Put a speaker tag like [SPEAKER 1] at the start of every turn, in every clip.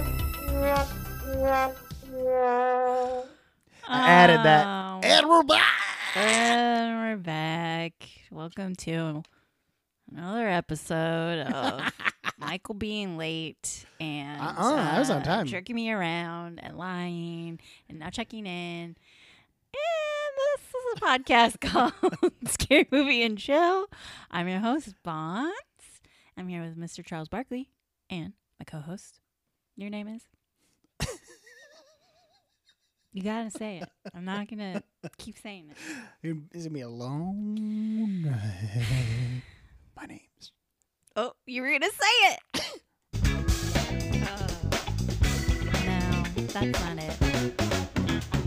[SPEAKER 1] Oh,
[SPEAKER 2] Welcome to another episode of Michael being late and
[SPEAKER 1] Uh-uh, I was on time.
[SPEAKER 2] jerking me around and lying and not checking in. And this is a podcast called Scary Movie and Chill. I'm your host, Bonds. I'm here with Mr. Charles Barkley and my co-host. Your name is. you gotta say it. I'm not gonna keep saying it.
[SPEAKER 1] It's gonna be a long night. My name's
[SPEAKER 2] Oh, you were gonna say it. no, Uh, that's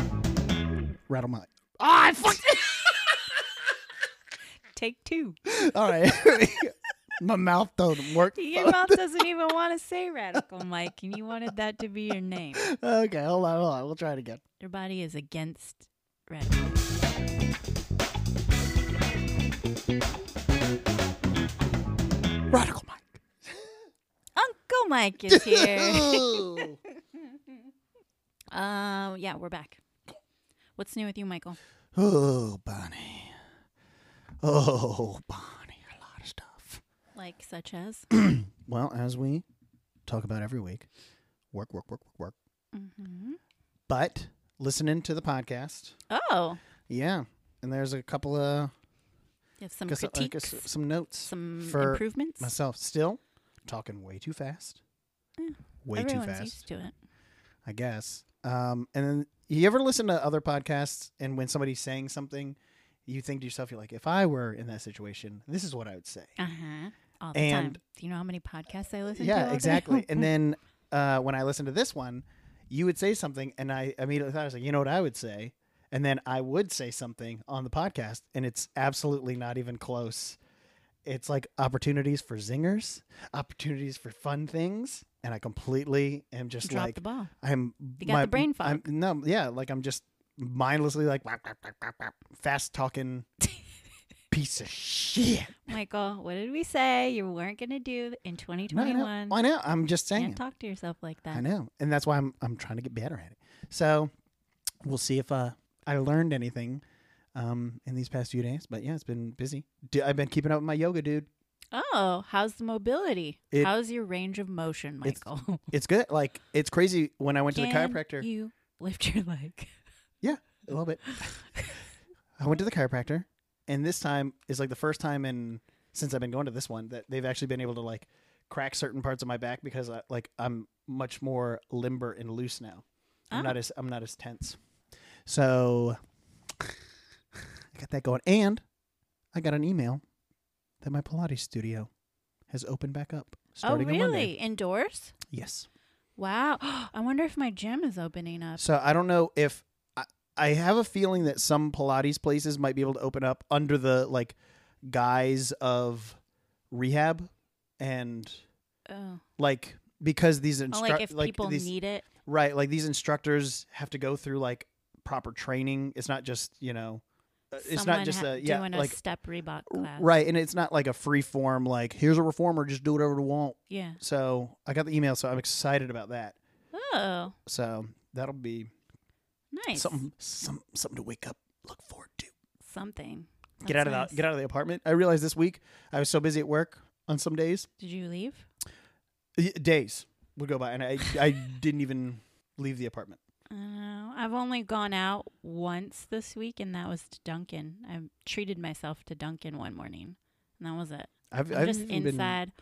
[SPEAKER 2] not it.
[SPEAKER 1] Rattle My. Oh, I fucked.
[SPEAKER 2] Take two.
[SPEAKER 1] All right, my mouth doesn't work.
[SPEAKER 2] Your mouth doesn't even want to say radical, Mike, and you wanted that to be your name.
[SPEAKER 1] Okay, hold on, hold on. We'll try it again.
[SPEAKER 2] Your body is against radical.
[SPEAKER 1] Radical Mike.
[SPEAKER 2] Uncle Mike is here.
[SPEAKER 1] Ew.
[SPEAKER 2] um, yeah, we're back. What's new with you, Michael?
[SPEAKER 1] oh, Bonnie. Oh, Bonnie. A lot of stuff.
[SPEAKER 2] Like such as?
[SPEAKER 1] Well, as we talk about every week, work, work, work, work, work.
[SPEAKER 2] hmm
[SPEAKER 1] But listening to the podcast,
[SPEAKER 2] Oh,
[SPEAKER 1] yeah. And there's a couple of
[SPEAKER 2] you have some
[SPEAKER 1] guess- I
[SPEAKER 2] critiques,
[SPEAKER 1] guess some notes.
[SPEAKER 2] some
[SPEAKER 1] for
[SPEAKER 2] improvements.
[SPEAKER 1] myself. Still talking way too fast.
[SPEAKER 2] Yeah,
[SPEAKER 1] Way
[SPEAKER 2] Eh, Everyone's
[SPEAKER 1] too fast,
[SPEAKER 2] used to it.
[SPEAKER 1] I guess. Um, and then you ever listen to other podcasts, and when somebody's saying something, you think to yourself, you're like, if I were in that situation, this is what I would say.
[SPEAKER 2] Uh huh. All the time.
[SPEAKER 1] And-
[SPEAKER 2] Do you know how many podcasts I listen to? all
[SPEAKER 1] yeah,
[SPEAKER 2] day?
[SPEAKER 1] exactly. and then uh, when I listened to this one, you would say something, and I immediately thought, I was like, you know what I would say? And then I would say something on the podcast, and it's absolutely not even close. It's like opportunities for zingers, opportunities for fun things, and I completely am just
[SPEAKER 2] drop
[SPEAKER 1] like
[SPEAKER 2] the ball.
[SPEAKER 1] I'm.
[SPEAKER 2] You got the brain fog.
[SPEAKER 1] I'm, no, yeah, like I'm just mindlessly like fast talking piece of shit.
[SPEAKER 2] Michael, "Oh, what did we say you weren't going to do in
[SPEAKER 1] No, I know.
[SPEAKER 2] 2021?
[SPEAKER 1] I know. I'm just saying.
[SPEAKER 2] Can't talk to yourself like
[SPEAKER 1] I
[SPEAKER 2] that.
[SPEAKER 1] know, and that's why I'm I'm trying to get better at it. So we'll see if uh, I learned anything um, in these past few days. But yeah, it's been busy. D- I've been keeping up with my yoga, dude.
[SPEAKER 2] Oh, how's the mobility?
[SPEAKER 1] It-
[SPEAKER 2] how's your range of motion,
[SPEAKER 1] It's-
[SPEAKER 2] Michael?
[SPEAKER 1] It's good. Like it's crazy when I went to the
[SPEAKER 2] Can
[SPEAKER 1] chiropractor.
[SPEAKER 2] You lift your leg.
[SPEAKER 1] a little bit. I went to the chiropractor, and this time is like the first time in since I've been going to this one that they've actually been able to like crack certain parts of my back because I, like I'm much more limber and loose now. I'm
[SPEAKER 2] Oh.
[SPEAKER 1] not as I'm not as tense. So I got that going, and I got an email that my Pilates studio has opened back up starting
[SPEAKER 2] oh,
[SPEAKER 1] on Monday.
[SPEAKER 2] really? Indoors?
[SPEAKER 1] Yes.
[SPEAKER 2] Wow. I wonder if my gym is opening up.
[SPEAKER 1] So I don't know if I, I have a feeling that some Pilates places might be able to open up under the like guise of rehab and
[SPEAKER 2] Oh,
[SPEAKER 1] like because these
[SPEAKER 2] Oh,
[SPEAKER 1] instructors
[SPEAKER 2] like if people
[SPEAKER 1] these,
[SPEAKER 2] need it.
[SPEAKER 1] right like these instructors have to go through like proper training. It's not just you know uh, it's
[SPEAKER 2] someone
[SPEAKER 1] not just
[SPEAKER 2] ha-
[SPEAKER 1] a yeah
[SPEAKER 2] doing
[SPEAKER 1] like
[SPEAKER 2] a step Reebok class.
[SPEAKER 1] right and it's not like a free form like here's a reformer just do whatever you want.
[SPEAKER 2] Yeah.
[SPEAKER 1] So I got the email so I'm excited about that.
[SPEAKER 2] Oh,
[SPEAKER 1] So that'll be
[SPEAKER 2] nice.
[SPEAKER 1] something some something to wake up look forward to
[SPEAKER 2] Something.
[SPEAKER 1] get
[SPEAKER 2] That's
[SPEAKER 1] out of
[SPEAKER 2] nice.
[SPEAKER 1] the get out of the apartment i realized this week i was so busy at work on some days
[SPEAKER 2] Did you leave?
[SPEAKER 1] y- days would go by and i i didn't even leave the apartment
[SPEAKER 2] I don't know. I've only gone out once this week, and that was to Duncan. I treated myself to Duncan one morning, and that was it.
[SPEAKER 1] i've,
[SPEAKER 2] I'm
[SPEAKER 1] I've
[SPEAKER 2] just
[SPEAKER 1] even been,
[SPEAKER 2] inside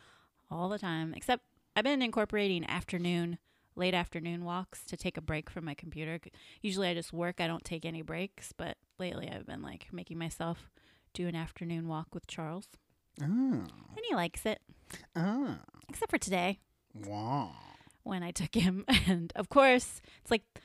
[SPEAKER 2] all the time, except I've been incorporating afternoon, late afternoon walks to take a break from my computer. C- Usually I just work, I don't take any breaks, but lately I've been like making myself do an afternoon walk with Charles,
[SPEAKER 1] oh,
[SPEAKER 2] and he likes it,
[SPEAKER 1] oh,
[SPEAKER 2] except for today.
[SPEAKER 1] wow
[SPEAKER 2] when I took him. And of course, it's like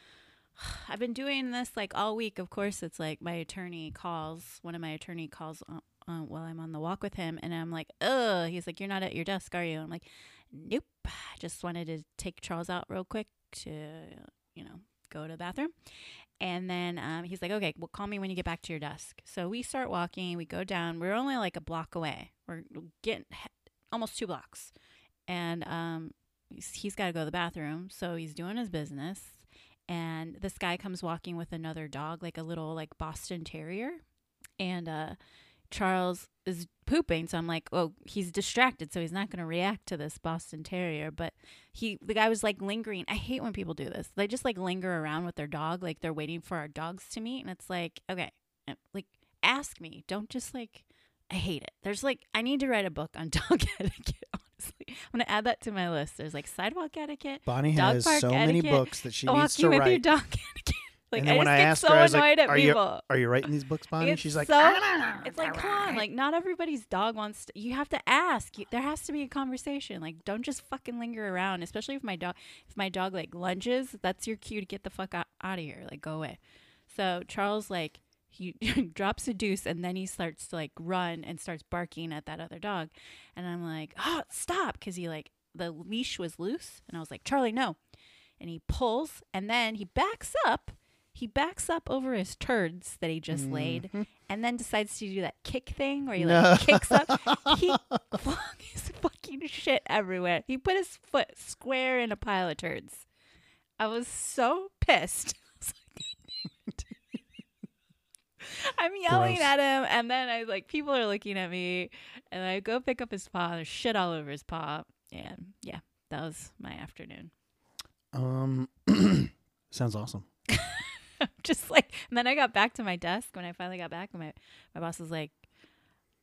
[SPEAKER 2] I've been doing this like all week. Of course, it's like my attorney calls, one of my attorney calls uh, uh, while I'm on the walk with him. And I'm like, oh, he's like, you're not at your desk, are you? I'm like, nope. I just wanted to take Charles out real quick to, you know, go to the bathroom. And then um, he's like, okay, well, call me when you get back to your desk. So we start walking, we go down. We're only like a block away. We're getting he- almost two blocks. And um, he's, he's got to go to the bathroom, so he's doing his business. And this guy comes walking with another dog, like a little like Boston Terrier, and uh, Charles is pooping, so I'm like, oh, he's distracted, so he's not going to react to this Boston Terrier. But he, the guy was like lingering. I hate when people do this. They just like linger around with their dog, like they're waiting for our dogs to meet, and it's like, okay, uh, like ask me. Don't just like. I hate it. There's like I need to write a book on dog etiquette. Honestly, I'm gonna add that to my list. There's like sidewalk etiquette.
[SPEAKER 1] Bonnie
[SPEAKER 2] Dog
[SPEAKER 1] has
[SPEAKER 2] park
[SPEAKER 1] so many
[SPEAKER 2] etiquette,
[SPEAKER 1] books that she needs
[SPEAKER 2] walking
[SPEAKER 1] to
[SPEAKER 2] with your
[SPEAKER 1] write.
[SPEAKER 2] dog etiquette. Like
[SPEAKER 1] and then
[SPEAKER 2] I
[SPEAKER 1] when
[SPEAKER 2] just
[SPEAKER 1] I
[SPEAKER 2] get
[SPEAKER 1] asked
[SPEAKER 2] so
[SPEAKER 1] her, I was
[SPEAKER 2] annoyed
[SPEAKER 1] like,
[SPEAKER 2] at
[SPEAKER 1] are you,
[SPEAKER 2] people.
[SPEAKER 1] are you writing these books, Bonnie?
[SPEAKER 2] It's
[SPEAKER 1] She's like, "Ah,
[SPEAKER 2] so-
[SPEAKER 1] "I don't know."
[SPEAKER 2] it's like come on, like not everybody's dog wants. To, you have to ask. You, there has to be a conversation. Like don't just fucking linger around. Especially if my dog, if my dog like lunges, that's your cue to get the fuck out, out of here. Like go away. So Charles like he drops a deuce and then he starts to like run and starts barking at that other dog, and I'm like, oh stop, because he like the leash was loose, and I was like, Charlie, no, and he pulls and then he backs up he backs up over his turds that he just laid and then decides to do that kick thing where he like kicks up he flung his fucking shit everywhere he put his foot square in a pile of turds i was so pissed I was like, I'm yelling
[SPEAKER 1] Gross.
[SPEAKER 2] at him, and then I like people are looking at me, and I go pick up his paw. And there's shit all over his paw, and yeah, that was my afternoon.
[SPEAKER 1] Um, sounds awesome.
[SPEAKER 2] just like and then I got back to my desk when I finally got back and my, my boss was like,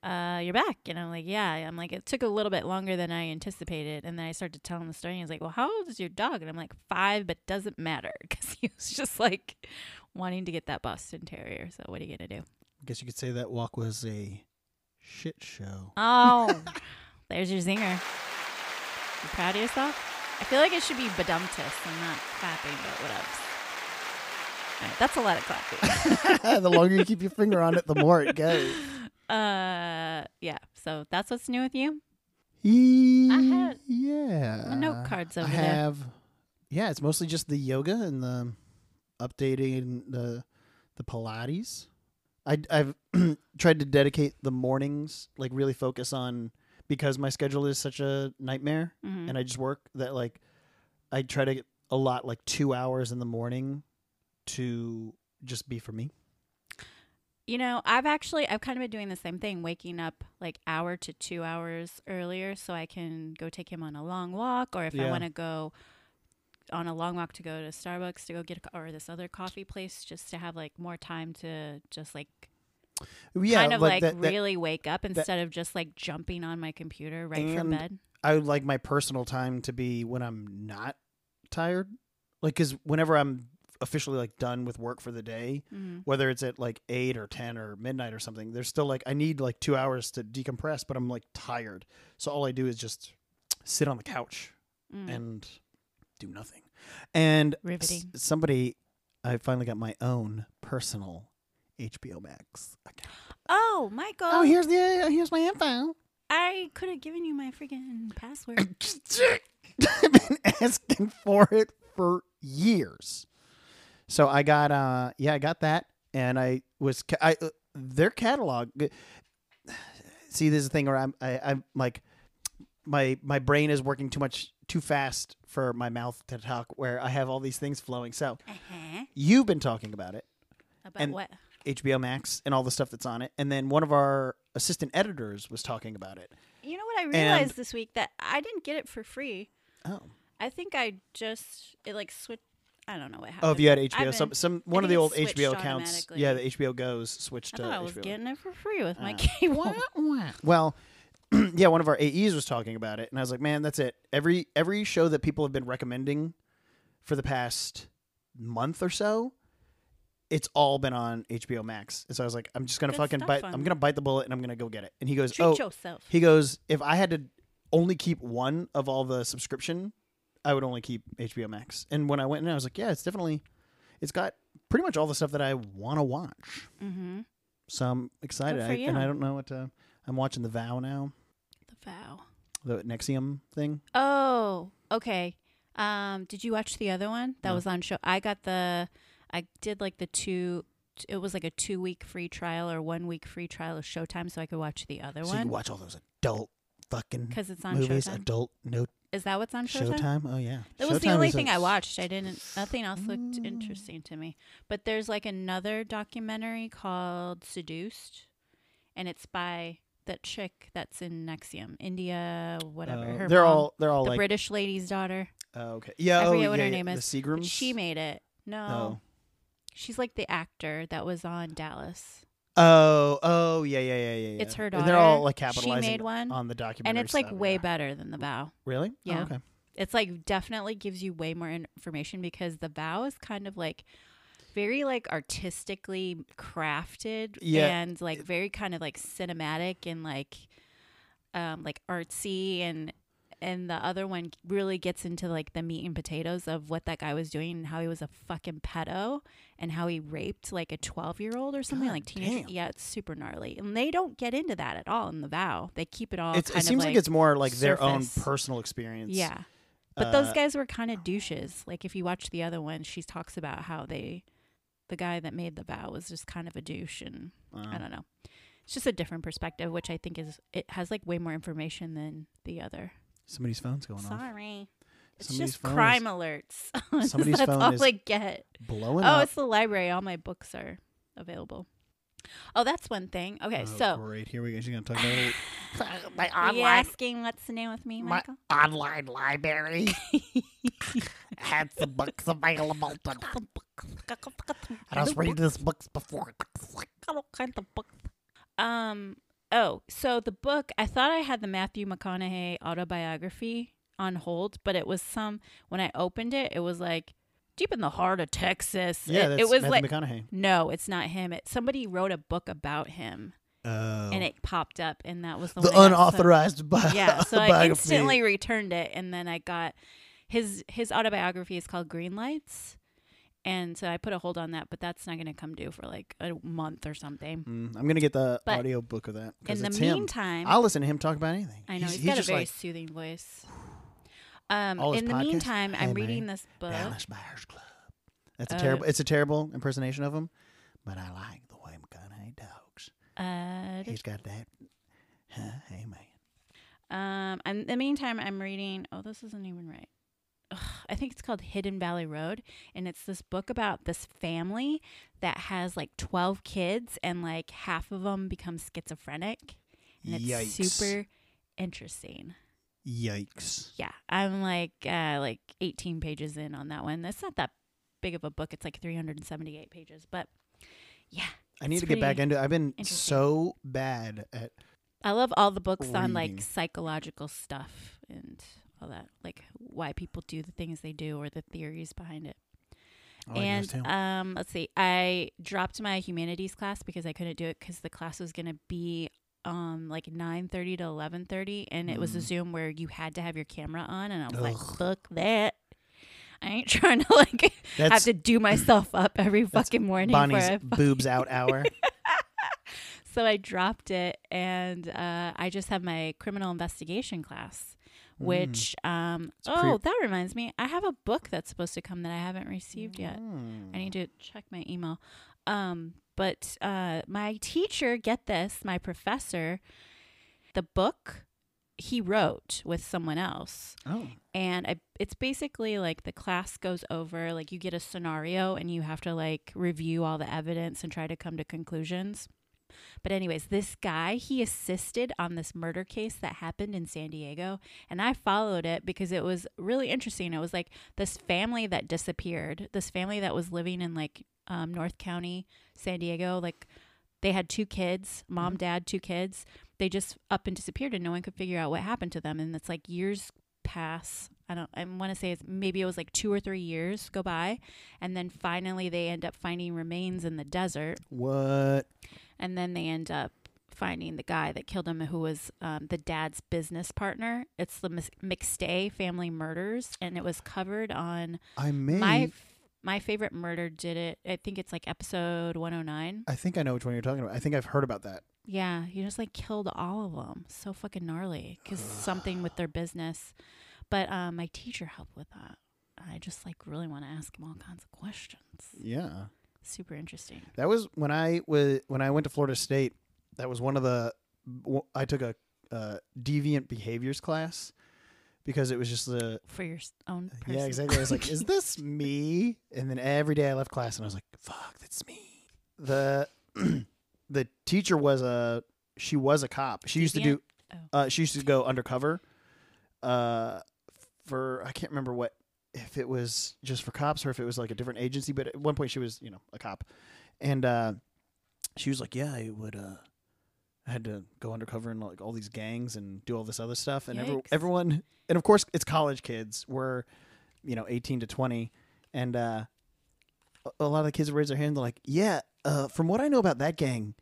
[SPEAKER 2] uh, you're back and I'm like, Yeah. I'm like, it took a little bit longer than I anticipated and then I started to tell him the story and he's like, Well, how old is your dog? And I'm like, Five, but doesn't matter because he was just like wanting to get that Boston Terrier. So what are you gonna do?
[SPEAKER 1] I guess you could say that walk was a shit show.
[SPEAKER 2] Oh there's your zinger. You proud of yourself? I feel like it should be bedumptus and not clapping, but what else? All right, that's a lot of clapping.
[SPEAKER 1] the longer you keep your finger on it, the more it goes. Oh.
[SPEAKER 2] Uh, yeah. So that's what's new with you. had
[SPEAKER 1] yeah.
[SPEAKER 2] my note cards
[SPEAKER 1] I
[SPEAKER 2] over there.
[SPEAKER 1] have. Yeah, it's mostly just the yoga and the updating the the Pilates. I, I've tried to dedicate the mornings, like really focus on because my schedule is such a nightmare,
[SPEAKER 2] Mhm.
[SPEAKER 1] and I just work that like I try to get a lot like two hours in the morning to just be for me.
[SPEAKER 2] You know, I've actually I've kind of been doing the same thing, waking up like hour to two hours earlier, so I can go take him on a long walk, or if I
[SPEAKER 1] Yeah.
[SPEAKER 2] want to go on a long walk to go to Starbucks to go get a, co- or this other coffee place, just to have like more time to just like
[SPEAKER 1] Yeah,
[SPEAKER 2] kind of like,
[SPEAKER 1] that- that-
[SPEAKER 2] really wake up instead of just like jumping on my computer right from
[SPEAKER 1] And
[SPEAKER 2] bed.
[SPEAKER 1] I would like my personal time to be when I'm not tired. Like, because whenever I'm officially like done with work for the day,
[SPEAKER 2] Mhm.
[SPEAKER 1] whether it's at like eight or 10 or midnight or something, there's still like, I need like two hours to decompress, but I'm like tired. So all I do is just sit on the couch
[SPEAKER 2] Mm.
[SPEAKER 1] and do nothing. And s-
[SPEAKER 2] Riveting.
[SPEAKER 1] somebody, I finally got my own personal HBO Max account.
[SPEAKER 2] Oh, Michael!
[SPEAKER 1] Oh, here's the, here's my info.
[SPEAKER 2] I could have given you my freaking password.
[SPEAKER 1] I've been asking for it for years. So I got uh yeah, I got that and I was ca- I uh, their catalog See, this is the thing where I'm I, I'm like my my brain is working too much too fast for my mouth to talk where I have all these things flowing. So,
[SPEAKER 2] uh-huh.
[SPEAKER 1] you've been talking about it.
[SPEAKER 2] About
[SPEAKER 1] And-
[SPEAKER 2] what?
[SPEAKER 1] HBO Max and all the stuff that's on it. And then one of our assistant editors was talking about it.
[SPEAKER 2] You know what I realized this week that I didn't get it for free.
[SPEAKER 1] Oh.
[SPEAKER 2] I think I just it like switched. I don't know what happened.
[SPEAKER 1] Oh, if you had HBO,
[SPEAKER 2] I've
[SPEAKER 1] some
[SPEAKER 2] been-
[SPEAKER 1] some
[SPEAKER 2] I
[SPEAKER 1] one of
[SPEAKER 2] think
[SPEAKER 1] the
[SPEAKER 2] it
[SPEAKER 1] old
[SPEAKER 2] switched
[SPEAKER 1] HBO accounts,
[SPEAKER 2] automatically.
[SPEAKER 1] yeah, the HBO goes switched
[SPEAKER 2] I
[SPEAKER 1] to
[SPEAKER 2] thought I was
[SPEAKER 1] HBO.
[SPEAKER 2] getting it for free with my
[SPEAKER 1] Oh.
[SPEAKER 2] cable.
[SPEAKER 1] well, yeah, one of our AEs was talking about it, and I was like, man, that's it. Every every show that people have been recommending for the past month or so, it's all been on HBO Max. And so I was like, I'm just gonna
[SPEAKER 2] Good
[SPEAKER 1] fucking
[SPEAKER 2] stuff
[SPEAKER 1] bite.
[SPEAKER 2] on
[SPEAKER 1] I'm gonna bite the bullet, and I'm gonna go get it. And he goes,
[SPEAKER 2] Treat
[SPEAKER 1] oh,
[SPEAKER 2] yourself.
[SPEAKER 1] he goes, if I had to only keep one of all the subscription, I would only keep HBO Max. And when I went in, I was like, yeah, it's definitely, it's got pretty much all the stuff that I want to watch.
[SPEAKER 2] Mm-hmm.
[SPEAKER 1] So I'm excited.
[SPEAKER 2] Good
[SPEAKER 1] I,
[SPEAKER 2] for
[SPEAKER 1] and I
[SPEAKER 2] you.
[SPEAKER 1] don't know what to, I'm watching The Vow now,
[SPEAKER 2] The vow.
[SPEAKER 1] the Nexium thing.
[SPEAKER 2] Oh, okay. Um, did you watch the other one that
[SPEAKER 1] No.
[SPEAKER 2] was on show? I got the. I did like the two. It was like a two week free trial or one week free trial of Showtime, so I could watch the other
[SPEAKER 1] So you
[SPEAKER 2] one
[SPEAKER 1] watch all those adult fucking
[SPEAKER 2] because it's on
[SPEAKER 1] movies,
[SPEAKER 2] Showtime.
[SPEAKER 1] adult no
[SPEAKER 2] Is that what's on
[SPEAKER 1] Showtime.
[SPEAKER 2] Showtime?
[SPEAKER 1] Oh yeah,
[SPEAKER 2] That was the
[SPEAKER 1] Showtime
[SPEAKER 2] only
[SPEAKER 1] is a- Mm.
[SPEAKER 2] thing I watched. I didn't. Nothing else looked interesting to me. But there's like another documentary called Seduced, and it's by that chick that's in Nexium, India, whatever.
[SPEAKER 1] Uh,
[SPEAKER 2] her
[SPEAKER 1] they're
[SPEAKER 2] mom,
[SPEAKER 1] all they're all
[SPEAKER 2] the
[SPEAKER 1] like
[SPEAKER 2] British lady's daughter.
[SPEAKER 1] oh, okay. Yeah,
[SPEAKER 2] I
[SPEAKER 1] oh,
[SPEAKER 2] forget what
[SPEAKER 1] yeah,
[SPEAKER 2] her
[SPEAKER 1] yeah,
[SPEAKER 2] name is,
[SPEAKER 1] The
[SPEAKER 2] But
[SPEAKER 1] Seagrams.
[SPEAKER 2] She made it. No,
[SPEAKER 1] Oh.
[SPEAKER 2] she's like the actor that was on Dallas.
[SPEAKER 1] Oh, oh, yeah, yeah, yeah, yeah. yeah.
[SPEAKER 2] It's her
[SPEAKER 1] And They're all
[SPEAKER 2] daughter.
[SPEAKER 1] like
[SPEAKER 2] She made
[SPEAKER 1] capitalizing
[SPEAKER 2] one,
[SPEAKER 1] on the documentary,
[SPEAKER 2] Mm-hmm. And it's like
[SPEAKER 1] stuff,
[SPEAKER 2] way
[SPEAKER 1] yeah.
[SPEAKER 2] better than the vow.
[SPEAKER 1] Really? Oh,
[SPEAKER 2] Yeah.
[SPEAKER 1] okay.
[SPEAKER 2] It's like definitely gives you way more information because the vow is kind of like very like artistically crafted
[SPEAKER 1] Yeah.
[SPEAKER 2] and like very kind of like cinematic and like um like artsy and and the other one really gets into like the meat and potatoes of what that guy was doing and how he was a fucking pedo and how he raped like a 12 year old or something
[SPEAKER 1] God
[SPEAKER 2] like teenage
[SPEAKER 1] damn.
[SPEAKER 2] yeah it's super gnarly and they don't get into that at all in the vow they keep it all
[SPEAKER 1] It's, it
[SPEAKER 2] kind of,
[SPEAKER 1] seems like, it's more like their own
[SPEAKER 2] surface.
[SPEAKER 1] personal experience.
[SPEAKER 2] yeah. But those
[SPEAKER 1] Uh,
[SPEAKER 2] guys were kind of douches. Like if you watch the other one, she talks about how they the guy that made the vow was just kind of a douche and I
[SPEAKER 1] Wow.
[SPEAKER 2] don't know. It's just a different perspective, which I think is it has like way more information than the other.
[SPEAKER 1] Somebody's phone's going off.
[SPEAKER 2] Sorry. It's
[SPEAKER 1] Somebody's
[SPEAKER 2] just
[SPEAKER 1] phone is-
[SPEAKER 2] crime alerts.
[SPEAKER 1] Somebody's
[SPEAKER 2] That's
[SPEAKER 1] phone
[SPEAKER 2] all
[SPEAKER 1] is
[SPEAKER 2] I get.
[SPEAKER 1] Blowing
[SPEAKER 2] Oh,
[SPEAKER 1] up.
[SPEAKER 2] it's the library. All my books are available. Oh, that's one thing. Okay,
[SPEAKER 1] Oh,
[SPEAKER 2] so
[SPEAKER 1] great. Here we go. She's gonna talk about it.
[SPEAKER 3] my
[SPEAKER 2] are you
[SPEAKER 3] online
[SPEAKER 2] asking what's the name with me,
[SPEAKER 3] my
[SPEAKER 2] Michael?
[SPEAKER 3] online library had some books available. To, and I was reading these books before.
[SPEAKER 2] got all kinds of books. Um. Oh, so the book I thought I had the Matthew McConaughey autobiography on hold, but it was some when I opened it, it was like deep in the heart of Texas.
[SPEAKER 1] Yeah,
[SPEAKER 2] it,
[SPEAKER 1] that's
[SPEAKER 2] it was
[SPEAKER 1] Matthew
[SPEAKER 2] like
[SPEAKER 1] McConaughey.
[SPEAKER 2] no, it's not him. It somebody wrote a book about him,
[SPEAKER 1] Oh.
[SPEAKER 2] and it popped up, and that was the,
[SPEAKER 1] the
[SPEAKER 2] one I- so-
[SPEAKER 1] unauthorized bi-
[SPEAKER 2] yeah, so I
[SPEAKER 1] biography.
[SPEAKER 2] instantly returned it, and then I got his his autobiography is called Green Lights, and so I put a hold on that, but that's not going to come due for like a month or something.
[SPEAKER 1] Mm, I'm gonna get the
[SPEAKER 2] But
[SPEAKER 1] audio book of that because
[SPEAKER 2] In the
[SPEAKER 1] it's him.
[SPEAKER 2] meantime,
[SPEAKER 1] I'll listen to him talk about anything.
[SPEAKER 2] I know
[SPEAKER 1] he's,
[SPEAKER 2] he's got a
[SPEAKER 1] just
[SPEAKER 2] very
[SPEAKER 1] like
[SPEAKER 2] soothing voice. Um,
[SPEAKER 1] All his
[SPEAKER 2] in the
[SPEAKER 1] podcasts?
[SPEAKER 2] meantime,
[SPEAKER 1] Hey,
[SPEAKER 2] I'm reading
[SPEAKER 1] man.
[SPEAKER 2] this book.
[SPEAKER 1] Dallas Buyers Club. That's a
[SPEAKER 2] Uh,
[SPEAKER 1] terrible. It's a terrible impersonation of him, but I like the way McConaughey talks.
[SPEAKER 2] Uh,
[SPEAKER 1] He's got that. Huh, hey man.
[SPEAKER 2] um, and in the meantime, I'm reading. Oh, this isn't even right. Ugh, I think it's called Hidden Valley Road, and it's this book about this family that has like 12 kids, and like half of them become schizophrenic, and it's
[SPEAKER 1] Yikes.
[SPEAKER 2] super interesting.
[SPEAKER 1] Yikes.
[SPEAKER 2] Yeah, I'm like uh, like 18 pages in on that one. That's not that big of a book. It's like 378 pages, but yeah.
[SPEAKER 1] I need
[SPEAKER 2] It's
[SPEAKER 1] to get back
[SPEAKER 2] pretty
[SPEAKER 1] into. it. I've been
[SPEAKER 2] interesting.
[SPEAKER 1] so bad at.
[SPEAKER 2] I love all the books on like
[SPEAKER 1] Reading.
[SPEAKER 2] psychological stuff and all that, like why people do the things they do or the theories behind it.
[SPEAKER 1] Oh,
[SPEAKER 2] and um, let's see, I dropped my humanities class because I couldn't do it because the class was gonna be um like nine thirty to eleven thirty, and it was a
[SPEAKER 1] Mm.
[SPEAKER 2] Zoom where you had to have your camera on, and I'm like,
[SPEAKER 1] Ugh.
[SPEAKER 2] fuck that. I ain't trying to like have
[SPEAKER 1] that's
[SPEAKER 2] to do myself up every
[SPEAKER 1] That's
[SPEAKER 2] fucking morning
[SPEAKER 1] Bonnie's
[SPEAKER 2] for a
[SPEAKER 1] boobs out hour.
[SPEAKER 2] so I dropped it, and uh, I just have my criminal investigation class, which um,
[SPEAKER 1] It's pre-
[SPEAKER 2] oh, that reminds me, I have a book that's supposed to come that I haven't received yet. I need to check my email. Um, but uh, my teacher, get this, my professor, the book he wrote with someone else
[SPEAKER 1] Oh,
[SPEAKER 2] and I, it's basically like the class goes over like you get a scenario and you have to like review all the evidence and try to come to conclusions but anyways this guy he assisted on this murder case that happened in san diego and i followed it because it was really interesting it was like this family that disappeared this family that was living in like um, north county san diego like they had two kids mom dad two kids they just up and disappeared and no one could figure out what happened to them and it's like years pass i don't i want to say it's maybe it was like two or three years go by and then finally they end up finding remains in the desert
[SPEAKER 1] what?
[SPEAKER 2] and then they end up finding the guy that killed him who was um, the dad's business partner it's the Mis- mcstay family murders and it was covered on
[SPEAKER 1] I may.
[SPEAKER 2] my f- my favorite murder did it i think it's like episode 109
[SPEAKER 1] I think I know which one you're talking about. I think I've heard about that.
[SPEAKER 2] yeah, he just like killed all of them. So fucking gnarly because something with their business. But um, my teacher helped with that. I just like really want to ask him all kinds of questions.
[SPEAKER 1] Yeah.
[SPEAKER 2] Super interesting.
[SPEAKER 1] That was when I was when I went to Florida State. That was one of the w- I took a uh, deviant behaviors class because it was just the
[SPEAKER 2] For your s- own person.
[SPEAKER 1] yeah exactly. I was like, is this me? And then every day I left class and I was like, fuck, that's me. The the teacher was a she was a cop. She used to do.
[SPEAKER 2] Deviant?
[SPEAKER 1] Uh, she used to go undercover. Uh, for I can't remember what if it was just for cops or if it was like a different agency, but at one point she was you know a cop, and uh, she was like, yeah, I would. Uh, I had to go undercover in like all these gangs and do all this other stuff, and every,
[SPEAKER 2] Yikes.
[SPEAKER 1] everyone, and of course it's college kids. We're, you know, eighteen to twenty, and uh, a- a lot of the kids raise their hand. They're like, "Yeah, uh, from what I know about that gang,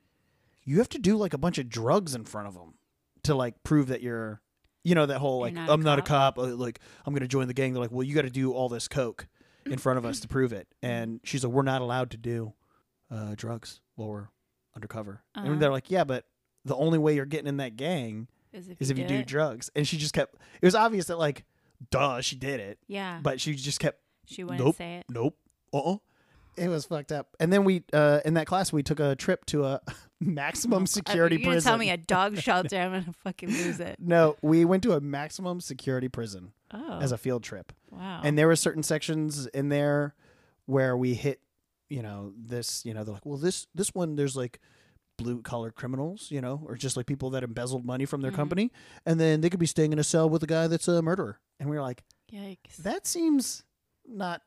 [SPEAKER 1] you have to do like a bunch of drugs in front of them to like prove that you're, you know, that whole
[SPEAKER 2] You're
[SPEAKER 1] like
[SPEAKER 2] not a
[SPEAKER 1] I'm not a cop. uh, Like I'm gonna join the gang. They're like, well, you got to do all this coke in front of us to prove it. And she's like, we're not allowed to do uh, drugs while we're undercover.
[SPEAKER 2] Uh-huh.
[SPEAKER 1] And they're like, yeah, but the only way you're getting in that gang
[SPEAKER 2] Is if
[SPEAKER 1] is
[SPEAKER 2] you
[SPEAKER 1] if you
[SPEAKER 2] did
[SPEAKER 1] do
[SPEAKER 2] it.
[SPEAKER 1] drugs. And she just kept. It was obvious that like, duh, she did it,
[SPEAKER 2] yeah,
[SPEAKER 1] but she just kept
[SPEAKER 2] she wouldn't
[SPEAKER 1] nope.
[SPEAKER 2] say it.
[SPEAKER 1] Nope. Uh uh It was fucked up. And then we, uh, in that class, we took a trip to a maximum security
[SPEAKER 2] Oh, you
[SPEAKER 1] prison.
[SPEAKER 2] tell me a dog shelter, I'm gonna fucking lose it.
[SPEAKER 1] no, we went to a maximum security prison
[SPEAKER 2] Oh,
[SPEAKER 1] as a field trip.
[SPEAKER 2] wow.
[SPEAKER 1] And there were certain sections in there where we hit, you know, this, you know, they're like, well, this, this one, there's like blue collar criminals, you know, or just like people that embezzled money from their
[SPEAKER 2] Mhm.
[SPEAKER 1] company. And then they could be staying in a cell with a guy that's a murderer. And we were like,
[SPEAKER 2] Yikes.
[SPEAKER 1] that seems not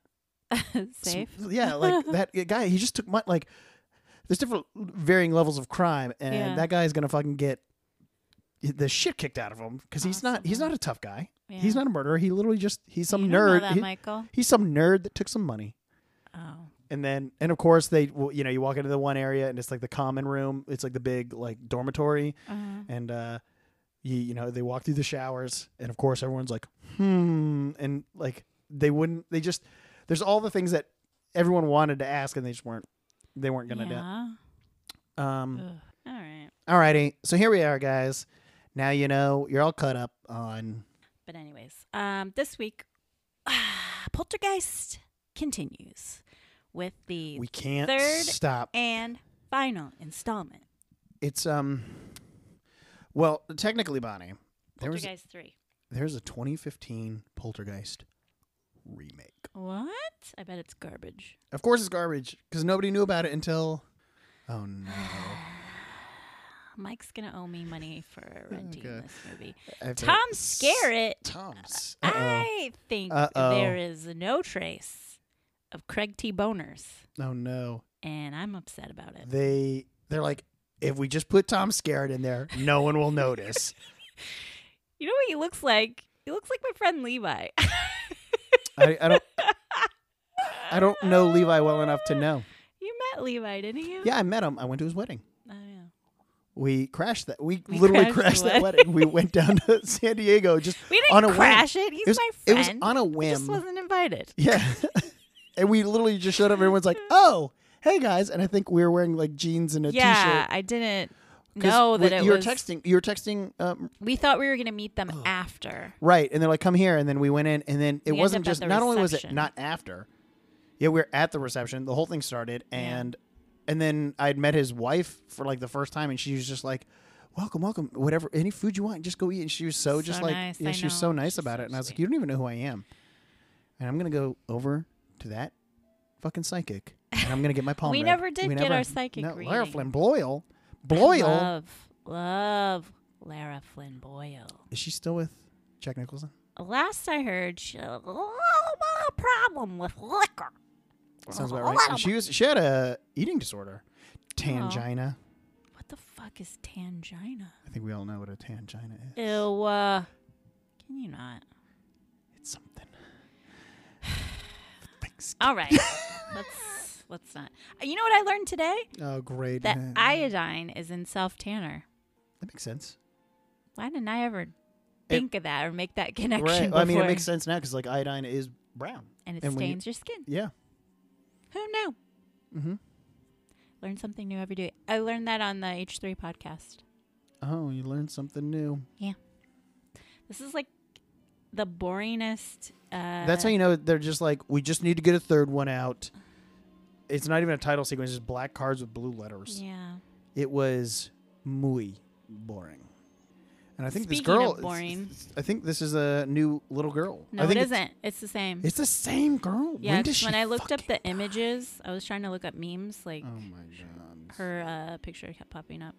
[SPEAKER 1] s-
[SPEAKER 2] Safe.
[SPEAKER 1] Yeah, like that guy. He just took my like. There's different varying levels of crime, and
[SPEAKER 2] Yeah.
[SPEAKER 1] that guy is gonna fucking get the shit kicked out of him because he's not. He's
[SPEAKER 2] Possibly.
[SPEAKER 1] not a tough guy.
[SPEAKER 2] Yeah.
[SPEAKER 1] He's not a murderer. He literally just he's some
[SPEAKER 2] You don't know
[SPEAKER 1] nerd.
[SPEAKER 2] that,
[SPEAKER 1] He-
[SPEAKER 2] Michael.
[SPEAKER 1] he's some nerd that took some money.
[SPEAKER 2] Oh,
[SPEAKER 1] And then, and of course, they, well, you know, you walk into the one area and it's like the common room. It's like the big, like, dormitory.
[SPEAKER 2] uh-huh.
[SPEAKER 1] And, uh, you, you know, they walk through the showers. And of course, everyone's like, hmm. And, like, they wouldn't, they just, there's all the things that everyone wanted to ask and they just weren't, they weren't going to
[SPEAKER 2] yeah.
[SPEAKER 1] do. Um,
[SPEAKER 2] Ugh. All right.
[SPEAKER 1] alrighty. So here we are, guys. Now you know you're all caught up on.
[SPEAKER 2] But anyways, um, this week, Poltergeist continues with the
[SPEAKER 1] We can't
[SPEAKER 2] Third
[SPEAKER 1] stop.
[SPEAKER 2] and final installment,
[SPEAKER 1] It's, um, well, technically, Bonnie, there was
[SPEAKER 2] Poltergeist Three.
[SPEAKER 1] There's a 2015 Poltergeist remake.
[SPEAKER 2] What? I bet it's garbage.
[SPEAKER 1] Of course, it's garbage because nobody knew about it until. Oh no!
[SPEAKER 2] Mike's gonna owe me money for renting
[SPEAKER 1] Okay.
[SPEAKER 2] this movie.
[SPEAKER 1] I've-
[SPEAKER 2] Tom Skerritt.
[SPEAKER 1] Tom's. Uh-oh.
[SPEAKER 2] I think
[SPEAKER 1] Uh-oh.
[SPEAKER 2] there is no trace of Craig T. Boners,
[SPEAKER 1] Oh no!
[SPEAKER 2] and I'm upset about it.
[SPEAKER 1] They they're like, if we just put Tom Skerritt in there, no one will notice.
[SPEAKER 2] You know what he looks like? He looks like my friend Levi.
[SPEAKER 1] I, I don't. I don't know Levi well enough to know.
[SPEAKER 2] You met Levi, didn't you?
[SPEAKER 1] Yeah, I met him. I went to his wedding.
[SPEAKER 2] I know.
[SPEAKER 1] We crashed that. We,
[SPEAKER 2] We
[SPEAKER 1] literally
[SPEAKER 2] crashed
[SPEAKER 1] crashed,
[SPEAKER 2] the
[SPEAKER 1] that
[SPEAKER 2] wedding.
[SPEAKER 1] wedding. We went down to San Diego just
[SPEAKER 2] We didn't
[SPEAKER 1] on a whim.
[SPEAKER 2] crash it. He's
[SPEAKER 1] it was,
[SPEAKER 2] my
[SPEAKER 1] it
[SPEAKER 2] friend.
[SPEAKER 1] was on a whim.
[SPEAKER 2] I just wasn't invited.
[SPEAKER 1] Yeah. and we literally just showed up. Everyone's like, oh, hey guys. And I think we were wearing like jeans and a
[SPEAKER 2] yeah,
[SPEAKER 1] shirt
[SPEAKER 2] I didn't
[SPEAKER 1] 'Cause
[SPEAKER 2] know that
[SPEAKER 1] we-
[SPEAKER 2] it
[SPEAKER 1] you were
[SPEAKER 2] was.
[SPEAKER 1] texting. You were texting, um,
[SPEAKER 2] we thought we were going to meet them after.
[SPEAKER 1] right? And they're like, "Come here." And then we went in, and then it
[SPEAKER 2] We end up
[SPEAKER 1] wasn't
[SPEAKER 2] at
[SPEAKER 1] just.
[SPEAKER 2] the
[SPEAKER 1] Not only was it
[SPEAKER 2] reception.
[SPEAKER 1] not after. Yeah, we were at the reception. The whole thing started, and and then I'd met his wife for like the first time, and she was just like, "Welcome, welcome, whatever, any food you want, just go eat." And she was so, just
[SPEAKER 2] So
[SPEAKER 1] like,
[SPEAKER 2] nice,
[SPEAKER 1] yeah,
[SPEAKER 2] I
[SPEAKER 1] she was
[SPEAKER 2] know.
[SPEAKER 1] so nice
[SPEAKER 2] She's
[SPEAKER 1] about
[SPEAKER 2] so
[SPEAKER 1] it, and I was like,
[SPEAKER 2] sweet.
[SPEAKER 1] "You don't even know who I am," and I'm gonna go over to that fucking psychic, and I'm gonna get my palm.
[SPEAKER 2] We
[SPEAKER 1] read.
[SPEAKER 2] never did get our psychic
[SPEAKER 1] No, Lara
[SPEAKER 2] reading.
[SPEAKER 1] Flynn Boyle, Boyle,
[SPEAKER 2] Love, love Lara Flynn Boyle.
[SPEAKER 1] is she still with Jack Nicholson?
[SPEAKER 2] Last I heard, she had a little bit of problem with liquor.
[SPEAKER 1] Sounds
[SPEAKER 2] A
[SPEAKER 1] about right.
[SPEAKER 2] little
[SPEAKER 1] And she was she had a eating disorder, tangina.
[SPEAKER 2] bit. What the fuck is tangina?
[SPEAKER 1] I think we all know what a tangina is.
[SPEAKER 2] Ew. Uh, can you not?
[SPEAKER 1] It's something. Thanks.
[SPEAKER 2] All right. let's let's not. Uh, You know what I learned today?
[SPEAKER 1] Oh, great.
[SPEAKER 2] That
[SPEAKER 1] Uh,
[SPEAKER 2] iodine is in self tanner.
[SPEAKER 1] that makes sense.
[SPEAKER 2] Why didn't I ever think of that or make that connection
[SPEAKER 1] Right.
[SPEAKER 2] before?
[SPEAKER 1] I mean, it makes sense now because like iodine is brown.
[SPEAKER 2] And it
[SPEAKER 1] and when you-
[SPEAKER 2] stains your skin.
[SPEAKER 1] Yeah.
[SPEAKER 2] Who knew?
[SPEAKER 1] Mm-hmm.
[SPEAKER 2] Learn something new every day. I learned that on the H3 podcast.
[SPEAKER 1] Oh, you learned something new.
[SPEAKER 2] This is like the boringest. Uh,
[SPEAKER 1] That's how you know they're just like we just need to get a third one out. It's not even a title sequence; it's just black cards with blue letters.
[SPEAKER 2] Yeah.
[SPEAKER 1] It was muy boring. And I think this
[SPEAKER 2] Speaking of
[SPEAKER 1] girl. is-
[SPEAKER 2] boring.
[SPEAKER 1] I think this is a new little girl.
[SPEAKER 2] No,
[SPEAKER 1] I
[SPEAKER 2] it
[SPEAKER 1] think
[SPEAKER 2] isn't. It's, the same.
[SPEAKER 1] It's, it's the same girl.
[SPEAKER 2] yeah.
[SPEAKER 1] when
[SPEAKER 2] it's-
[SPEAKER 1] does she
[SPEAKER 2] I looked up
[SPEAKER 1] fucking-
[SPEAKER 2] the images, I was trying to look up memes. Like
[SPEAKER 1] Oh my god.
[SPEAKER 2] her uh, picture kept popping up.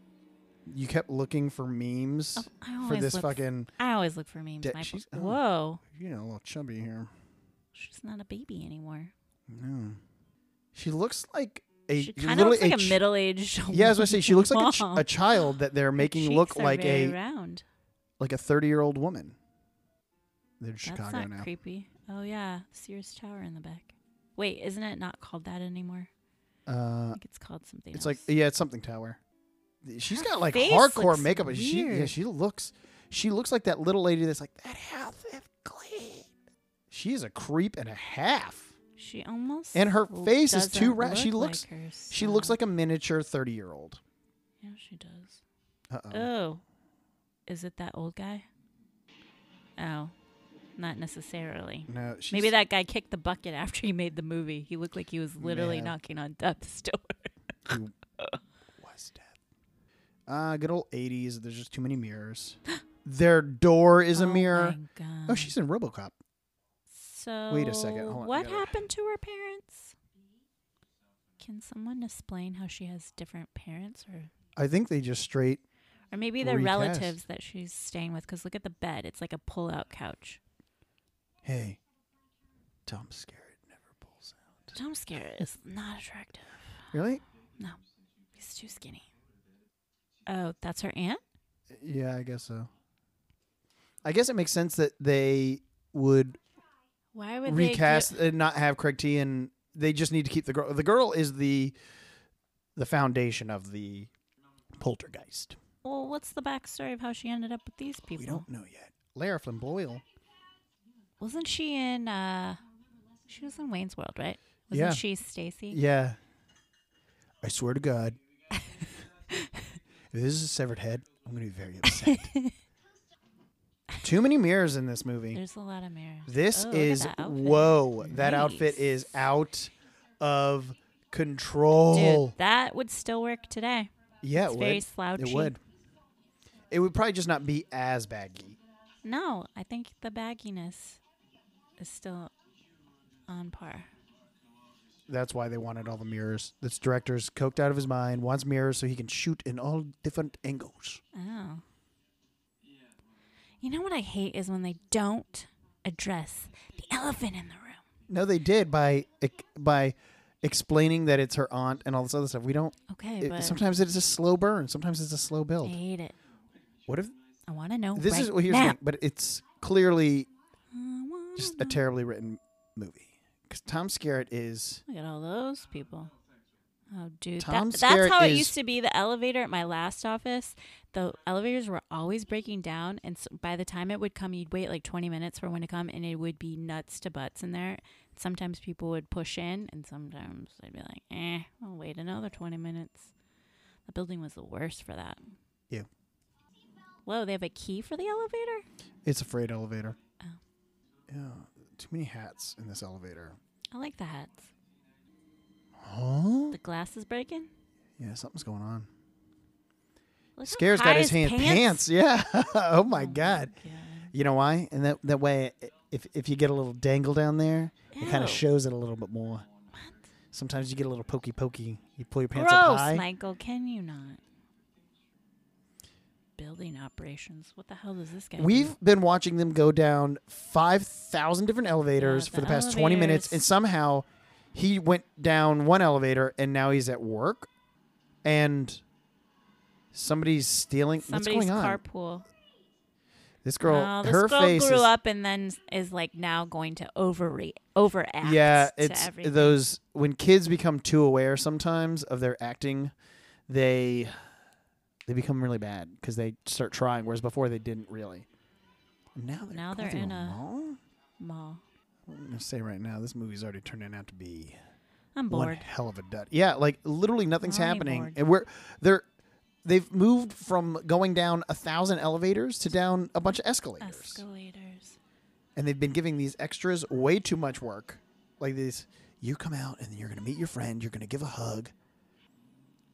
[SPEAKER 1] you kept looking for memes
[SPEAKER 2] Oh, I
[SPEAKER 1] for
[SPEAKER 2] always
[SPEAKER 1] this
[SPEAKER 2] look,
[SPEAKER 1] fucking.
[SPEAKER 2] I always look for memes.
[SPEAKER 1] Dead-
[SPEAKER 2] My-
[SPEAKER 1] she's- oh.
[SPEAKER 2] whoa,
[SPEAKER 1] You know, a little chubby here.
[SPEAKER 2] she's not a baby anymore.
[SPEAKER 1] No, she looks like a
[SPEAKER 2] she kind of
[SPEAKER 1] literally
[SPEAKER 2] looks like a,
[SPEAKER 1] ch-
[SPEAKER 2] middle-aged.
[SPEAKER 1] Yeah, as I say, she looks like a, ch-
[SPEAKER 2] mom.
[SPEAKER 1] a child that they're
[SPEAKER 2] Her
[SPEAKER 1] making look
[SPEAKER 2] cheeks are
[SPEAKER 1] like
[SPEAKER 2] very
[SPEAKER 1] a
[SPEAKER 2] round.
[SPEAKER 1] like a thirty year old woman. They're in
[SPEAKER 2] That's
[SPEAKER 1] Chicago
[SPEAKER 2] not
[SPEAKER 1] now.
[SPEAKER 2] creepy. Oh yeah, Sears Tower in the back. Wait, isn't it not called that anymore? I
[SPEAKER 1] Uh,
[SPEAKER 2] think it's called something.
[SPEAKER 1] it's
[SPEAKER 2] else.
[SPEAKER 1] like yeah, it's something tower. She's
[SPEAKER 2] Her
[SPEAKER 1] got like
[SPEAKER 2] face
[SPEAKER 1] hardcore
[SPEAKER 2] looks
[SPEAKER 1] makeup. and She yeah,
[SPEAKER 2] weird.
[SPEAKER 1] she looks she looks like that little lady that's like that house is clean. She is a creep and a half.
[SPEAKER 2] she almost
[SPEAKER 1] and her
[SPEAKER 2] l-
[SPEAKER 1] face is
[SPEAKER 2] doesn't
[SPEAKER 1] too ra- she
[SPEAKER 2] look
[SPEAKER 1] looks-
[SPEAKER 2] like
[SPEAKER 1] She looks
[SPEAKER 2] herself.
[SPEAKER 1] like a miniature thirty year old.
[SPEAKER 2] yeah she does.
[SPEAKER 1] Uh
[SPEAKER 2] Oh.
[SPEAKER 1] oh.
[SPEAKER 2] is it that old guy? Oh, not necessarily.
[SPEAKER 1] No, she's,
[SPEAKER 2] Maybe that guy kicked the bucket after he made the movie. He looked like he was literally
[SPEAKER 1] have.
[SPEAKER 2] knocking on death's door.
[SPEAKER 1] was dead. Uh, good old eighties. There's just too many mirrors. Their door is a
[SPEAKER 2] Oh
[SPEAKER 1] mirror.
[SPEAKER 2] my God.
[SPEAKER 1] Oh, she's in RoboCop.
[SPEAKER 2] So
[SPEAKER 1] a second, hold on, I
[SPEAKER 2] what
[SPEAKER 1] gotta-
[SPEAKER 2] happened to her parents? Can someone explain how she has different parents, or
[SPEAKER 1] I think they just straight.
[SPEAKER 2] or maybe they're
[SPEAKER 1] Recast.
[SPEAKER 2] relatives that she's staying with? Because look at the bed; it's like a pull-out couch.
[SPEAKER 1] Hey, Tom Skerritt never pulls out.
[SPEAKER 2] Tom Skerritt is not attractive.
[SPEAKER 1] Really?
[SPEAKER 2] He's too skinny. Oh, that's her aunt.
[SPEAKER 1] Yeah, I guess so. I guess it makes sense that they would
[SPEAKER 2] Why would
[SPEAKER 1] recast and not have Craig T. And they just need to keep the girl. The girl is the the foundation of the poltergeist.
[SPEAKER 2] They give, well, what's the backstory of how she ended up with these people?
[SPEAKER 1] We don't know yet. Lara Flynn Boyle.
[SPEAKER 2] Wasn't she in? uh She was in Wayne's World, right? Wasn't
[SPEAKER 1] Yeah.
[SPEAKER 2] she Stacy?
[SPEAKER 1] Yeah. I swear to God. if this is a severed head, I'm going to be very upset. Too many mirrors in this movie.
[SPEAKER 2] There's a lot of mirrors.
[SPEAKER 1] This
[SPEAKER 2] Oh, look at
[SPEAKER 1] is,
[SPEAKER 2] that outfit.
[SPEAKER 1] whoa, that outfit
[SPEAKER 2] Nice.
[SPEAKER 1] is out of
[SPEAKER 2] Dude,
[SPEAKER 1] control.
[SPEAKER 2] that would still work today. it's
[SPEAKER 1] yeah, it Oh. would.
[SPEAKER 2] very slouchy.
[SPEAKER 1] It would. It would probably just not be as baggy.
[SPEAKER 2] No, I think the bagginess is still on par.
[SPEAKER 1] That's why they wanted all the mirrors. This director's coked out of his mind, wants mirrors so he can shoot in all different angles.
[SPEAKER 2] Oh. You know what I hate is when they don't address the elephant in the room.
[SPEAKER 1] No, they did by ec- by explaining that it's her aunt and all this other stuff. We don't.
[SPEAKER 2] Okay,
[SPEAKER 1] It,
[SPEAKER 2] but
[SPEAKER 1] Sometimes it's a slow burn. Sometimes it's a slow
[SPEAKER 2] I
[SPEAKER 1] build.
[SPEAKER 2] hate it.
[SPEAKER 1] What if
[SPEAKER 2] I want to know.
[SPEAKER 1] this
[SPEAKER 2] right
[SPEAKER 1] is? Well, here's the
[SPEAKER 2] now.
[SPEAKER 1] thing, but it's clearly
[SPEAKER 2] I wanna
[SPEAKER 1] just a
[SPEAKER 2] know.
[SPEAKER 1] terribly written movie because Tom Skerritt is
[SPEAKER 2] Look at all those people. Oh, dude. that-
[SPEAKER 1] Tom Skerritt
[SPEAKER 2] that's how it
[SPEAKER 1] is-
[SPEAKER 2] used to be. The elevator at my last office, the elevators were always breaking down. And so by the time it would come, you'd wait like 20 minutes for one to come, and it would be nuts to butts in there. Sometimes people would push in, and sometimes I'd be like, eh, I'll wait another 20 minutes. The building was the worst for that.
[SPEAKER 1] Yeah.
[SPEAKER 2] Whoa, they have a key for the elevator?
[SPEAKER 1] it's a freight elevator.
[SPEAKER 2] Oh.
[SPEAKER 1] Yeah, too many hats in this elevator.
[SPEAKER 2] I like the hats.
[SPEAKER 1] Huh?
[SPEAKER 2] The glass is breaking.
[SPEAKER 1] Yeah, something's going on.
[SPEAKER 2] Look how
[SPEAKER 1] Skerritt's
[SPEAKER 2] high
[SPEAKER 1] got his hand pants. Yeah. oh my god.
[SPEAKER 2] Yeah.
[SPEAKER 1] You know why? And that that way, i- if if you get a little dangle down there, it kind
[SPEAKER 2] Ew.
[SPEAKER 1] of shows it a little bit more. Sometimes you get a little pokey pokey. You pull your pants up
[SPEAKER 2] Gross,
[SPEAKER 1] high.
[SPEAKER 2] Michael. Can you not? Building operations. What the hell does this guy? do?
[SPEAKER 1] We've been watching them go down five thousand different elevators
[SPEAKER 2] Yeah,
[SPEAKER 1] for
[SPEAKER 2] the
[SPEAKER 1] the past twenty minutes,
[SPEAKER 2] elevators.
[SPEAKER 1] and somehow he went down one elevator, and now he's at work, and somebody's stealing.
[SPEAKER 2] somebody's
[SPEAKER 1] What's going on?
[SPEAKER 2] carpool.
[SPEAKER 1] This girl,
[SPEAKER 2] Oh, this
[SPEAKER 1] her
[SPEAKER 2] girl
[SPEAKER 1] face
[SPEAKER 2] grew
[SPEAKER 1] is
[SPEAKER 2] up and then s- is like now going to overre overact.
[SPEAKER 1] yeah
[SPEAKER 2] to
[SPEAKER 1] it's
[SPEAKER 2] everything.
[SPEAKER 1] those when kids become too aware sometimes of their acting they they become really bad because they start trying whereas before they didn't really now they're,
[SPEAKER 2] Now they're
[SPEAKER 1] going
[SPEAKER 2] in
[SPEAKER 1] to
[SPEAKER 2] a-
[SPEAKER 1] mall?
[SPEAKER 2] mall.
[SPEAKER 1] i'm gonna say right now this movie's already turning out to be
[SPEAKER 2] I'm
[SPEAKER 1] one
[SPEAKER 2] bored.
[SPEAKER 1] hell of a dud yeah like literally nothing's
[SPEAKER 2] Already
[SPEAKER 1] happening
[SPEAKER 2] bored.
[SPEAKER 1] and we're they're they've moved from going down a thousand elevators to down a bunch of escalators
[SPEAKER 2] Escalators.
[SPEAKER 1] and they've been giving these extras way too much work. Like these, you come out and you're gonna meet your friend. You're gonna give a hug.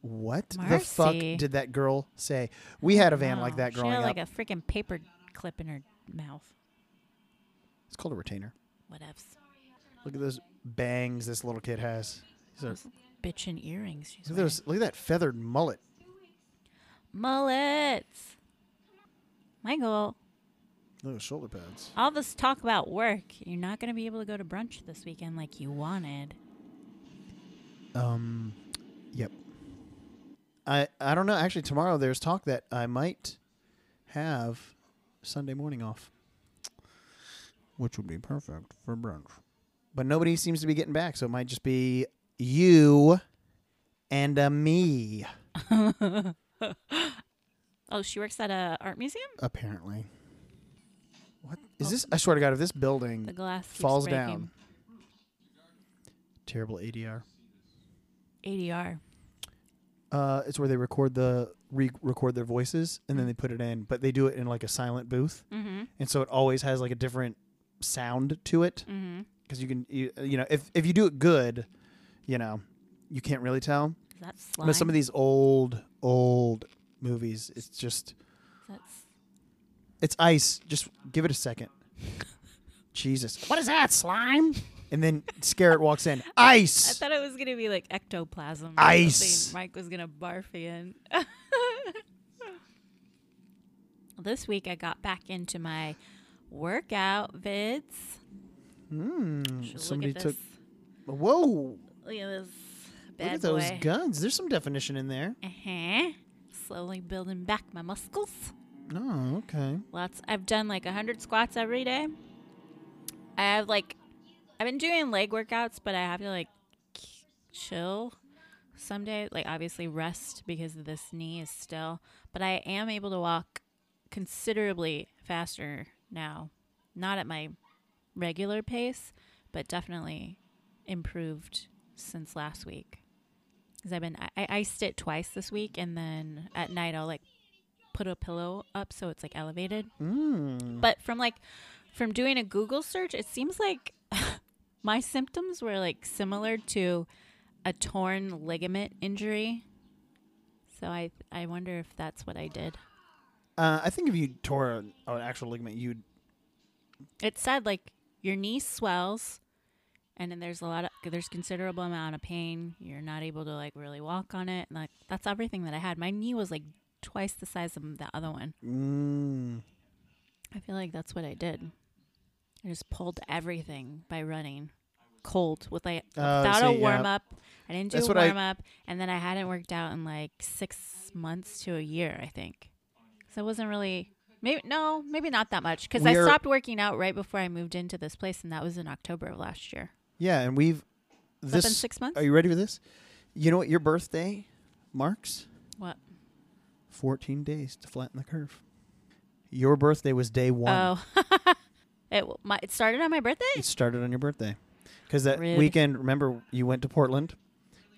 [SPEAKER 1] What the fuck
[SPEAKER 2] Marcy.
[SPEAKER 1] did that girl say? We had a van like
[SPEAKER 2] Wow.
[SPEAKER 1] that
[SPEAKER 2] She
[SPEAKER 1] growing
[SPEAKER 2] had
[SPEAKER 1] up.
[SPEAKER 2] like a freaking paper clip in her mouth.
[SPEAKER 1] it's called a retainer.
[SPEAKER 2] Whatevs.
[SPEAKER 1] Look at those bangs this little kid has. These are-
[SPEAKER 2] Those bitchin' earrings. She's
[SPEAKER 1] look at
[SPEAKER 2] wearing.
[SPEAKER 1] those. Look at that feathered mullet.
[SPEAKER 2] Mullets. Michael,
[SPEAKER 1] No shoulder pads.
[SPEAKER 2] all this talk about work, you're not going to be able to go to brunch this weekend like you wanted.
[SPEAKER 1] Um, yep. I I don't know. Actually, tomorrow there's talk that I might have Sunday morning off, which would be perfect for brunch. But nobody seems to be getting back, so it might just be you and uh, me.
[SPEAKER 2] Oh, she works at a art museum?
[SPEAKER 1] Apparently. What is this? I swear to God, if this building
[SPEAKER 2] The glass keeps
[SPEAKER 1] falls
[SPEAKER 2] breaking.
[SPEAKER 1] down, terrible ADR.
[SPEAKER 2] ADR.
[SPEAKER 1] Uh, it's where they record the re-record their voices and then
[SPEAKER 2] Mm.
[SPEAKER 1] they put it in, but they do it in like a silent booth,
[SPEAKER 2] Mhm.
[SPEAKER 1] and so it always has like a different sound to it
[SPEAKER 2] Mhm.
[SPEAKER 1] because you can you, you know if if you do it good, you know you can't really tell.
[SPEAKER 2] Is that slime?
[SPEAKER 1] But some of these old old movies, it's just
[SPEAKER 2] That's
[SPEAKER 1] it's ice. Just give it a second. Jesus, what is that slime? And then Scarrett walks in.
[SPEAKER 2] I
[SPEAKER 1] Ice.
[SPEAKER 2] thought it was gonna be like ectoplasm. or
[SPEAKER 1] Ice.
[SPEAKER 2] something Mike was gonna barf in. this week I got back into my workout vids.
[SPEAKER 1] Mm,
[SPEAKER 2] Should
[SPEAKER 1] somebody
[SPEAKER 2] look at this.
[SPEAKER 1] took. Whoa.
[SPEAKER 2] Look at this
[SPEAKER 1] Look
[SPEAKER 2] bad
[SPEAKER 1] at those
[SPEAKER 2] boy.
[SPEAKER 1] guns. There's some definition in there.
[SPEAKER 2] uh huh. Slowly building back my muscles.
[SPEAKER 1] Oh, okay.
[SPEAKER 2] Lots. I've done like hundred squats every day. I have like, I've been doing leg workouts, but I have to like k- chill some day. Like obviously rest because this knee is still. But I am able to walk considerably faster now. Not at my regular pace, but definitely improved since last week. Because I've been I, I iced it twice this week, and then at night I'll like put a pillow up so it's like elevated.
[SPEAKER 1] Mm.
[SPEAKER 2] But from like from doing a Google search, it seems like my symptoms were like similar to a torn ligament injury. So I I wonder if that's what I did.
[SPEAKER 1] Uh, I think if you tore an, an actual ligament, you'd.
[SPEAKER 2] It said like your knee swells and then there's a lot of there's considerable amount of pain. You're not able to like really walk on it. And like that's everything that I had. My knee was like twice the size of the other one.
[SPEAKER 1] Mm.
[SPEAKER 2] I feel like that's what I did. I just pulled everything by running cold with like
[SPEAKER 1] Oh,
[SPEAKER 2] without a
[SPEAKER 1] see, yeah.
[SPEAKER 2] warm up. I didn't do
[SPEAKER 1] That's
[SPEAKER 2] a
[SPEAKER 1] what I-
[SPEAKER 2] warm up, and then I hadn't worked out in like six months to a year, I think. So I wasn't really maybe no maybe not that much because I
[SPEAKER 1] We are-
[SPEAKER 2] stopped working out right before I moved into this place, and that was in October of last year.
[SPEAKER 1] Yeah, and we've.
[SPEAKER 2] Has that
[SPEAKER 1] This.
[SPEAKER 2] been six months?
[SPEAKER 1] Are you ready for this? You know what your birthday marks?
[SPEAKER 2] what?
[SPEAKER 1] 14 days to flatten the curve. Your birthday was day one.
[SPEAKER 2] Oh, it w- my, it started on my birthday.
[SPEAKER 1] It started on your birthday. Because that
[SPEAKER 2] Rude.
[SPEAKER 1] weekend, remember, you went to Portland.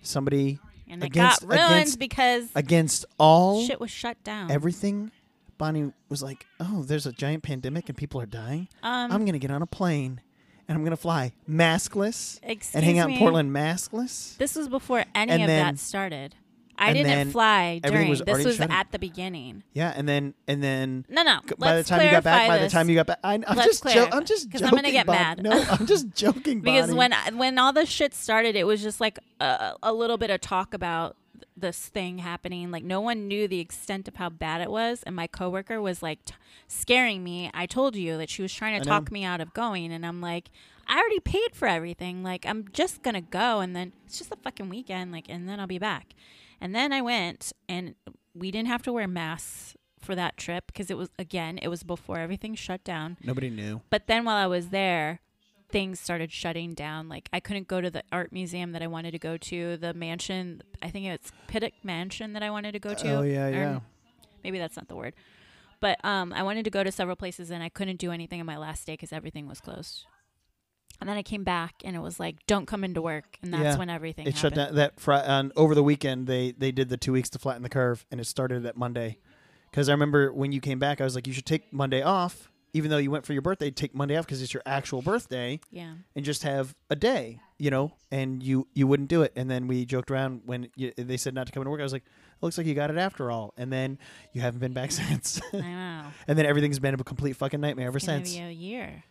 [SPEAKER 1] Somebody,
[SPEAKER 2] and it
[SPEAKER 1] against-
[SPEAKER 2] got ruined
[SPEAKER 1] against-
[SPEAKER 2] because
[SPEAKER 1] against all
[SPEAKER 2] shit was shut down.
[SPEAKER 1] everything, Bonnie was like, oh, there's a giant pandemic and people are dying.
[SPEAKER 2] um,
[SPEAKER 1] I'm gonna get on a plane and I'm gonna fly maskless and
[SPEAKER 2] Excuse
[SPEAKER 1] hang out
[SPEAKER 2] me?
[SPEAKER 1] in Portland maskless.
[SPEAKER 2] This was before any
[SPEAKER 1] And
[SPEAKER 2] of
[SPEAKER 1] then-
[SPEAKER 2] that started. I
[SPEAKER 1] and
[SPEAKER 2] didn't
[SPEAKER 1] then
[SPEAKER 2] fly
[SPEAKER 1] everything
[SPEAKER 2] during.
[SPEAKER 1] was
[SPEAKER 2] this
[SPEAKER 1] already
[SPEAKER 2] was
[SPEAKER 1] shut down.
[SPEAKER 2] at the beginning.
[SPEAKER 1] Yeah, and then and then
[SPEAKER 2] No, no.
[SPEAKER 1] c- by the
[SPEAKER 2] let's
[SPEAKER 1] time you got back,
[SPEAKER 2] clarify
[SPEAKER 1] by the
[SPEAKER 2] this.
[SPEAKER 1] time you got back, I, am
[SPEAKER 2] Let's
[SPEAKER 1] just jo-
[SPEAKER 2] clarify,
[SPEAKER 1] I'm just
[SPEAKER 2] 'cause
[SPEAKER 1] joking.
[SPEAKER 2] I'm gonna get
[SPEAKER 1] Bonnie.
[SPEAKER 2] mad.
[SPEAKER 1] No, I'm just joking.
[SPEAKER 2] because
[SPEAKER 1] Bonnie.
[SPEAKER 2] when I, when all this shit started, it was just like a, a little bit of talk about th- this thing happening. Like no one knew the extent of how bad it was, and my coworker was like t- scaring me. I told you that she was trying to
[SPEAKER 1] I know.
[SPEAKER 2] talk me out of going, and I'm like, I already paid for everything. Like I'm just gonna go, and then it's just a fucking weekend. Like and then I'll be back. And then I went, and we didn't have to wear masks for that trip because it was again it was before everything shut down.
[SPEAKER 1] nobody knew.
[SPEAKER 2] But then while I was there, things started shutting down. Like I couldn't go to the art museum that I wanted to go to, the mansion, I think it's Piddock Mansion that I wanted to go to.
[SPEAKER 1] Oh yeah,
[SPEAKER 2] or
[SPEAKER 1] yeah.
[SPEAKER 2] Maybe that's not the word. But um, I wanted to go to several places and I couldn't do anything on my last day because everything was closed. And then I came back and it was like, don't come into work. And that's
[SPEAKER 1] Yeah.
[SPEAKER 2] when everything
[SPEAKER 1] It shut
[SPEAKER 2] happened.
[SPEAKER 1] down that fri- on over the weekend. They they did the two weeks to flatten the curve, and it started that Monday. Because I remember when you came back, I was like, you should take Monday off, even though you went for your birthday. Take Monday off because it's your actual birthday.
[SPEAKER 2] Yeah.
[SPEAKER 1] and just have a day, you know, and you you wouldn't do it. And then we joked around when you, they said not to come to work. I was like, it looks like you got it after all. And then you haven't been back since.
[SPEAKER 2] I know.
[SPEAKER 1] and then everything's been a complete fucking nightmare ever
[SPEAKER 2] It's going
[SPEAKER 1] since.
[SPEAKER 2] a year.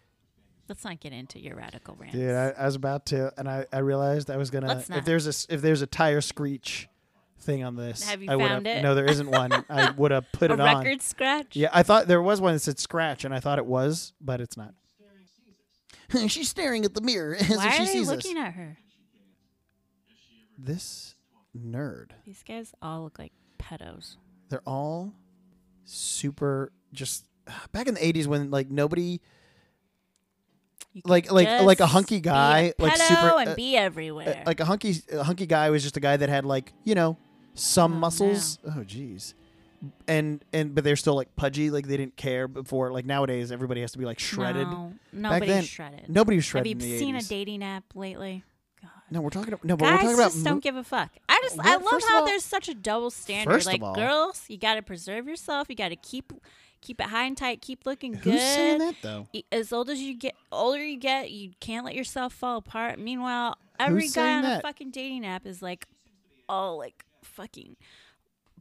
[SPEAKER 2] Let's not get into your radical rants.
[SPEAKER 1] Dude, I, I was about to, and I, I realized I was gonna.
[SPEAKER 2] Let's not.
[SPEAKER 1] If there's a s- if there's a tire screech thing on this.
[SPEAKER 2] Have you
[SPEAKER 1] I would've-
[SPEAKER 2] found it?
[SPEAKER 1] No, there isn't one. I would have put
[SPEAKER 2] a
[SPEAKER 1] it on.
[SPEAKER 2] record scratch.
[SPEAKER 1] Yeah, I thought there was one that said scratch, and I thought it was, but it's not.
[SPEAKER 3] She's staring at the mirror as
[SPEAKER 2] Why
[SPEAKER 3] if she
[SPEAKER 2] are they
[SPEAKER 3] sees us.
[SPEAKER 2] looking at her?
[SPEAKER 1] This nerd.
[SPEAKER 2] These guys all look like pedos.
[SPEAKER 1] They're all super. Just back in the '80s when like nobody
[SPEAKER 2] You can
[SPEAKER 1] like like like a
[SPEAKER 2] just
[SPEAKER 1] hunky
[SPEAKER 2] be a
[SPEAKER 1] guy like super
[SPEAKER 2] pedo and
[SPEAKER 1] uh,
[SPEAKER 2] be everywhere.
[SPEAKER 1] uh, like a hunky a hunky guy was just a guy that had like you know some
[SPEAKER 2] Oh,
[SPEAKER 1] muscles. Oh jeez. And and but they're still like pudgy, like they didn't care before. Like nowadays, everybody has to be like shredded.
[SPEAKER 2] No, nobody's
[SPEAKER 1] then,
[SPEAKER 2] shredded.
[SPEAKER 1] Nobody was
[SPEAKER 2] Have
[SPEAKER 1] shredded.
[SPEAKER 2] you
[SPEAKER 1] in the
[SPEAKER 2] seen
[SPEAKER 1] 80s.
[SPEAKER 2] a dating app lately? God.
[SPEAKER 1] No, we're talking. About, no, but
[SPEAKER 2] Guys
[SPEAKER 1] we're talking about.
[SPEAKER 2] just
[SPEAKER 1] mo-
[SPEAKER 2] don't give a fuck. I just I
[SPEAKER 1] Well,
[SPEAKER 2] love
[SPEAKER 1] first of
[SPEAKER 2] how
[SPEAKER 1] all-
[SPEAKER 2] there's such a double standard.
[SPEAKER 1] First of
[SPEAKER 2] like
[SPEAKER 1] all-
[SPEAKER 2] girls, you got to preserve yourself. You got to keep keep it high and tight. Keep looking good.
[SPEAKER 1] Who's saying that though?
[SPEAKER 2] Y- As old as you get, older you get, you can't let yourself fall apart. Meanwhile, every
[SPEAKER 1] Who's
[SPEAKER 2] guy
[SPEAKER 1] saying
[SPEAKER 2] on a
[SPEAKER 1] that?
[SPEAKER 2] fucking dating app is like all like fucking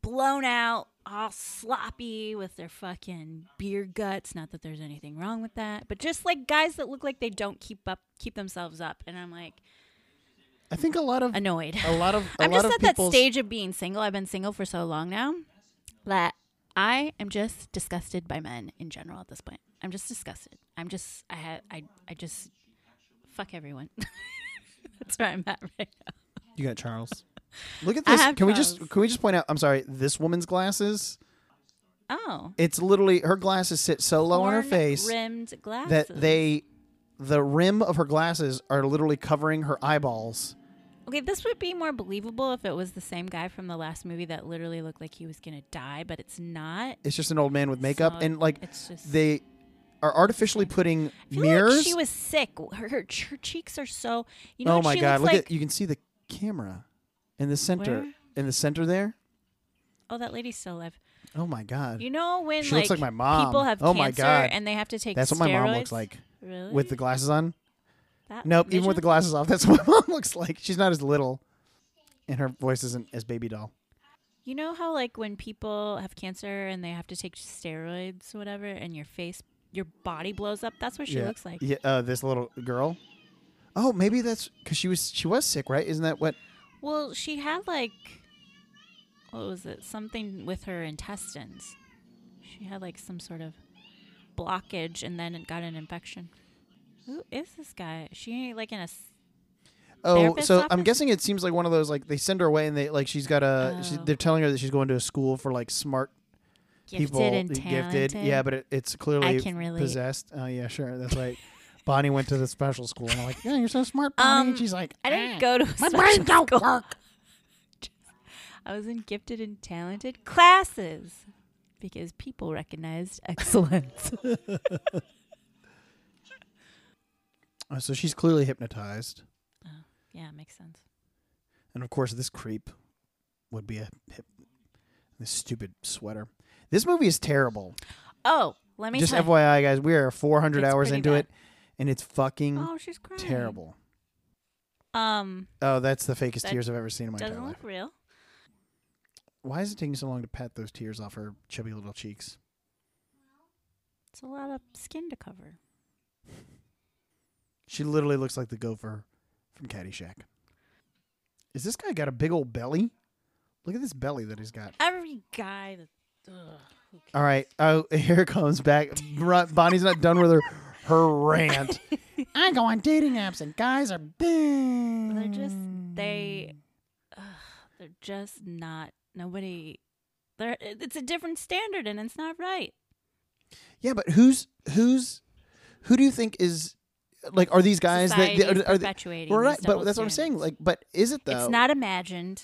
[SPEAKER 2] blown out, all sloppy with their fucking beer guts. Not that there's anything wrong with that, but just like guys that look like they don't keep up, keep themselves up. And I'm like
[SPEAKER 1] I think a lot of
[SPEAKER 2] annoyed.
[SPEAKER 1] a lot of a
[SPEAKER 2] I'm
[SPEAKER 1] lot
[SPEAKER 2] just
[SPEAKER 1] of
[SPEAKER 2] at that
[SPEAKER 1] people's-
[SPEAKER 2] stage of being single. I've been single for so long now that I am just disgusted by men in general at this point. I'm just disgusted. I'm just I ha- I I just fuck everyone. That's where I'm at right now.
[SPEAKER 1] You got Charles. Look at
[SPEAKER 2] I
[SPEAKER 1] this. Can
[SPEAKER 2] have
[SPEAKER 1] we just
[SPEAKER 2] Charles.
[SPEAKER 1] can we just point out? I'm sorry. This woman's glasses.
[SPEAKER 2] Oh,
[SPEAKER 1] It's literally her glasses sit so low on her
[SPEAKER 2] horn
[SPEAKER 1] face
[SPEAKER 2] rimmed glasses.
[SPEAKER 1] that they, the rim of her glasses are literally covering her eyeballs.
[SPEAKER 2] okay. This would be more believable if it was the same guy from the last movie that literally looked like he was gonna die, but it's not.
[SPEAKER 1] It's just an old man with makeup,
[SPEAKER 2] So
[SPEAKER 1] and like
[SPEAKER 2] it's just
[SPEAKER 1] they are artificially putting
[SPEAKER 2] I feel like
[SPEAKER 1] mirrors.
[SPEAKER 2] she was sick. Her, her her cheeks are so. You know
[SPEAKER 1] oh
[SPEAKER 2] what
[SPEAKER 1] my
[SPEAKER 2] she
[SPEAKER 1] god!
[SPEAKER 2] Looks
[SPEAKER 1] Look
[SPEAKER 2] like?
[SPEAKER 1] at you can see the camera in the center
[SPEAKER 2] Where?
[SPEAKER 1] in the center there.
[SPEAKER 2] oh, that lady's still alive.
[SPEAKER 1] Oh my god!
[SPEAKER 2] You know when
[SPEAKER 1] She
[SPEAKER 2] like,
[SPEAKER 1] looks like my mom.
[SPEAKER 2] people have
[SPEAKER 1] Oh
[SPEAKER 2] cancer
[SPEAKER 1] my God.
[SPEAKER 2] and they have to take
[SPEAKER 1] That's what my mom looks
[SPEAKER 2] steroids?
[SPEAKER 1] like
[SPEAKER 2] Really?
[SPEAKER 1] with the glasses on.
[SPEAKER 2] That
[SPEAKER 1] Nope, even with the
[SPEAKER 2] vision?
[SPEAKER 1] glasses off, that's what my mom looks like. She's not as little, and her voice isn't as baby doll.
[SPEAKER 2] You know how like when people have cancer and they have to take steroids whatever and your face your body blows up? That's what she
[SPEAKER 1] yeah.
[SPEAKER 2] looks like.
[SPEAKER 1] Yeah, uh, this little girl. Oh, maybe that's because she was she was sick, right? Isn't that what?
[SPEAKER 2] Well, she had like what was it? Something with her intestines. She had like some sort of blockage and then it got an infection. Who is this guy? She like in a s-
[SPEAKER 1] Oh,
[SPEAKER 2] Therapist
[SPEAKER 1] so I'm
[SPEAKER 2] office?
[SPEAKER 1] guessing it seems like one of those like they send her away and they like she's got a she,
[SPEAKER 2] Oh.
[SPEAKER 1] they're telling her that she's going to a school for like smart
[SPEAKER 2] gifted
[SPEAKER 1] people eh,
[SPEAKER 2] and talented.
[SPEAKER 1] gifted. Yeah, but it, it's clearly
[SPEAKER 2] can relate.
[SPEAKER 1] possessed. Oh yeah, sure, that's right. Bonnie went to the special school and I'm like, yeah, you're so smart, Bonnie.
[SPEAKER 2] Um,
[SPEAKER 1] and she's like,
[SPEAKER 2] I didn't
[SPEAKER 1] "Ah."
[SPEAKER 2] go to a
[SPEAKER 3] My
[SPEAKER 2] special
[SPEAKER 3] brain don't
[SPEAKER 2] school.
[SPEAKER 3] work.
[SPEAKER 2] I was in gifted and talented classes because people recognized excellence.
[SPEAKER 1] Oh, so she's clearly hypnotized,
[SPEAKER 2] yeah, makes sense.
[SPEAKER 1] and of course this creep would be a hip, this stupid sweater. This movie is terrible.
[SPEAKER 2] Oh, let me
[SPEAKER 1] Just
[SPEAKER 2] tell you-
[SPEAKER 1] FYI, guys, we are 400
[SPEAKER 2] It's
[SPEAKER 1] hours
[SPEAKER 2] pretty
[SPEAKER 1] into
[SPEAKER 2] bad.
[SPEAKER 1] it, and it's fucking
[SPEAKER 2] Oh, she's crying.
[SPEAKER 1] terrible.
[SPEAKER 2] Um,
[SPEAKER 1] Oh, that's the fakest
[SPEAKER 2] That
[SPEAKER 1] tears I've ever seen in my entire
[SPEAKER 2] doesn't
[SPEAKER 1] life.
[SPEAKER 2] look real.
[SPEAKER 1] Why is it taking so long to pat those tears off her chubby little cheeks?
[SPEAKER 2] It's a lot of skin to cover.
[SPEAKER 1] She literally looks like the gopher from Caddyshack. Is this guy got a big old belly? Look at this belly that he's got.
[SPEAKER 2] Every guy that ugh, who cares?
[SPEAKER 1] All right. Oh, here it comes back. Ron- Bonnie's not done with her her rant. I go on dating apps and guys are big.
[SPEAKER 2] they're just
[SPEAKER 1] Mm.
[SPEAKER 2] they ugh, they're just not nobody they're it's a different standard and it's not right.
[SPEAKER 1] Yeah, but who's who's who do you think is like are these guys
[SPEAKER 2] Society
[SPEAKER 1] that
[SPEAKER 2] is
[SPEAKER 1] are, are they,
[SPEAKER 2] perpetuating
[SPEAKER 1] Well, right?
[SPEAKER 2] these
[SPEAKER 1] But
[SPEAKER 2] double
[SPEAKER 1] that's what I'm saying.
[SPEAKER 2] standards.
[SPEAKER 1] Like, but is it though?
[SPEAKER 2] it's not imagined.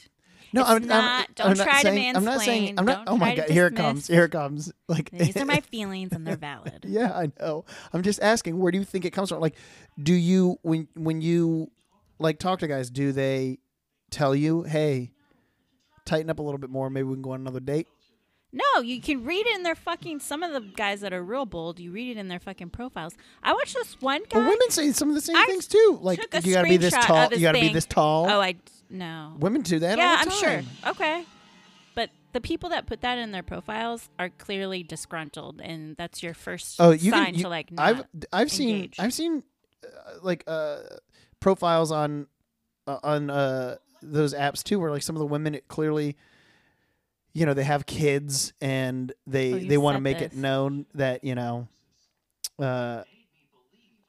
[SPEAKER 1] No,
[SPEAKER 2] It's
[SPEAKER 1] I'm
[SPEAKER 2] not.
[SPEAKER 1] I'm,
[SPEAKER 2] Don't
[SPEAKER 1] I'm not
[SPEAKER 2] try to
[SPEAKER 1] saying, I'm not saying. I'm
[SPEAKER 2] mansplain.
[SPEAKER 1] not.
[SPEAKER 2] Don't
[SPEAKER 1] oh my
[SPEAKER 2] try to
[SPEAKER 1] god! Here it
[SPEAKER 2] dismiss.
[SPEAKER 1] comes. Here it comes. Like
[SPEAKER 2] These are my feelings and they're valid.
[SPEAKER 1] Yeah, I know. I'm just asking. Where do you think it comes from? Like, do you when when you like talk to guys? Do they tell you, "Hey, tighten up a little bit more. Maybe we can go on another date."
[SPEAKER 2] No, you can read it in their fucking. Some of the guys that are real bold, you read it in their fucking profiles. I watched this one guy.
[SPEAKER 1] But women say some of the same
[SPEAKER 2] I
[SPEAKER 1] things too. Like,
[SPEAKER 2] took a
[SPEAKER 1] you gotta be this
[SPEAKER 2] screenshot
[SPEAKER 1] tall.
[SPEAKER 2] of his
[SPEAKER 1] You gotta be
[SPEAKER 2] thing.
[SPEAKER 1] this tall.
[SPEAKER 2] oh, I no.
[SPEAKER 1] women do that.
[SPEAKER 2] yeah,
[SPEAKER 1] all
[SPEAKER 2] I'm
[SPEAKER 1] the
[SPEAKER 2] sure.
[SPEAKER 1] time.
[SPEAKER 2] Okay, but the people that put that in their profiles are clearly disgruntled, and that's your first
[SPEAKER 1] Oh, you
[SPEAKER 2] sign
[SPEAKER 1] can. You,
[SPEAKER 2] to like. Not.
[SPEAKER 1] I've I've seen
[SPEAKER 2] engage.
[SPEAKER 1] I've seen uh, like uh profiles on uh, on uh those apps too, where like some of the women it clearly you know they have kids and they
[SPEAKER 2] Oh, you
[SPEAKER 1] they want to
[SPEAKER 2] said
[SPEAKER 1] make
[SPEAKER 2] this.
[SPEAKER 1] it known that you know uh,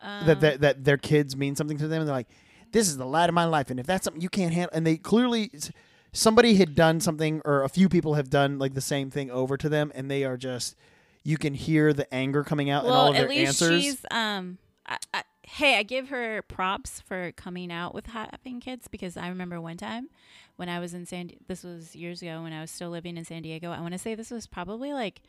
[SPEAKER 2] Um,
[SPEAKER 1] that, that that their kids mean something to them and they're like this is the light of my life and if that's something you can't handle and they clearly s- somebody had done something or a few people have done like the same thing over to them and they are just you can hear the anger coming out in all
[SPEAKER 2] well,
[SPEAKER 1] of their
[SPEAKER 2] at least
[SPEAKER 1] answers
[SPEAKER 2] she's um. I, I, hey, I give her props for coming out with having kids because I remember one time when I was in San. This was years ago when I was still living in San Diego. I want to say this was probably like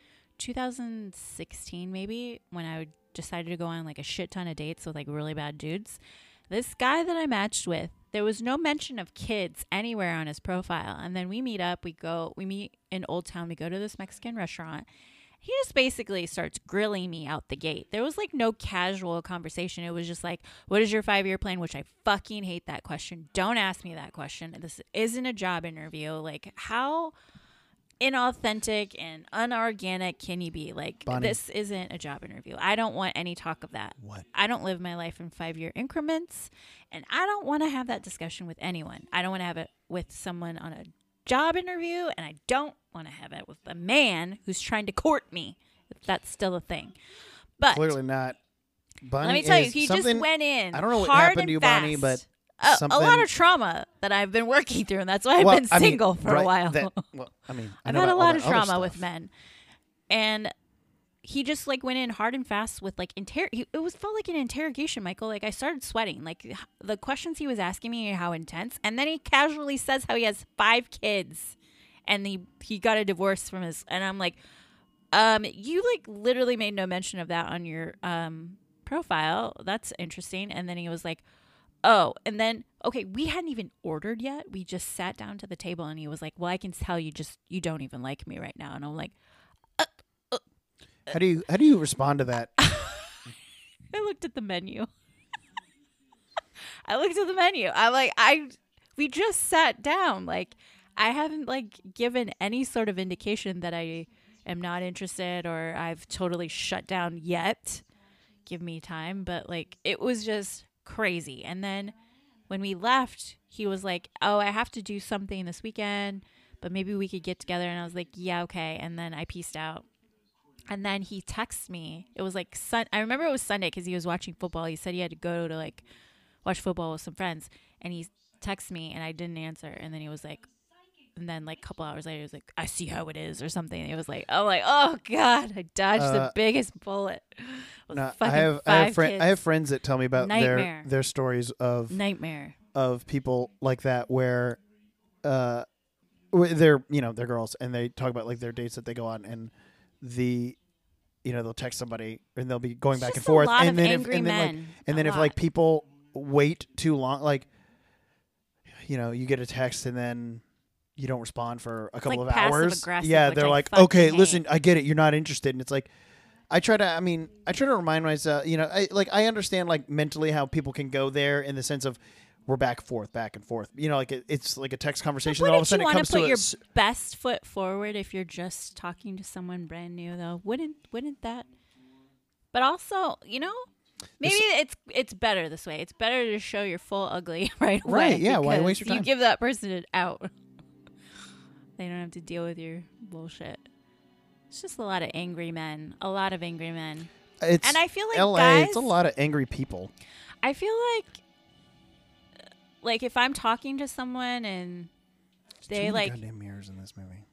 [SPEAKER 2] 2016, maybe when I would- decided to go on like a shit ton of dates with like really bad dudes. This guy that I matched with. There was no mention of kids anywhere on his profile. And then we meet up, we go, we meet in Old Town, we go to this Mexican restaurant, he just basically starts grilling me out the gate. There was like no casual conversation. It was just like, what is your five year plan? Which I fucking hate that question. Don't ask me that question. This isn't a job interview. Like, how inauthentic and unorganic can you be? Like,
[SPEAKER 1] Bonnie.
[SPEAKER 2] this isn't a job interview. I don't want any talk of that.
[SPEAKER 1] What?
[SPEAKER 2] I don't live my life in five year increments. And I don't want to have that discussion with anyone. I don't want to have it with someone on a job interview. And I don't want to have it with a man who's trying to court me, if that's still a thing. But
[SPEAKER 1] clearly not Bonnie
[SPEAKER 2] let me tell you,
[SPEAKER 1] is
[SPEAKER 2] he just
[SPEAKER 1] something-
[SPEAKER 2] went in.
[SPEAKER 1] I don't know what
[SPEAKER 2] hard
[SPEAKER 1] happened to
[SPEAKER 2] and
[SPEAKER 1] you, Bonnie,
[SPEAKER 2] fast.
[SPEAKER 1] but
[SPEAKER 2] a, a
[SPEAKER 1] something-
[SPEAKER 2] lot of trauma that I've been working through, and that's why I've
[SPEAKER 1] Well,
[SPEAKER 2] been
[SPEAKER 1] I mean,
[SPEAKER 2] single for
[SPEAKER 1] right,
[SPEAKER 2] a while.
[SPEAKER 1] that- well, I mean, I
[SPEAKER 2] I've
[SPEAKER 1] know
[SPEAKER 2] had a
[SPEAKER 1] about all
[SPEAKER 2] lot
[SPEAKER 1] that
[SPEAKER 2] of
[SPEAKER 1] other
[SPEAKER 2] trauma
[SPEAKER 1] stuff.
[SPEAKER 2] with men, and he just like went in hard and fast with like inter. He, it was felt like an interrogation, Michael. Like I started sweating. Like h- the questions he was asking me, how intense, and then he casually says how he has five kids, and he he got a divorce from his, and I'm like, um, you like literally made no mention of that on your um profile. That's interesting. And then he was like, Oh, and then okay, we hadn't even ordered yet. We just sat down to the table and he was like, Well, I can tell you just you don't even like me right now. And I'm like,
[SPEAKER 1] How do you how do you respond to that?
[SPEAKER 2] I looked at the menu. I looked at the menu. I'm like, I we just sat down. Like I haven't like given any sort of indication that I am not interested or I've totally shut down yet. Give me time, but like it was just crazy. And then when we left, he was like, "Oh, I have to do something this weekend, but maybe we could get together." And I was like, "Yeah, okay." And then I peaced out. And then he texts me. It was like sun. I remember it was Sunday because he was watching football. He said he had to go to like watch football with some friends, and he texts me, and I didn't answer. And then he was like, and then like a couple hours later, he was like, "I see how it is" or something. And it was like, "Oh, like oh god, I dodged
[SPEAKER 1] Uh,
[SPEAKER 2] the biggest bullet." With
[SPEAKER 1] No, I
[SPEAKER 2] fucking
[SPEAKER 1] have I have
[SPEAKER 2] five
[SPEAKER 1] friend, I
[SPEAKER 2] kids.
[SPEAKER 1] have friends that tell me about
[SPEAKER 2] Nightmare.
[SPEAKER 1] their their stories of
[SPEAKER 2] nightmare.
[SPEAKER 1] of people like that where uh wh- they're you know they're girls and they talk about like their dates that they go on and the you know they'll text somebody and they'll be going
[SPEAKER 2] It's
[SPEAKER 1] back and
[SPEAKER 2] just a
[SPEAKER 1] forth
[SPEAKER 2] lot
[SPEAKER 1] and
[SPEAKER 2] of
[SPEAKER 1] then
[SPEAKER 2] angry
[SPEAKER 1] if, and then like
[SPEAKER 2] men.
[SPEAKER 1] and
[SPEAKER 2] A
[SPEAKER 1] then if like
[SPEAKER 2] lot.
[SPEAKER 1] people wait too long like you know you get a text and then you don't respond for a couple
[SPEAKER 2] like
[SPEAKER 1] of hours
[SPEAKER 2] passive-aggressive,
[SPEAKER 1] yeah
[SPEAKER 2] which
[SPEAKER 1] they're
[SPEAKER 2] I
[SPEAKER 1] like
[SPEAKER 2] fucking
[SPEAKER 1] okay
[SPEAKER 2] hate.
[SPEAKER 1] listen i get it you're not interested and it's like I try to. I mean, I try to remind myself. You know, I like I understand like mentally how people can go there in the sense of we're back forth, back and forth. You know, like it, it's like a text conversation. and all of a
[SPEAKER 2] Wouldn't you
[SPEAKER 1] sudden it
[SPEAKER 2] want
[SPEAKER 1] comes
[SPEAKER 2] to put
[SPEAKER 1] to
[SPEAKER 2] your
[SPEAKER 1] us.
[SPEAKER 2] best foot forward if you're just talking to someone brand new, though? Wouldn't wouldn't that? But also, you know, maybe it's it's better this way. It's better to show your full ugly right away.
[SPEAKER 1] Right, yeah, why
[SPEAKER 2] because
[SPEAKER 1] waste your
[SPEAKER 2] You
[SPEAKER 1] time?
[SPEAKER 2] give that person an out. they don't have to deal with your bullshit. It's just a lot of angry men. A lot of angry men.
[SPEAKER 1] It's
[SPEAKER 2] and I feel like
[SPEAKER 1] LA. it's a
[SPEAKER 2] guys-
[SPEAKER 1] lot of angry people.
[SPEAKER 2] I feel like uh, like if I'm talking to someone and
[SPEAKER 1] Too
[SPEAKER 2] they
[SPEAKER 1] many
[SPEAKER 2] like
[SPEAKER 1] goddamn mirrors in this movie.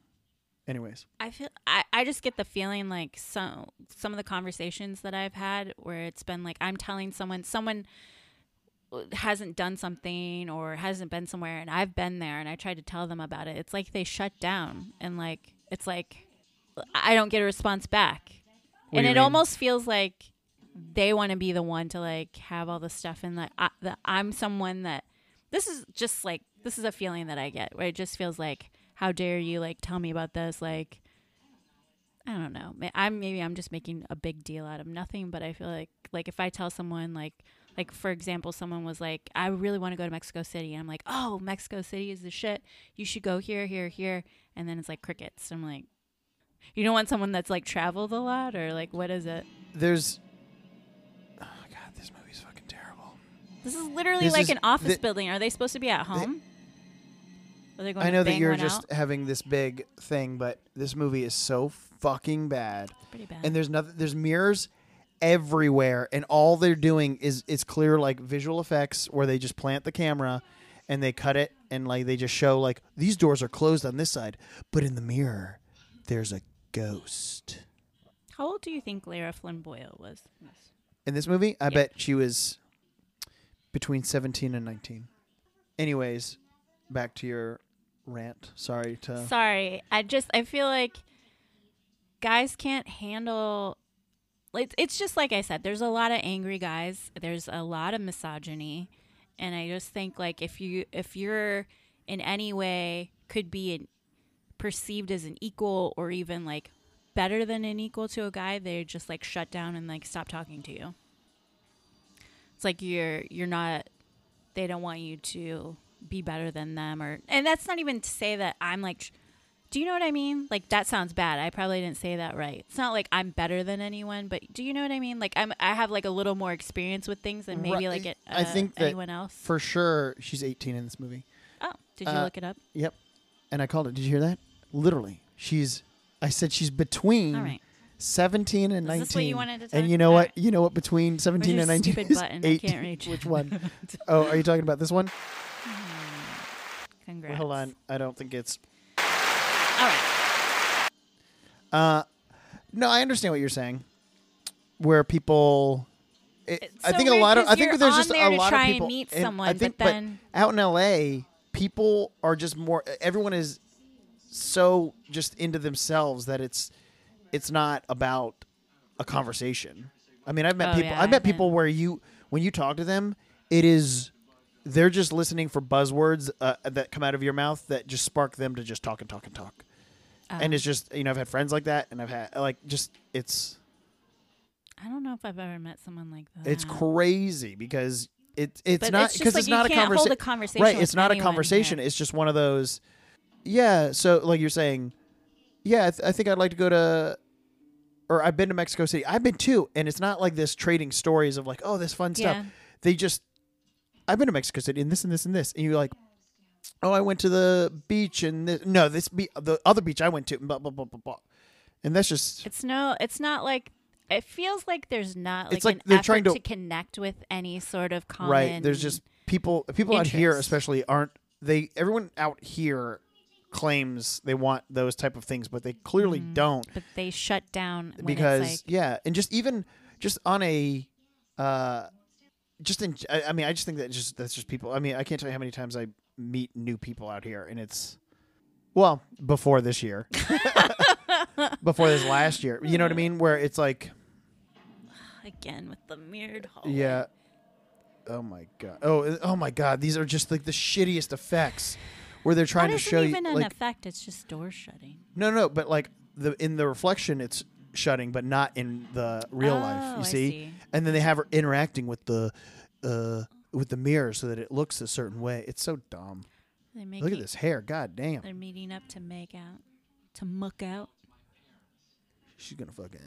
[SPEAKER 1] Anyways,
[SPEAKER 2] I feel I, I just get the feeling like some some of the conversations that I've had where it's been like I'm telling someone someone hasn't done something or hasn't been somewhere and I've been there and I tried to tell them about it. It's like they shut down and like it's like I don't get a response back.
[SPEAKER 1] What
[SPEAKER 2] and
[SPEAKER 1] do
[SPEAKER 2] it
[SPEAKER 1] you mean?
[SPEAKER 2] almost feels like they want to be the one to like have all the stuff and that, I, that I'm someone that this is just like this is a feeling that I get where it just feels like how dare you like tell me about this like I don't know. Ma- I'm maybe I'm just making a big deal out of nothing, but I feel like like if I tell someone like like for example, someone was like, "I really want to go to Mexico City," and I'm like, "Oh, Mexico City is the shit. You should go here, here, here," and then it's like crickets. I'm like, you don't want someone that's like traveled a lot or like what is it?
[SPEAKER 1] there's. Oh God, this movie's fucking terrible.
[SPEAKER 2] This is literally
[SPEAKER 1] This
[SPEAKER 2] like
[SPEAKER 1] is
[SPEAKER 2] an office
[SPEAKER 1] the-
[SPEAKER 2] building. Are they supposed to be at home? Are they going
[SPEAKER 1] I
[SPEAKER 2] to
[SPEAKER 1] know that
[SPEAKER 2] bang
[SPEAKER 1] you're
[SPEAKER 2] one
[SPEAKER 1] just
[SPEAKER 2] out?
[SPEAKER 1] having this big thing, but this movie is so fucking bad.
[SPEAKER 2] pretty bad.
[SPEAKER 1] And there's nothing. There's mirrors everywhere, and all they're doing is it's clear like visual effects where they just plant the camera, and they cut it, and like they just show like these doors are closed on this side, but in the mirror, there's a ghost.
[SPEAKER 2] How old do you think Lara Flynn Boyle was? in this?
[SPEAKER 1] In this movie, I bet she was between 17 and 19. Anyways, back to your rant. Sorry to.
[SPEAKER 2] Sorry, I just I feel like guys can't handle. It's it's just like I said. There's a lot of angry guys. There's a lot of misogyny, and I just think like if you if you're in any way could be an, perceived as an equal or even like better than an equal to a guy, they just like shut down and like stop talking to you. It's like you're you're not they don't want you to be better than them or and that's not even to say that i'm like tr- do you know what i mean like that sounds bad i probably didn't say that right it's not like i'm better than anyone but do you know what i mean like i'm i have like a little more experience with things than maybe
[SPEAKER 1] Right.
[SPEAKER 2] like it, uh,
[SPEAKER 1] I think that
[SPEAKER 2] anyone else
[SPEAKER 1] For sure, she's 18 in this movie.
[SPEAKER 2] oh did you
[SPEAKER 1] uh,
[SPEAKER 2] look it up
[SPEAKER 1] Yep. And I called it. Did you hear that? Literally. She's. I said she's between
[SPEAKER 2] all right
[SPEAKER 1] 17 and 19.
[SPEAKER 2] Is this what you wanted to
[SPEAKER 1] And
[SPEAKER 2] talk-
[SPEAKER 1] you know
[SPEAKER 2] all
[SPEAKER 1] what?
[SPEAKER 2] right.
[SPEAKER 1] You know what? Between 17
[SPEAKER 2] your
[SPEAKER 1] and 19
[SPEAKER 2] stupid
[SPEAKER 1] is
[SPEAKER 2] button? I can't
[SPEAKER 1] 18.
[SPEAKER 2] reach.
[SPEAKER 1] Which one? oh, are you talking about this one?
[SPEAKER 2] congrats
[SPEAKER 1] Well, hold on. I don't think it's
[SPEAKER 2] all right
[SPEAKER 1] Uh, no, I understand what you're saying. Where people, it,
[SPEAKER 2] It's
[SPEAKER 1] I
[SPEAKER 2] so
[SPEAKER 1] think a
[SPEAKER 2] weird
[SPEAKER 1] lot of.
[SPEAKER 2] 'cause
[SPEAKER 1] I think
[SPEAKER 2] you're
[SPEAKER 1] there's
[SPEAKER 2] on
[SPEAKER 1] just
[SPEAKER 2] there
[SPEAKER 1] a
[SPEAKER 2] to
[SPEAKER 1] lot
[SPEAKER 2] try
[SPEAKER 1] of
[SPEAKER 2] and
[SPEAKER 1] people.
[SPEAKER 2] meet
[SPEAKER 1] and I
[SPEAKER 2] someone, but
[SPEAKER 1] think,
[SPEAKER 2] then-
[SPEAKER 1] out in L.A., people are just more. Everyone is so just into themselves that it's it's not about a conversation. I mean, I've met
[SPEAKER 2] Oh,
[SPEAKER 1] people.
[SPEAKER 2] yeah,
[SPEAKER 1] I've met
[SPEAKER 2] I've been-
[SPEAKER 1] people where you when you talk to them, it is they're just listening for buzzwords uh, that come out of your mouth that just spark them to just talk and talk and talk.
[SPEAKER 2] Um,
[SPEAKER 1] And it's just you know I've had friends like that, and I've had like just it's
[SPEAKER 2] i don't know if i've ever met someone like that
[SPEAKER 1] it's crazy because it it's
[SPEAKER 2] But
[SPEAKER 1] not
[SPEAKER 2] it's just
[SPEAKER 1] because
[SPEAKER 2] like
[SPEAKER 1] it's
[SPEAKER 2] you
[SPEAKER 1] not a
[SPEAKER 2] can't hold
[SPEAKER 1] conversation.
[SPEAKER 2] a conversation
[SPEAKER 1] right?
[SPEAKER 2] with
[SPEAKER 1] It's not
[SPEAKER 2] anyone
[SPEAKER 1] a
[SPEAKER 2] here.
[SPEAKER 1] conversation. It's just one of those. Yeah. So like you're saying, yeah, I, th- I think I'd like to go to. Or I've been to Mexico City. I've been too, and it's not like this trading stories of like, oh, this fun stuff.
[SPEAKER 2] Yeah.
[SPEAKER 1] They just, I've been to Mexico City and this and this and this, and you're like, oh, I went to the beach and this, no, this be- the other beach I went to, and blah blah blah blah blah, and that's just
[SPEAKER 2] It's no, it's not like it feels like there's not like,
[SPEAKER 1] It's like
[SPEAKER 2] an
[SPEAKER 1] they're
[SPEAKER 2] effort
[SPEAKER 1] trying to-
[SPEAKER 2] to, connect with any sort of common.
[SPEAKER 1] right there's just people people out here
[SPEAKER 2] interest.
[SPEAKER 1] especially aren't they everyone out here claims they want those type of things but they clearly don't
[SPEAKER 2] but they shut down when
[SPEAKER 1] because
[SPEAKER 2] Mm-hmm. it's like,
[SPEAKER 1] yeah and just even just on a uh just in I, I mean i just think that just that's just people i mean i can't tell you how many times i meet new people out here and it's well before this year before this last year you know what i mean where it's like
[SPEAKER 2] again with the mirrored hallway.
[SPEAKER 1] yeah. Oh my god. Oh, uh, oh my god. These are just like the shittiest effects, where they're trying
[SPEAKER 2] that
[SPEAKER 1] to
[SPEAKER 2] isn't
[SPEAKER 1] show
[SPEAKER 2] even
[SPEAKER 1] you
[SPEAKER 2] an
[SPEAKER 1] like
[SPEAKER 2] effect. It's just door shutting.
[SPEAKER 1] no, no, but like the in the reflection, it's shutting, but not in the real life.
[SPEAKER 2] Oh, I
[SPEAKER 1] You see?
[SPEAKER 2] see.
[SPEAKER 1] And then they have her interacting with the, uh, with the mirror so that it looks a certain way. It's so dumb.
[SPEAKER 2] They make
[SPEAKER 1] Look at this hair. God damn.
[SPEAKER 2] They're meeting up to make out, to muck out.
[SPEAKER 1] She's gonna fucking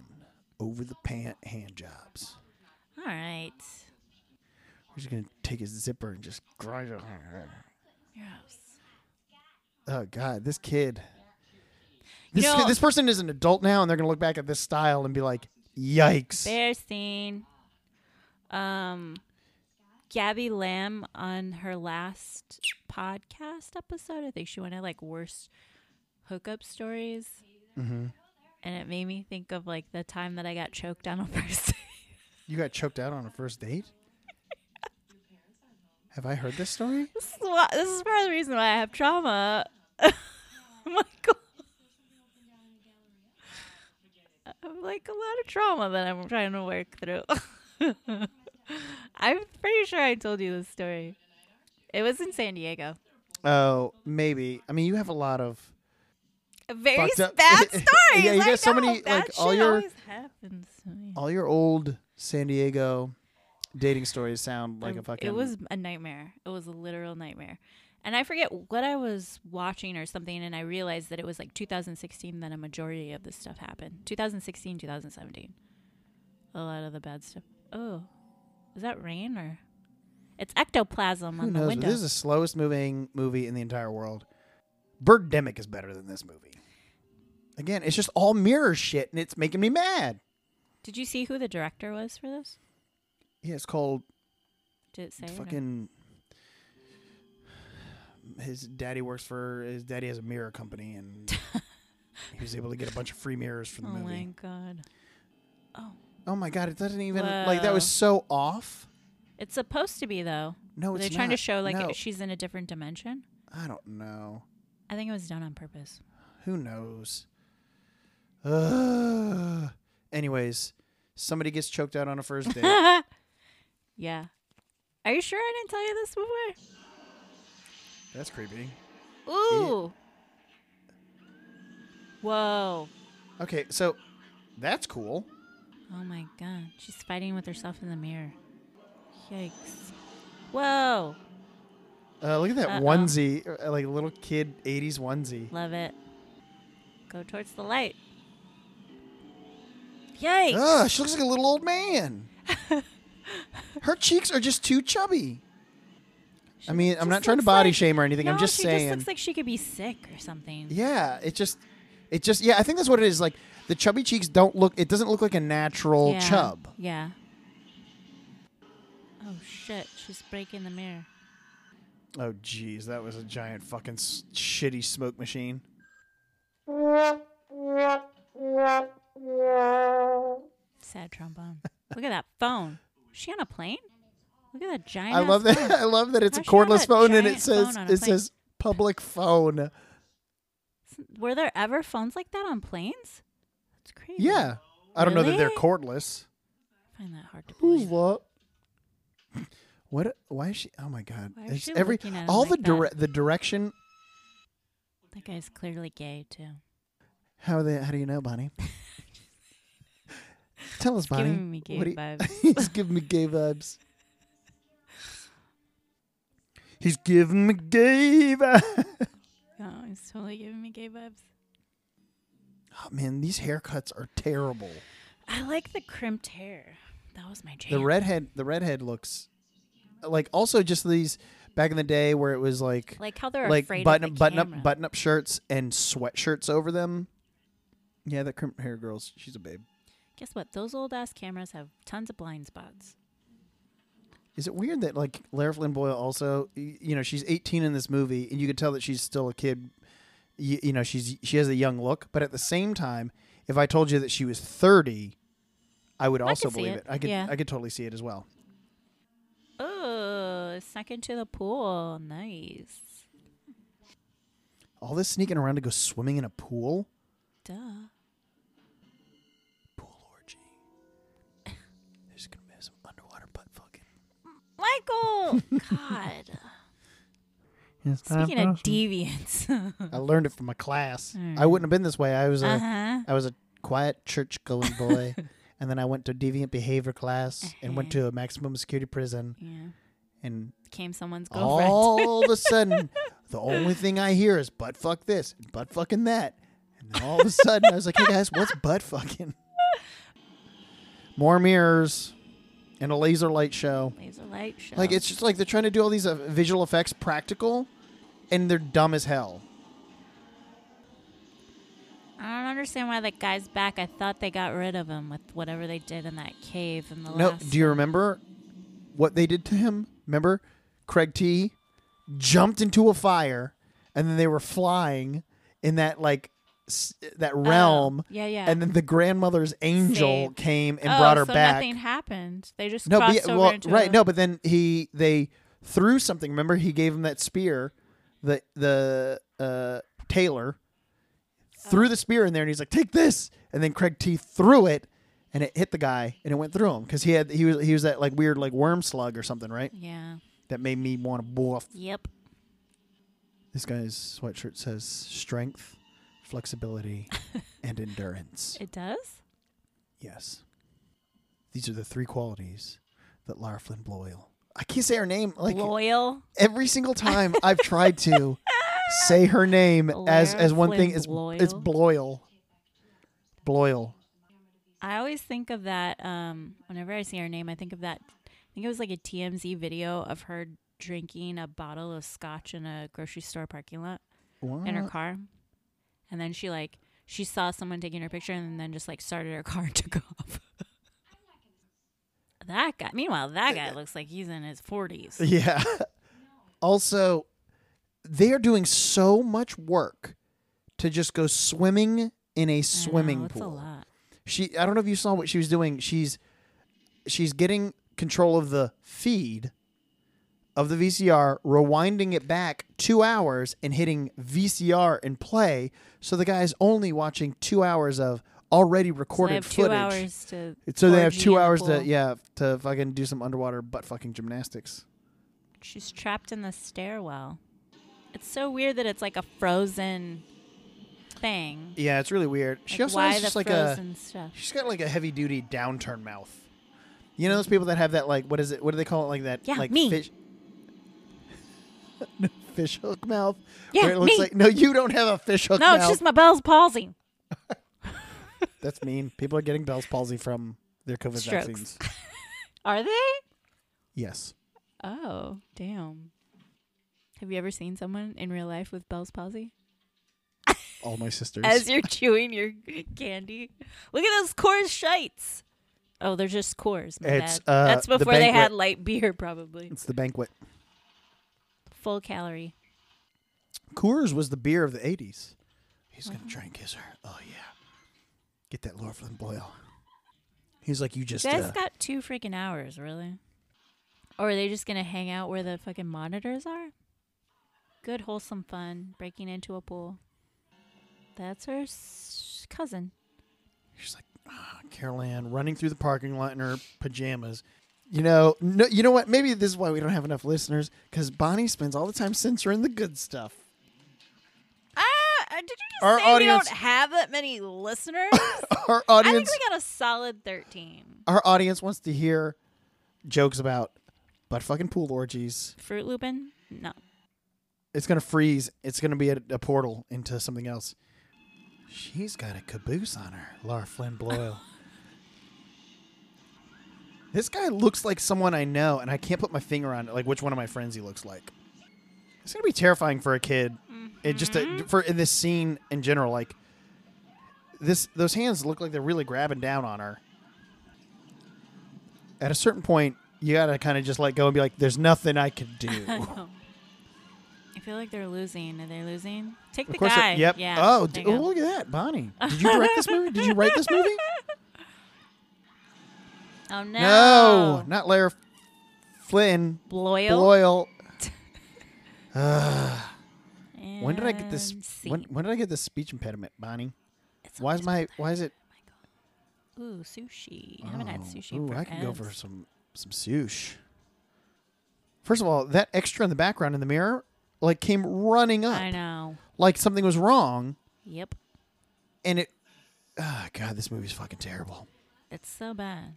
[SPEAKER 1] over the pant hand jobs.
[SPEAKER 2] All right.
[SPEAKER 1] She's gonna take his zipper and just grind it.
[SPEAKER 2] Gross.
[SPEAKER 1] oh god, this kid.
[SPEAKER 2] You
[SPEAKER 1] This,
[SPEAKER 2] know-
[SPEAKER 1] this person is an adult now, and they're gonna look back at this style and be like, "Yikes!"
[SPEAKER 2] Embarrassing. Um, Gabby Lamb on her last podcast episode, I think she went to like worst hookup stories,
[SPEAKER 1] Mm-hmm.
[SPEAKER 2] and it made me think of like the time that I got choked on a person.
[SPEAKER 1] You got choked out on a first date. Have I heard this story?
[SPEAKER 2] this, is why, this is part of the reason why I have trauma. Michael. I'm like a lot of trauma that I'm trying to work through. I'm pretty sure I told you this story. It was in San Diego.
[SPEAKER 1] Oh, maybe. I mean, you have a lot of.
[SPEAKER 2] A very
[SPEAKER 1] Fucked up.
[SPEAKER 2] bad stories.
[SPEAKER 1] Yeah, you
[SPEAKER 2] I
[SPEAKER 1] got so
[SPEAKER 2] know.
[SPEAKER 1] many,
[SPEAKER 2] Bad
[SPEAKER 1] like, all
[SPEAKER 2] shit
[SPEAKER 1] your-
[SPEAKER 2] always happens to me.
[SPEAKER 1] All your old San Diego dating stories sound like a
[SPEAKER 2] Um,
[SPEAKER 1] fucking.
[SPEAKER 2] It was a nightmare. It was a literal nightmare. And I forget what I was watching or something, and I realized that it was like 2016 that a majority of this stuff happened. 2016, 2017. A lot of the bad stuff. Oh, is that rain or? It's ectoplasm
[SPEAKER 1] Who
[SPEAKER 2] on the
[SPEAKER 1] knows? but
[SPEAKER 2] window.
[SPEAKER 1] This is the slowest moving movie in the entire world. Birdemic is better than this movie. Again, it's just all mirror shit, and it's making me mad.
[SPEAKER 2] Did you see who the director was for this?
[SPEAKER 1] Yeah, it's called
[SPEAKER 2] Did it say? it or-
[SPEAKER 1] fucking. His daddy works for his daddy has a mirror company, and he was able to get a bunch of free mirrors for
[SPEAKER 2] Oh
[SPEAKER 1] the movie.
[SPEAKER 2] my god.
[SPEAKER 1] Oh my god, it doesn't even like that was
[SPEAKER 2] Whoa.
[SPEAKER 1] so off.
[SPEAKER 2] It's supposed to be though.
[SPEAKER 1] No, it's
[SPEAKER 2] They're trying to
[SPEAKER 1] not.
[SPEAKER 2] show like
[SPEAKER 1] No.
[SPEAKER 2] she's in a different dimension.
[SPEAKER 1] I don't know.
[SPEAKER 2] I think it was done on purpose.
[SPEAKER 1] Who knows? Ugh. Anyways, somebody gets choked out on a first date.
[SPEAKER 2] Yeah. Are you sure I didn't tell you this before?
[SPEAKER 1] That's creepy.
[SPEAKER 2] Ooh. Whoa.
[SPEAKER 1] Okay, so that's cool.
[SPEAKER 2] Oh my god. She's fighting with herself in the mirror. Yikes. Whoa.
[SPEAKER 1] Uh, look at that
[SPEAKER 2] Uh-oh.
[SPEAKER 1] onesie, uh, like a little kid '80s onesie.
[SPEAKER 2] Love it. Go towards the light. Yikes.
[SPEAKER 1] Ugh, Ah, she looks like a little old man. Her cheeks are just too chubby. I mean, I'm
[SPEAKER 2] just
[SPEAKER 1] not trying to
[SPEAKER 2] looks
[SPEAKER 1] body
[SPEAKER 2] like-
[SPEAKER 1] shame or anything.
[SPEAKER 2] no,
[SPEAKER 1] I'm just
[SPEAKER 2] she
[SPEAKER 1] saying.
[SPEAKER 2] just looks like she could be sick or something.
[SPEAKER 1] Yeah, it just, it just, yeah. I think that's what it is. Like the chubby cheeks don't look. It doesn't look like a natural
[SPEAKER 2] Yeah.
[SPEAKER 1] chub.
[SPEAKER 2] Yeah. Oh shit, she's breaking the mirror.
[SPEAKER 1] Oh, jeez, that was a giant fucking s- shitty smoke machine.
[SPEAKER 2] Sad trombone. Look at that phone. Is she on a plane? Look at that giant.
[SPEAKER 1] I love
[SPEAKER 2] ass
[SPEAKER 1] that. I love that it's
[SPEAKER 2] How's
[SPEAKER 1] a
[SPEAKER 2] she got
[SPEAKER 1] cordless
[SPEAKER 2] a
[SPEAKER 1] phone and it
[SPEAKER 2] giant phone
[SPEAKER 1] says
[SPEAKER 2] on a
[SPEAKER 1] it
[SPEAKER 2] plane?
[SPEAKER 1] says public phone.
[SPEAKER 2] phone. Were there ever phones like that on planes? That's crazy.
[SPEAKER 1] Yeah, I don't know that they're
[SPEAKER 2] Really?
[SPEAKER 1] cordless.
[SPEAKER 2] I find that hard to
[SPEAKER 1] Who's
[SPEAKER 2] believe.
[SPEAKER 1] what? What? Why is she? Oh my god!
[SPEAKER 2] Why is
[SPEAKER 1] It's
[SPEAKER 2] she
[SPEAKER 1] every
[SPEAKER 2] looking at him
[SPEAKER 1] all
[SPEAKER 2] like
[SPEAKER 1] the
[SPEAKER 2] that?
[SPEAKER 1] dire- the direction.
[SPEAKER 2] That guy's clearly gay too.
[SPEAKER 1] How are they? How do you know, Bonnie? Tell us, Bonnie.
[SPEAKER 2] giving me gay
[SPEAKER 1] what do you-
[SPEAKER 2] vibes.
[SPEAKER 1] He's giving me gay vibes. He's giving me gay vibes.
[SPEAKER 2] Oh, he's totally giving me gay vibes.
[SPEAKER 1] Oh, man, these haircuts are terrible.
[SPEAKER 2] I like the crimped hair. That was my jam.
[SPEAKER 1] The redhead, the redhead looks like also just these back in the day where it was like
[SPEAKER 2] like how they're
[SPEAKER 1] like
[SPEAKER 2] afraid
[SPEAKER 1] button
[SPEAKER 2] of
[SPEAKER 1] up,
[SPEAKER 2] the
[SPEAKER 1] button
[SPEAKER 2] camera.
[SPEAKER 1] up, button up shirts and sweatshirts over them. Yeah, that crimped hair girl's she's a babe.
[SPEAKER 2] Guess what? Those old ass cameras have tons of blind spots.
[SPEAKER 1] Is it weird that like Lara Flynn Boyle also, y- you know, she's 18 in this movie, and you could tell that she's still a kid. You, you know, she's she has a young look, but at the same time, if I told you that she was 30, I would also
[SPEAKER 2] could see
[SPEAKER 1] believe it.
[SPEAKER 2] it.
[SPEAKER 1] I could
[SPEAKER 2] Yeah.
[SPEAKER 1] I could totally see it as well.
[SPEAKER 2] Oh, snuck into the pool. Nice.
[SPEAKER 1] All this sneaking around to go swimming in a pool,
[SPEAKER 2] Duh.
[SPEAKER 1] pool orgy. There's gonna be some underwater butt fucking.
[SPEAKER 2] Michael! God. Speaking of deviants.
[SPEAKER 1] I learned it from my class. I
[SPEAKER 2] Alright.
[SPEAKER 1] wouldn't have been this way. I was a I
[SPEAKER 2] uh huh.
[SPEAKER 1] was a quiet church going boy, and then I went to deviant behavior class and went
[SPEAKER 2] Uh-huh.
[SPEAKER 1] to a maximum security prison.
[SPEAKER 2] Yeah.
[SPEAKER 1] And
[SPEAKER 2] Became someone's girlfriend.
[SPEAKER 1] all of a sudden, the only thing I hear is butt fuck this, and butt fucking that. And then all of a sudden, I was like, hey guys, what's butt fucking? More mirrors and a laser light show.
[SPEAKER 2] Laser light show.
[SPEAKER 1] Like, it's just like they're trying to do all these uh, visual effects practical, and they're dumb as hell.
[SPEAKER 2] I don't understand why that guy's back. I thought they got rid of him with whatever they did in that cave in the
[SPEAKER 1] No,
[SPEAKER 2] last.
[SPEAKER 1] do you remember what they did to him? Remember, Craig T jumped into a fire, and then they were flying in that like s- that
[SPEAKER 2] Oh,
[SPEAKER 1] realm,
[SPEAKER 2] yeah, yeah.
[SPEAKER 1] and then the grandmother's angel
[SPEAKER 2] Saved.
[SPEAKER 1] came and
[SPEAKER 2] oh,
[SPEAKER 1] brought her
[SPEAKER 2] so
[SPEAKER 1] back.
[SPEAKER 2] nothing happened. They just
[SPEAKER 1] no, but
[SPEAKER 2] crossed
[SPEAKER 1] yeah,
[SPEAKER 2] over
[SPEAKER 1] well,
[SPEAKER 2] into
[SPEAKER 1] right,
[SPEAKER 2] a-
[SPEAKER 1] no, but then he they threw something. Remember, he gave him that spear, the the uh, Taylor threw
[SPEAKER 2] Oh.
[SPEAKER 1] the spear in there, and he's like, "Take this!" And then Craig T threw it, and it hit the guy, and it went through him because he had he was he was that like weird like worm slug or something, right?
[SPEAKER 2] Yeah.
[SPEAKER 1] That made me want to bluff.
[SPEAKER 2] Yep.
[SPEAKER 1] This guy's sweatshirt says strength, flexibility, and endurance.
[SPEAKER 2] It does?
[SPEAKER 1] Yes. These are the three qualities that Lara Flynn Boyle. I can't say her name. Like
[SPEAKER 2] Loyal.
[SPEAKER 1] every single time I've tried to say her name as
[SPEAKER 2] Lara
[SPEAKER 1] as one
[SPEAKER 2] Flynn
[SPEAKER 1] thing, it's it's Bloyle. Bloyle.
[SPEAKER 2] I always think of that. Um, whenever I see her name, I think of that. I think it was like a TMZ video of her drinking a bottle of scotch in a grocery store parking lot. in her
[SPEAKER 1] What?
[SPEAKER 2] car. And then she like she saw someone taking her picture and then just like started her car and took off. that guy meanwhile, that guy looks like he's in his forties.
[SPEAKER 1] Yeah. Also, they are doing so much work to just go swimming in a swimming
[SPEAKER 2] It's a
[SPEAKER 1] pool.
[SPEAKER 2] lot.
[SPEAKER 1] She I don't know if you saw what she was doing. She's she's getting control of the feed of the VCR, rewinding it back 2 hours and hitting VCR and play so the guy's only watching 2 hours of already
[SPEAKER 2] So they
[SPEAKER 1] recorded
[SPEAKER 2] have two
[SPEAKER 1] footage.
[SPEAKER 2] hours to
[SPEAKER 1] So they have
[SPEAKER 2] orgy in
[SPEAKER 1] 2
[SPEAKER 2] the
[SPEAKER 1] hours to
[SPEAKER 2] pool.
[SPEAKER 1] yeah, to fucking do some underwater butt fucking gymnastics.
[SPEAKER 2] She's trapped in the stairwell. It's so weird that it's like a frozen thing.
[SPEAKER 1] Yeah, it's really weird. She
[SPEAKER 2] Like,
[SPEAKER 1] also
[SPEAKER 2] why
[SPEAKER 1] has
[SPEAKER 2] the
[SPEAKER 1] just like a
[SPEAKER 2] frozen stuff?
[SPEAKER 1] she's got like a heavy duty downturn mouth. You know those people that have that like what is it? What do they call it? Like that
[SPEAKER 2] Yeah,
[SPEAKER 1] like
[SPEAKER 2] me.
[SPEAKER 1] fish fish hook mouth.
[SPEAKER 2] Yeah,
[SPEAKER 1] where it looks
[SPEAKER 2] me.
[SPEAKER 1] like no, you don't have a fish hook
[SPEAKER 2] No,
[SPEAKER 1] mouth.
[SPEAKER 2] it's just my Bell's palsy.
[SPEAKER 1] That's mean. People are getting Bell's palsy from their COVID
[SPEAKER 2] Strokes.
[SPEAKER 1] vaccines.
[SPEAKER 2] Are they?
[SPEAKER 1] Yes.
[SPEAKER 2] Oh, damn. Have you ever seen someone in real life with Bell's palsy?
[SPEAKER 1] All my sisters.
[SPEAKER 2] As you're chewing your candy. Look at those Coors Shites. Oh, they're just Coors. My
[SPEAKER 1] It's,
[SPEAKER 2] bad.
[SPEAKER 1] uh,
[SPEAKER 2] That's
[SPEAKER 1] the
[SPEAKER 2] before they
[SPEAKER 1] banquet.
[SPEAKER 2] had light beer, probably.
[SPEAKER 1] it's the banquet.
[SPEAKER 2] Full calorie.
[SPEAKER 1] Coors was the beer of the eighties. He's
[SPEAKER 2] Mm-hmm.
[SPEAKER 1] gonna try and kiss her. Oh yeah. Get that Laura Flynn Boyle. He's like you just
[SPEAKER 2] You guys
[SPEAKER 1] uh,
[SPEAKER 2] got two freaking hours, really. Or are they just gonna hang out where the fucking monitors are? Good wholesome fun, breaking into a pool. That's her s- cousin.
[SPEAKER 1] She's like, ah, Carol Ann running through the parking lot in her pajamas. You know, no, you know what? Maybe this is why we don't have enough listeners because Bonnie spends all the time censoring the good stuff.
[SPEAKER 2] Ah, did you just
[SPEAKER 1] Our
[SPEAKER 2] say
[SPEAKER 1] audience-
[SPEAKER 2] we don't have that many listeners?
[SPEAKER 1] Our
[SPEAKER 2] I think
[SPEAKER 1] audience,
[SPEAKER 2] we got a solid thirteen.
[SPEAKER 1] our audience wants to hear jokes about butt fucking pool orgies.
[SPEAKER 2] Fruit Lupin? No.
[SPEAKER 1] It's gonna freeze. It's gonna be a, a portal into something else. She's got a caboose on her, Laura Flynn Boyle. this guy looks like someone I know, and I can't put my finger on it, like which one of my friends he looks like. It's gonna be terrifying for a kid. It just to, for in this scene in general, like this, those hands look like they're really grabbing down on her. At a certain point, you gotta kind of just let go and be like, "There's nothing I can do."
[SPEAKER 2] I feel like they're losing. Are they losing? Take the
[SPEAKER 1] Of course. it-
[SPEAKER 2] guy.
[SPEAKER 1] yep.
[SPEAKER 2] Yeah.
[SPEAKER 1] Oh,
[SPEAKER 2] there
[SPEAKER 1] d-
[SPEAKER 2] you
[SPEAKER 1] oh,
[SPEAKER 2] go.
[SPEAKER 1] look at that, Bonnie. Did you direct this movie? Did you write this movie?
[SPEAKER 2] Oh no.
[SPEAKER 1] No, not Lara Flynn
[SPEAKER 2] Loyal.
[SPEAKER 1] Boyle. Ugh. when did I get this?
[SPEAKER 2] And scene.
[SPEAKER 1] When, when did I get this speech impediment, Bonnie?
[SPEAKER 2] It's
[SPEAKER 1] Why is
[SPEAKER 2] always
[SPEAKER 1] my? Why is it?
[SPEAKER 2] Ooh, sushi. I haven't had
[SPEAKER 1] Oh,
[SPEAKER 2] sushi.
[SPEAKER 1] Ooh,
[SPEAKER 2] in
[SPEAKER 1] I could go for
[SPEAKER 2] forever.
[SPEAKER 1] some some sush. First of all, that extra in the background in the mirror like came running up,
[SPEAKER 2] I know.
[SPEAKER 1] like something was wrong,
[SPEAKER 2] Yep.
[SPEAKER 1] and it. Oh, God, this movie's fucking terrible.
[SPEAKER 2] It's so bad.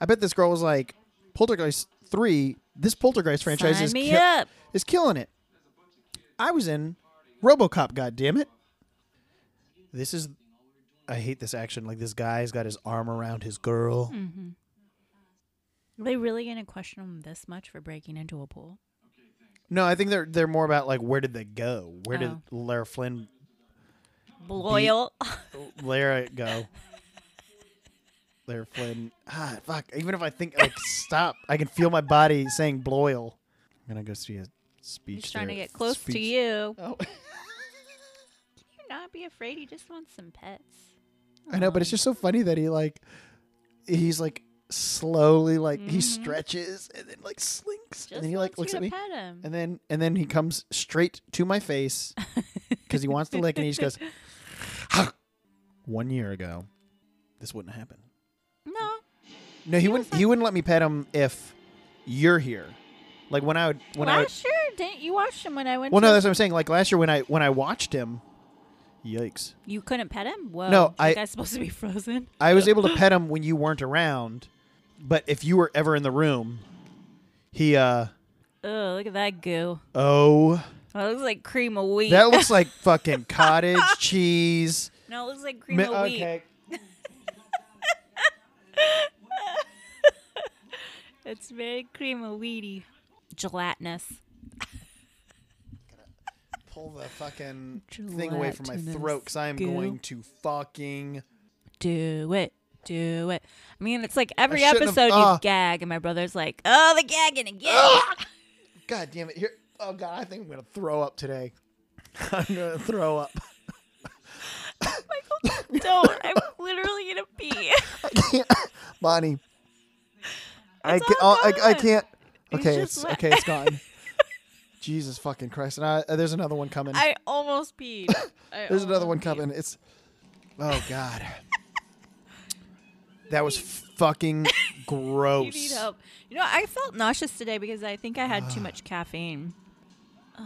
[SPEAKER 1] I bet this girl was like, Poltergeist 3, this Poltergeist franchise
[SPEAKER 2] Sign
[SPEAKER 1] is,
[SPEAKER 2] me
[SPEAKER 1] kill-
[SPEAKER 2] up.
[SPEAKER 1] is killing it. I was in Robocop, goddammit. This is. I hate this action. Like, this guy's got his arm around his girl.
[SPEAKER 2] Hmm. Are they really gonna question him this much for breaking into a pool?
[SPEAKER 1] No, I think they're they're more about, like, where did they go? Where did
[SPEAKER 2] Oh.
[SPEAKER 1] Lara Flynn,
[SPEAKER 2] Loyal.
[SPEAKER 1] Lara go? Lara Flynn. Ah, fuck. Even if I think, like, stop, I can feel my body saying bloil. I'm going to go see a speech.
[SPEAKER 2] He's trying to
[SPEAKER 1] ther-
[SPEAKER 2] get close to
[SPEAKER 1] speech-
[SPEAKER 2] you.
[SPEAKER 1] Oh.
[SPEAKER 2] Can you not be afraid? He just wants some pets.
[SPEAKER 1] I know, but it's just so funny that he like he's like slowly like he stretches and then like slinks
[SPEAKER 2] Mm-hmm. Just
[SPEAKER 1] and then he
[SPEAKER 2] wants
[SPEAKER 1] like looks
[SPEAKER 2] you
[SPEAKER 1] at
[SPEAKER 2] to
[SPEAKER 1] me
[SPEAKER 2] pet him.
[SPEAKER 1] and then and then he comes straight to my face because he wants to lick and he just goes one year ago this wouldn't happen
[SPEAKER 2] no.
[SPEAKER 1] no he wouldn't he wouldn't let me pet him if you're here like when I would when I would
[SPEAKER 2] Last year, didn't you watch him when I went?
[SPEAKER 1] well
[SPEAKER 2] to
[SPEAKER 1] no that's what I'm saying like last year when I when I watched him yikes
[SPEAKER 2] you couldn't pet him. Whoa.
[SPEAKER 1] No,
[SPEAKER 2] that
[SPEAKER 1] I-
[SPEAKER 2] guy's supposed to be frozen.
[SPEAKER 1] I was able to pet him when you weren't around, but if you were ever in the room, he uh
[SPEAKER 2] Oh, look at that goo.
[SPEAKER 1] oh
[SPEAKER 2] Oh, it looks like cream of wheat.
[SPEAKER 1] that looks like fucking cottage cheese.
[SPEAKER 2] no, it looks like cream
[SPEAKER 1] Mi-
[SPEAKER 2] of wheat.
[SPEAKER 1] okay.
[SPEAKER 2] It's very cream of wheaty, gelatinous.
[SPEAKER 1] pull the fucking thing away from my throat because I am
[SPEAKER 2] Gelatinous goo.
[SPEAKER 1] going to fucking.
[SPEAKER 2] do it. Do it. I mean, it's like every
[SPEAKER 1] shouldn't have-
[SPEAKER 2] episode
[SPEAKER 1] ah.
[SPEAKER 2] you gag, and my brother's like, "Oh, the gagging again."
[SPEAKER 1] God damn it! Here, oh god, I think I'm gonna throw up today. I'm gonna throw up.
[SPEAKER 2] Don't. I'm literally gonna pee.
[SPEAKER 1] Bonnie. I
[SPEAKER 2] It's
[SPEAKER 1] can't.
[SPEAKER 2] all
[SPEAKER 1] I, I
[SPEAKER 2] gone.
[SPEAKER 1] can't.
[SPEAKER 2] It's
[SPEAKER 1] Okay,
[SPEAKER 2] just
[SPEAKER 1] it's,
[SPEAKER 2] wet.
[SPEAKER 1] okay, it's gone. Jesus fucking Christ! And I, uh, there's another one coming.
[SPEAKER 2] I almost peed. I
[SPEAKER 1] there's another one
[SPEAKER 2] almost peed.
[SPEAKER 1] coming. It's. Oh God. that was fucking gross.
[SPEAKER 2] You need help. You know, I felt nauseous today because I think I had
[SPEAKER 1] Ah.
[SPEAKER 2] too much caffeine. Ugh,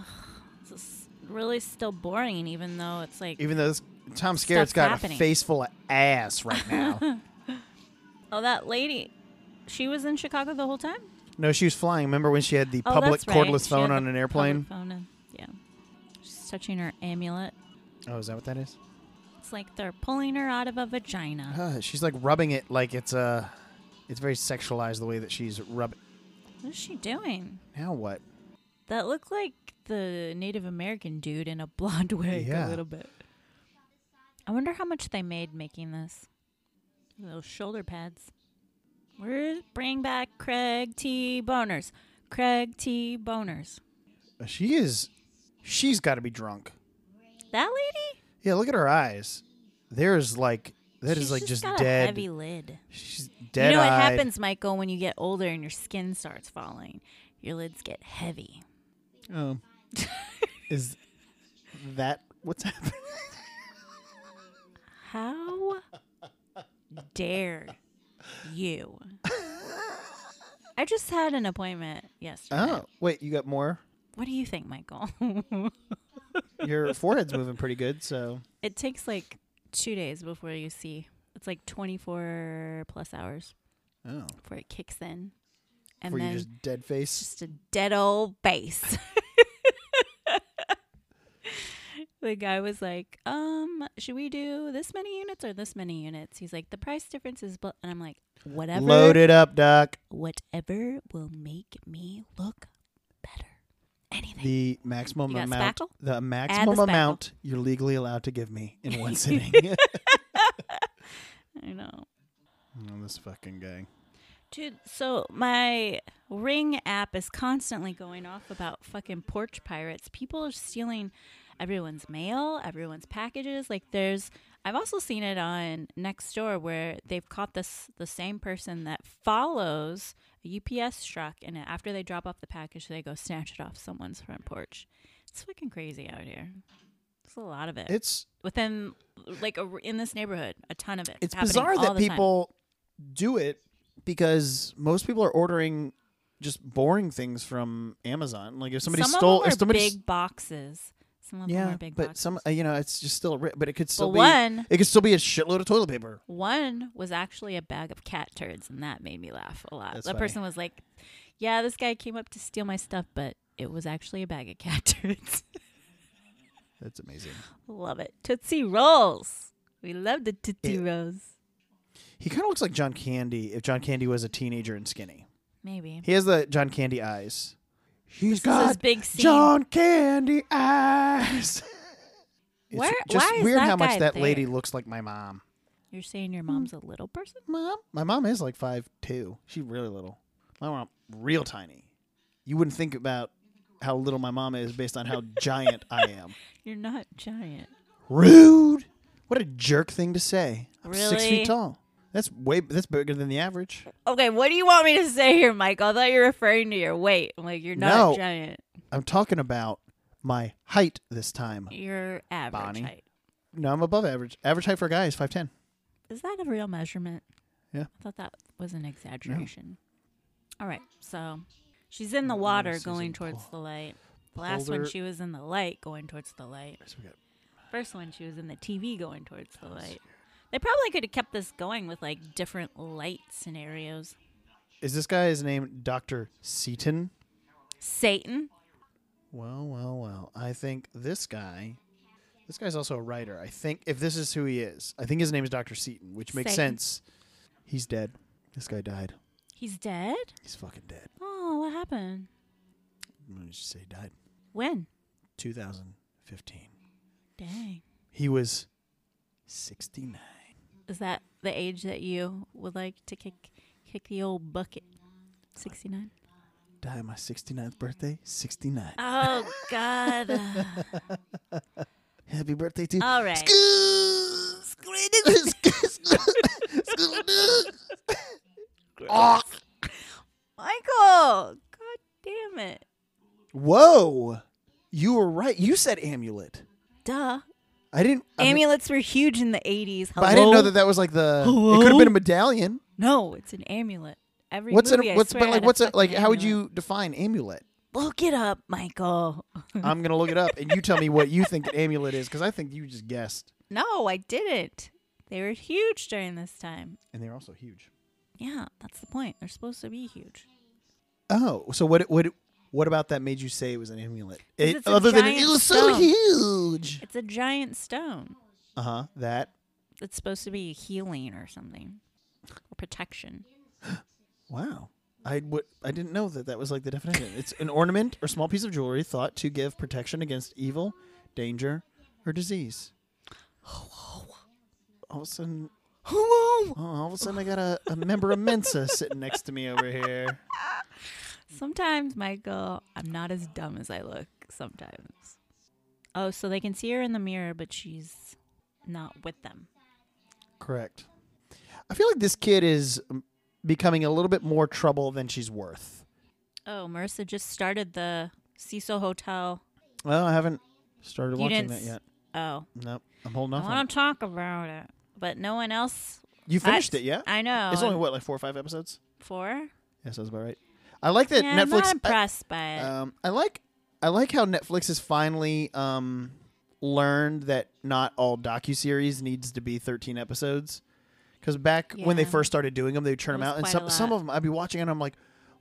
[SPEAKER 2] this is really still boring, even though it's like,
[SPEAKER 1] Even though this, Tom Skerritt's got
[SPEAKER 2] happening.
[SPEAKER 1] a face full of ass right now.
[SPEAKER 2] oh, that lady, she was in Chicago the whole time.
[SPEAKER 1] no, she was flying. Remember when she had the
[SPEAKER 2] Oh,
[SPEAKER 1] public
[SPEAKER 2] that's right.
[SPEAKER 1] cordless
[SPEAKER 2] She
[SPEAKER 1] phone
[SPEAKER 2] had
[SPEAKER 1] on
[SPEAKER 2] the
[SPEAKER 1] an airplane?
[SPEAKER 2] public Phone and, yeah, she's touching her amulet.
[SPEAKER 1] Oh, is that what that is?
[SPEAKER 2] It's like they're pulling her out of a vagina.
[SPEAKER 1] Huh, she's like rubbing it like it's Uh, it's very sexualized the way that she's rubbing.
[SPEAKER 2] What is she doing?
[SPEAKER 1] Now what?
[SPEAKER 2] That looked like the Native American dude in a blonde wig
[SPEAKER 1] Yeah.
[SPEAKER 2] a little bit. I wonder how much they made making this. Those shoulder pads. We're bring back Craig T. Boners. Craig T. Boners.
[SPEAKER 1] Uh, She is. She's got to be drunk.
[SPEAKER 2] That lady?
[SPEAKER 1] Yeah, look at her eyes. There's like that is
[SPEAKER 2] She's
[SPEAKER 1] like just,
[SPEAKER 2] just, got
[SPEAKER 1] dead.
[SPEAKER 2] A heavy lid.
[SPEAKER 1] She's dead.
[SPEAKER 2] you know what happens, Michael, when you get older and your skin starts falling? Your lids get heavy.
[SPEAKER 1] Oh. is that what's happening?
[SPEAKER 2] How dare you? I just had an appointment yesterday.
[SPEAKER 1] Oh, wait, you got more.
[SPEAKER 2] What do you think, Michael?
[SPEAKER 1] Your forehead's moving pretty good, so
[SPEAKER 2] it takes like two days before you see. It's like 24 plus hours
[SPEAKER 1] oh,
[SPEAKER 2] before it kicks in. And
[SPEAKER 1] were
[SPEAKER 2] then
[SPEAKER 1] you just dead face?
[SPEAKER 2] just a dead old base. the guy was like, um, should we do this many units or this many units? He's like, the price difference is, bl-. and I'm like, whatever.
[SPEAKER 1] Load it up, Doc.
[SPEAKER 2] whatever will make me look better. Anything.
[SPEAKER 1] The maximum
[SPEAKER 2] You got
[SPEAKER 1] amount,
[SPEAKER 2] spackle?
[SPEAKER 1] the maximum
[SPEAKER 2] spackle.
[SPEAKER 1] amount you're legally allowed to give me in one sitting.
[SPEAKER 2] I know.
[SPEAKER 1] Oh, this fucking guy.
[SPEAKER 2] Dude, so my Ring app is constantly going off about fucking porch pirates. People are stealing everyone's mail, everyone's packages. Like there's I've also seen it on Nextdoor where they've caught this the same person that follows a UPS truck and after they drop off the package they go snatch it off someone's front porch. It's fucking crazy out here. There's a lot of it.
[SPEAKER 1] It's
[SPEAKER 2] within like a, in this neighborhood, a ton of it.
[SPEAKER 1] it's
[SPEAKER 2] happening
[SPEAKER 1] bizarre
[SPEAKER 2] all
[SPEAKER 1] that
[SPEAKER 2] the time.
[SPEAKER 1] people do it because most people are ordering just boring things from Amazon. Like if somebody
[SPEAKER 2] some
[SPEAKER 1] stole,
[SPEAKER 2] of them
[SPEAKER 1] if
[SPEAKER 2] are
[SPEAKER 1] somebody,
[SPEAKER 2] big boxes. Some of them
[SPEAKER 1] yeah,
[SPEAKER 2] are big
[SPEAKER 1] but
[SPEAKER 2] boxes.
[SPEAKER 1] some, uh, you know, it's just still, ri- but it could still be,
[SPEAKER 2] one-
[SPEAKER 1] it could still be a shitload of toilet paper.
[SPEAKER 2] One was actually a bag of cat turds, and that made me laugh a lot.
[SPEAKER 1] That's
[SPEAKER 2] the
[SPEAKER 1] funny.
[SPEAKER 2] person was like, "Yeah, this guy came up to steal my stuff, but it was actually a bag of cat turds."
[SPEAKER 1] That's amazing.
[SPEAKER 2] love it. Tootsie rolls. We love the tootsie
[SPEAKER 1] It-
[SPEAKER 2] rolls.
[SPEAKER 1] He kind of looks like John Candy if John Candy was a teenager and skinny.
[SPEAKER 2] Maybe.
[SPEAKER 1] He has the John Candy eyes. She's
[SPEAKER 2] This is
[SPEAKER 1] got
[SPEAKER 2] his big scene.
[SPEAKER 1] John Candy eyes. It's
[SPEAKER 2] Where-
[SPEAKER 1] just
[SPEAKER 2] why is
[SPEAKER 1] weird
[SPEAKER 2] that
[SPEAKER 1] how much
[SPEAKER 2] guy
[SPEAKER 1] that lady
[SPEAKER 2] there?
[SPEAKER 1] looks like my mom.
[SPEAKER 2] You're saying your mom's a little person?
[SPEAKER 1] Mom, my mom is like five two. She's really little. My mom, real tiny. You wouldn't think about how little my mom is based on how giant I am.
[SPEAKER 2] You're not giant.
[SPEAKER 1] Rude. What a jerk thing to say. I'm Six
[SPEAKER 2] Really?
[SPEAKER 1] feet tall. That's way. That's bigger than the average.
[SPEAKER 2] Okay, what do you want me to say here, Michael? I thought you were referring to your weight. I'm like, you're not
[SPEAKER 1] No.
[SPEAKER 2] giant.
[SPEAKER 1] I'm talking about my height this time.
[SPEAKER 2] You're average
[SPEAKER 1] Bonnie.
[SPEAKER 2] height.
[SPEAKER 1] No, I'm above average. Average height for a guy is five ten.
[SPEAKER 2] Is that a real measurement?
[SPEAKER 1] Yeah.
[SPEAKER 2] I thought that was an exaggeration. All right. So she's in the water
[SPEAKER 1] Susan
[SPEAKER 2] going towards
[SPEAKER 1] Pol-
[SPEAKER 2] the light. The last one,
[SPEAKER 1] Polder-
[SPEAKER 2] she was in the light going towards the light. First one, she was in the TV going towards the light. They probably could have kept this going with like different light scenarios.
[SPEAKER 1] Is this guy is named Doctor Seaton?
[SPEAKER 2] Satan.
[SPEAKER 1] Well, well, well. I think this guy, this guy's also a writer. I think if this is who he is, I think his name is Doctor Seaton, which makes
[SPEAKER 2] Satan.
[SPEAKER 1] sense. He's dead. This guy died.
[SPEAKER 2] He's dead?
[SPEAKER 1] He's fucking dead.
[SPEAKER 2] Oh, what happened?
[SPEAKER 1] I'm gonna just say died.
[SPEAKER 2] When?
[SPEAKER 1] 2015. 15.
[SPEAKER 2] Dang.
[SPEAKER 1] He was 69.
[SPEAKER 2] Is that the age that you would like to kick kick the old bucket? 69?
[SPEAKER 1] Die on my 69th birthday, 69.
[SPEAKER 2] Oh, God.
[SPEAKER 1] Happy birthday to
[SPEAKER 2] All right.
[SPEAKER 3] Oh,
[SPEAKER 2] Michael. God damn it.
[SPEAKER 1] Whoa. You were right. You said amulet.
[SPEAKER 2] Duh.
[SPEAKER 1] I didn't. I mean-
[SPEAKER 2] Amulets were huge in the 80s.
[SPEAKER 1] but I didn't know
[SPEAKER 2] Hello?
[SPEAKER 1] that that was like the. It
[SPEAKER 2] Hello?
[SPEAKER 1] could have been a medallion.
[SPEAKER 2] No, it's an amulet. Every
[SPEAKER 1] What's
[SPEAKER 2] movie,
[SPEAKER 1] it?
[SPEAKER 2] I
[SPEAKER 1] What's
[SPEAKER 2] swear,
[SPEAKER 1] but like?
[SPEAKER 2] had a
[SPEAKER 1] What's it
[SPEAKER 2] fucking
[SPEAKER 1] like? How would
[SPEAKER 2] amulet.
[SPEAKER 1] you define amulet?
[SPEAKER 2] Look it up, Michael.
[SPEAKER 1] I'm gonna look it up, and you tell me what you think an amulet is, because I think you just guessed.
[SPEAKER 2] No, I didn't. They were huge during this time.
[SPEAKER 1] And they're also huge.
[SPEAKER 2] Yeah, that's the point. They're supposed to be huge.
[SPEAKER 1] Oh, so what? What? What about that made you say it was an amulet?
[SPEAKER 2] 'Cause
[SPEAKER 1] It-
[SPEAKER 2] it's a
[SPEAKER 1] other than it
[SPEAKER 2] giant
[SPEAKER 1] was so
[SPEAKER 2] stone.
[SPEAKER 1] huge.
[SPEAKER 2] It's a giant stone.
[SPEAKER 1] Uh huh. That.
[SPEAKER 2] It's supposed to be healing or something, or protection.
[SPEAKER 1] Wow. I would. I didn't know that that was like the definition. It's an ornament or small piece of jewelry thought to give protection against evil, danger, or disease. All of a sudden,
[SPEAKER 2] Hello.
[SPEAKER 1] oh, all of a sudden, I got a, a member of Mensa sitting next to me over here.
[SPEAKER 2] Sometimes, Michael, I'm not as dumb as I look. Sometimes. Oh, so they can see her in the mirror, but she's not with them.
[SPEAKER 1] Correct. I feel like this kid is um, becoming a little bit more trouble than she's worth.
[SPEAKER 2] Oh, Marissa just started the Cecil Hotel.
[SPEAKER 1] Well, I haven't started
[SPEAKER 2] You
[SPEAKER 1] watching
[SPEAKER 2] didn't
[SPEAKER 1] that
[SPEAKER 2] s-
[SPEAKER 1] yet.
[SPEAKER 2] Oh,
[SPEAKER 1] No, I'm holding off.
[SPEAKER 2] I
[SPEAKER 1] on
[SPEAKER 2] want to talk about it, but no one else.
[SPEAKER 1] it. Uh-huh. You finished
[SPEAKER 2] I-
[SPEAKER 1] it, yeah?
[SPEAKER 2] I know.
[SPEAKER 1] It's only
[SPEAKER 2] and-
[SPEAKER 1] what, like four or five episodes?
[SPEAKER 2] four.
[SPEAKER 1] Yeah, sounds about right. I like that
[SPEAKER 2] Yeah, I'm
[SPEAKER 1] Netflix.
[SPEAKER 2] not
[SPEAKER 1] I-
[SPEAKER 2] impressed by it.
[SPEAKER 1] Um, I like I like how Netflix has finally um, learned that not all docuseries needs to be 13 episodes. Because back when they
[SPEAKER 2] Yeah.
[SPEAKER 1] first started doing them, they would turn
[SPEAKER 2] It
[SPEAKER 1] them
[SPEAKER 2] was
[SPEAKER 1] out, and
[SPEAKER 2] quite
[SPEAKER 1] some
[SPEAKER 2] a
[SPEAKER 1] some
[SPEAKER 2] lot.
[SPEAKER 1] of them I'd be watching, and I'm like,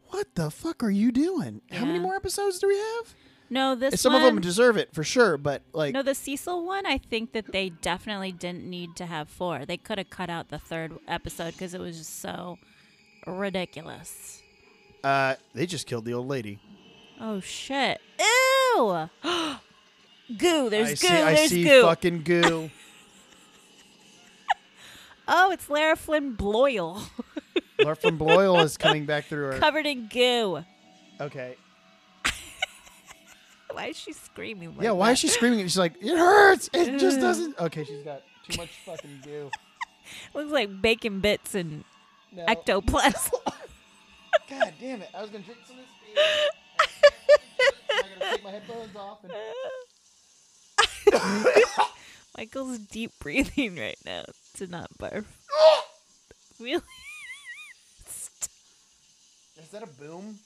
[SPEAKER 1] "What the fuck are you doing? How many
[SPEAKER 2] Yeah.
[SPEAKER 1] more episodes do we have?"
[SPEAKER 2] no, this
[SPEAKER 1] some
[SPEAKER 2] one,
[SPEAKER 1] of them deserve it for sure, but like,
[SPEAKER 2] no, the Cecil one. I think that they definitely didn't need to have four. They could have cut out the third episode because it was just so ridiculous.
[SPEAKER 1] uh, they just killed the old lady.
[SPEAKER 2] Oh shit! Ew! goo. There's
[SPEAKER 1] I
[SPEAKER 2] goo.
[SPEAKER 1] see, I
[SPEAKER 2] there's
[SPEAKER 1] see
[SPEAKER 2] goo.
[SPEAKER 1] fucking goo.
[SPEAKER 2] oh, it's Lara Flynn Bloyle
[SPEAKER 1] Laura from Bloyle is coming back through her.
[SPEAKER 2] covered in goo.
[SPEAKER 1] Okay,
[SPEAKER 2] Why is she screaming? Like
[SPEAKER 1] yeah. Why
[SPEAKER 2] that?
[SPEAKER 1] is she screaming? She's like, "It hurts. It just doesn't." Okay, she's got too much fucking goo.
[SPEAKER 2] Looks like bacon bits and
[SPEAKER 1] No.
[SPEAKER 2] ectoplasm.
[SPEAKER 1] God damn it! I was gonna drink some of this beer. I gotta take my headphones off. And...
[SPEAKER 2] Michael's deep breathing right now to not barf. really? St-
[SPEAKER 1] Is that a boom?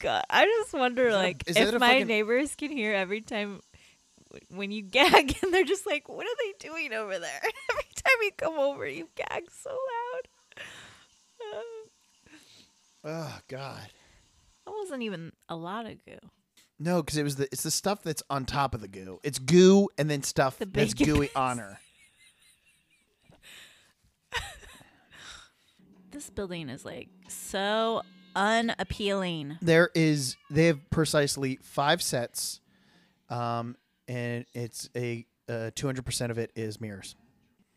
[SPEAKER 2] God, I just wonder,
[SPEAKER 1] that a-
[SPEAKER 2] like,
[SPEAKER 1] is that a
[SPEAKER 2] if my
[SPEAKER 1] fucking-
[SPEAKER 2] neighbors can hear every time w- when you gag, and they're just like, "What are they doing over there?" every time you come over, you gag so loud. Uh,
[SPEAKER 1] Oh God.
[SPEAKER 2] that wasn't even a lot of goo.
[SPEAKER 1] No, because it was the it's the stuff that's on top of the goo. It's goo and then stuff
[SPEAKER 2] The
[SPEAKER 1] that's
[SPEAKER 2] bacon
[SPEAKER 1] gooey on her.
[SPEAKER 2] This building is like so unappealing.
[SPEAKER 1] There is they have precisely five sets, um, and it's a uh, two hundred percent of it is mirrors.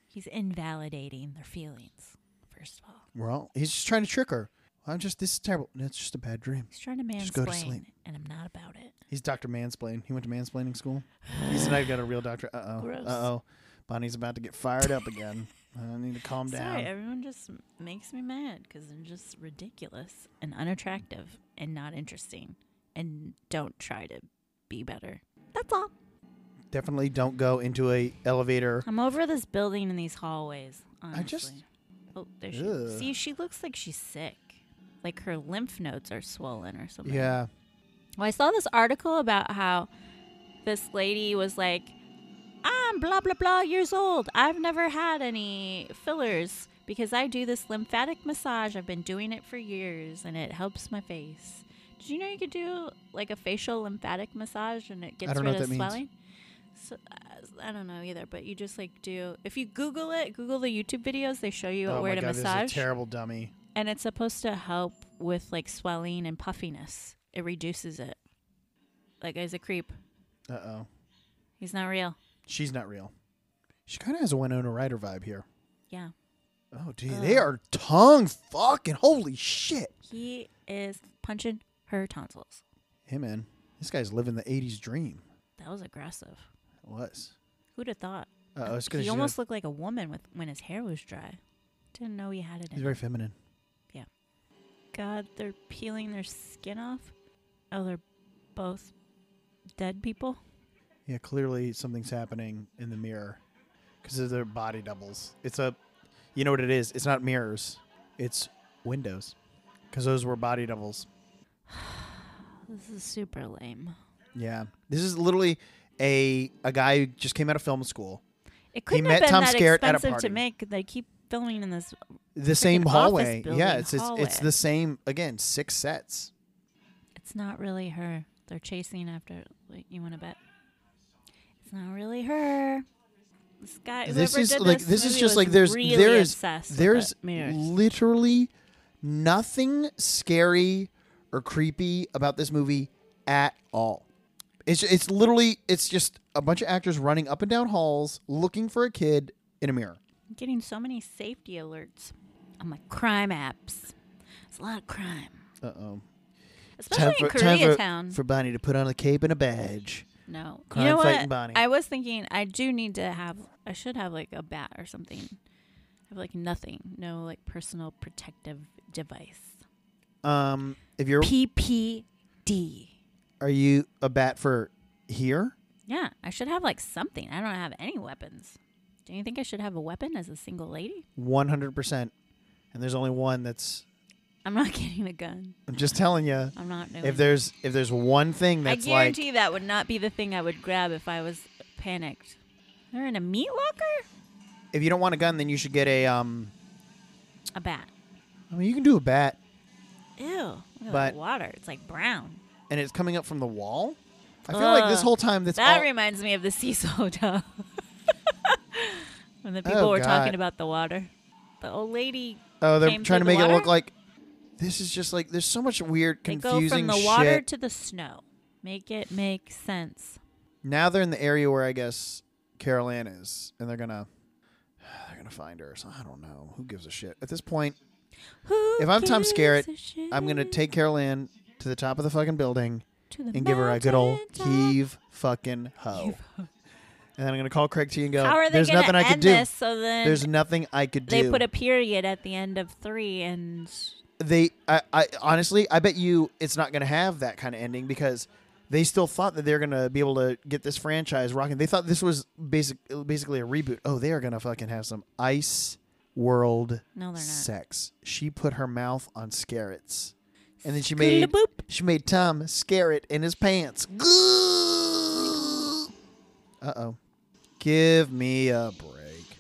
[SPEAKER 2] He's invalidating their feelings. First of all.
[SPEAKER 1] Well, he's just trying to trick her. I'm just this is terrible. No, It's just a bad dream.
[SPEAKER 2] He's trying to
[SPEAKER 1] Just go to
[SPEAKER 2] mansplain,
[SPEAKER 1] sleep.
[SPEAKER 2] and I'm not about it.
[SPEAKER 1] He's Dr. Mansplain. He went to mansplaining school. He's not even got a real doctor. Uh oh.
[SPEAKER 2] Gross.
[SPEAKER 1] Uh oh. Bonnie's about to get fired up again. I need to calm down.
[SPEAKER 2] Sorry, everyone just m- makes me mad because they're just ridiculous and unattractive and not interesting and don't try to be better. That's all.
[SPEAKER 1] Definitely don't go into a elevator.
[SPEAKER 2] I'm over this building and these hallways. Honestly.
[SPEAKER 1] just-
[SPEAKER 2] Oh, there she.
[SPEAKER 1] Ugh.
[SPEAKER 2] See, she looks like she's sick. Like her lymph nodes are swollen or something.
[SPEAKER 1] Yeah.
[SPEAKER 2] Well, I saw this article about how this lady was like, I'm blah, blah, blah years old. I've never had any fillers because I do this lymphatic massage. I've been doing it for years and it helps my face. Did you know you could do like a facial lymphatic massage and it gets
[SPEAKER 1] don't know
[SPEAKER 2] rid
[SPEAKER 1] what
[SPEAKER 2] of
[SPEAKER 1] that means.
[SPEAKER 2] swelling? So, uh, I don't know either, but you just like do. If you Google it, Google the YouTube videos, they show you
[SPEAKER 1] oh
[SPEAKER 2] where
[SPEAKER 1] my
[SPEAKER 2] to
[SPEAKER 1] god, this
[SPEAKER 2] massage
[SPEAKER 1] is a terrible dummy.
[SPEAKER 2] and it's supposed to help with like swelling and puffiness. It reduces it. That guy's a creep.
[SPEAKER 1] Uh oh.
[SPEAKER 2] He's not real.
[SPEAKER 1] She's not real. She kind of has a Winona Ryder vibe here.
[SPEAKER 2] Yeah.
[SPEAKER 1] Oh, dude.
[SPEAKER 2] Um,
[SPEAKER 1] They are tongue fucking. Holy shit.
[SPEAKER 2] He is punching her tonsils.
[SPEAKER 1] Hey, man. This guy's living the 80s dream.
[SPEAKER 2] That was aggressive.
[SPEAKER 1] It was.
[SPEAKER 2] Who'd have thought?
[SPEAKER 1] Uh oh. It's
[SPEAKER 2] he
[SPEAKER 1] because
[SPEAKER 2] almost looked like a woman with when his hair was dry. Didn't know he had it in.
[SPEAKER 1] He's very feminine.
[SPEAKER 2] God, they're peeling their skin off. Oh, they're both dead people.
[SPEAKER 1] Yeah, clearly something's happening in the mirror because of their body doubles. It's a, you know what it is? It's not mirrors, it's windows because those were body doubles.
[SPEAKER 2] This is super lame.
[SPEAKER 1] Yeah, this is literally a a guy who just came out of film school.
[SPEAKER 2] It couldn't
[SPEAKER 1] met
[SPEAKER 2] have been
[SPEAKER 1] Tom
[SPEAKER 2] that
[SPEAKER 1] Skerritt at a
[SPEAKER 2] expensive
[SPEAKER 1] party.
[SPEAKER 2] to make. They keep filming in this.
[SPEAKER 1] The same
[SPEAKER 2] office
[SPEAKER 1] hallway.
[SPEAKER 2] building
[SPEAKER 1] Yeah, it's, it's it's
[SPEAKER 2] hallway.
[SPEAKER 1] the same again. Six sets.
[SPEAKER 2] It's not really her. They're chasing after. Like, you want to bet? It's not really her. This guy.
[SPEAKER 1] this
[SPEAKER 2] whoever
[SPEAKER 1] is
[SPEAKER 2] did
[SPEAKER 1] like
[SPEAKER 2] this,
[SPEAKER 1] this is
[SPEAKER 2] movie
[SPEAKER 1] just
[SPEAKER 2] was
[SPEAKER 1] like there's
[SPEAKER 2] really
[SPEAKER 1] there is
[SPEAKER 2] obsessed with
[SPEAKER 1] there's
[SPEAKER 2] the mirrors.
[SPEAKER 1] literally nothing scary or creepy about this movie at all. It's it's literally it's just a bunch of actors running up and down halls looking for a kid in a mirror.
[SPEAKER 2] I'm getting so many safety alerts on my crime apps. It's a lot of crime,
[SPEAKER 1] Uh oh.
[SPEAKER 2] especially in Koreatown.
[SPEAKER 1] for, for Bonnie to put on a cape and a badge.
[SPEAKER 2] No.
[SPEAKER 1] Crime
[SPEAKER 2] you know
[SPEAKER 1] fighting
[SPEAKER 2] what?
[SPEAKER 1] Bonnie.
[SPEAKER 2] I was thinking I do need to have I should have like a bat or something. Have like nothing. No like personal protective device.
[SPEAKER 1] Um, if you're
[SPEAKER 2] PPD.
[SPEAKER 1] are you a bat for here?
[SPEAKER 2] Yeah, I should have like something. I don't have any weapons. Do you think I should have a weapon as a single lady?
[SPEAKER 1] One hundred percent. And there's only one that's.
[SPEAKER 2] I'm not getting a gun.
[SPEAKER 1] I'm just telling you.
[SPEAKER 2] I'm not doing
[SPEAKER 1] If
[SPEAKER 2] that.
[SPEAKER 1] there's if there's one thing
[SPEAKER 2] I
[SPEAKER 1] that's like
[SPEAKER 2] guarantee that would not be the thing I would grab if I was panicked. They're in a meat locker?
[SPEAKER 1] if you don't want a gun, then you should get a. Um,
[SPEAKER 2] A bat.
[SPEAKER 1] I mean, you can do a bat,
[SPEAKER 2] Ew. Look at
[SPEAKER 1] But-
[SPEAKER 2] that water. It's like brown.
[SPEAKER 1] and it's coming up from the wall. I feel like this
[SPEAKER 2] Ugh.
[SPEAKER 1] whole time that's
[SPEAKER 2] That
[SPEAKER 1] all,
[SPEAKER 2] reminds me of the Cecil Hotel. when the people
[SPEAKER 1] Oh,
[SPEAKER 2] were
[SPEAKER 1] God.
[SPEAKER 2] talking about the water. The old lady,
[SPEAKER 1] oh, they're
[SPEAKER 2] came
[SPEAKER 1] trying to
[SPEAKER 2] through
[SPEAKER 1] make
[SPEAKER 2] the
[SPEAKER 1] it look
[SPEAKER 2] water?
[SPEAKER 1] like this is just like there's so much weird,
[SPEAKER 2] they
[SPEAKER 1] confusing
[SPEAKER 2] go from the water
[SPEAKER 1] shit.
[SPEAKER 2] to the snow. Make it make sense.
[SPEAKER 1] now they're in the area where I guess Carol Ann is, and they're gonna they're gonna find her. So I don't know who gives a shit at this point.
[SPEAKER 2] Who
[SPEAKER 1] If I'm Tom
[SPEAKER 2] gives
[SPEAKER 1] Skerritt,
[SPEAKER 2] a shit?
[SPEAKER 1] I'm gonna take Carol Ann to the top of the fucking building
[SPEAKER 2] to the
[SPEAKER 1] and give her a good old
[SPEAKER 2] mountaintop.
[SPEAKER 1] heave fucking ho. And then I'm gonna call Craig T and go.
[SPEAKER 2] How are they
[SPEAKER 1] There's
[SPEAKER 2] gonna
[SPEAKER 1] nothing I
[SPEAKER 2] end
[SPEAKER 1] could do.
[SPEAKER 2] this? So then
[SPEAKER 1] There's nothing I could do.
[SPEAKER 2] they put a period at the end of three, and
[SPEAKER 1] they I, I honestly i bet you it's not going to have that kind of ending because they still thought that they're going to be able to get this franchise rocking they thought this was basic basically a reboot oh they are going to fucking have some ice world
[SPEAKER 2] no, they're not.
[SPEAKER 1] sex she put her mouth on scarrots and then she made
[SPEAKER 2] Scoot-a-boop.
[SPEAKER 1] she made tom scarrot in his pants Goo! uh-oh give me a break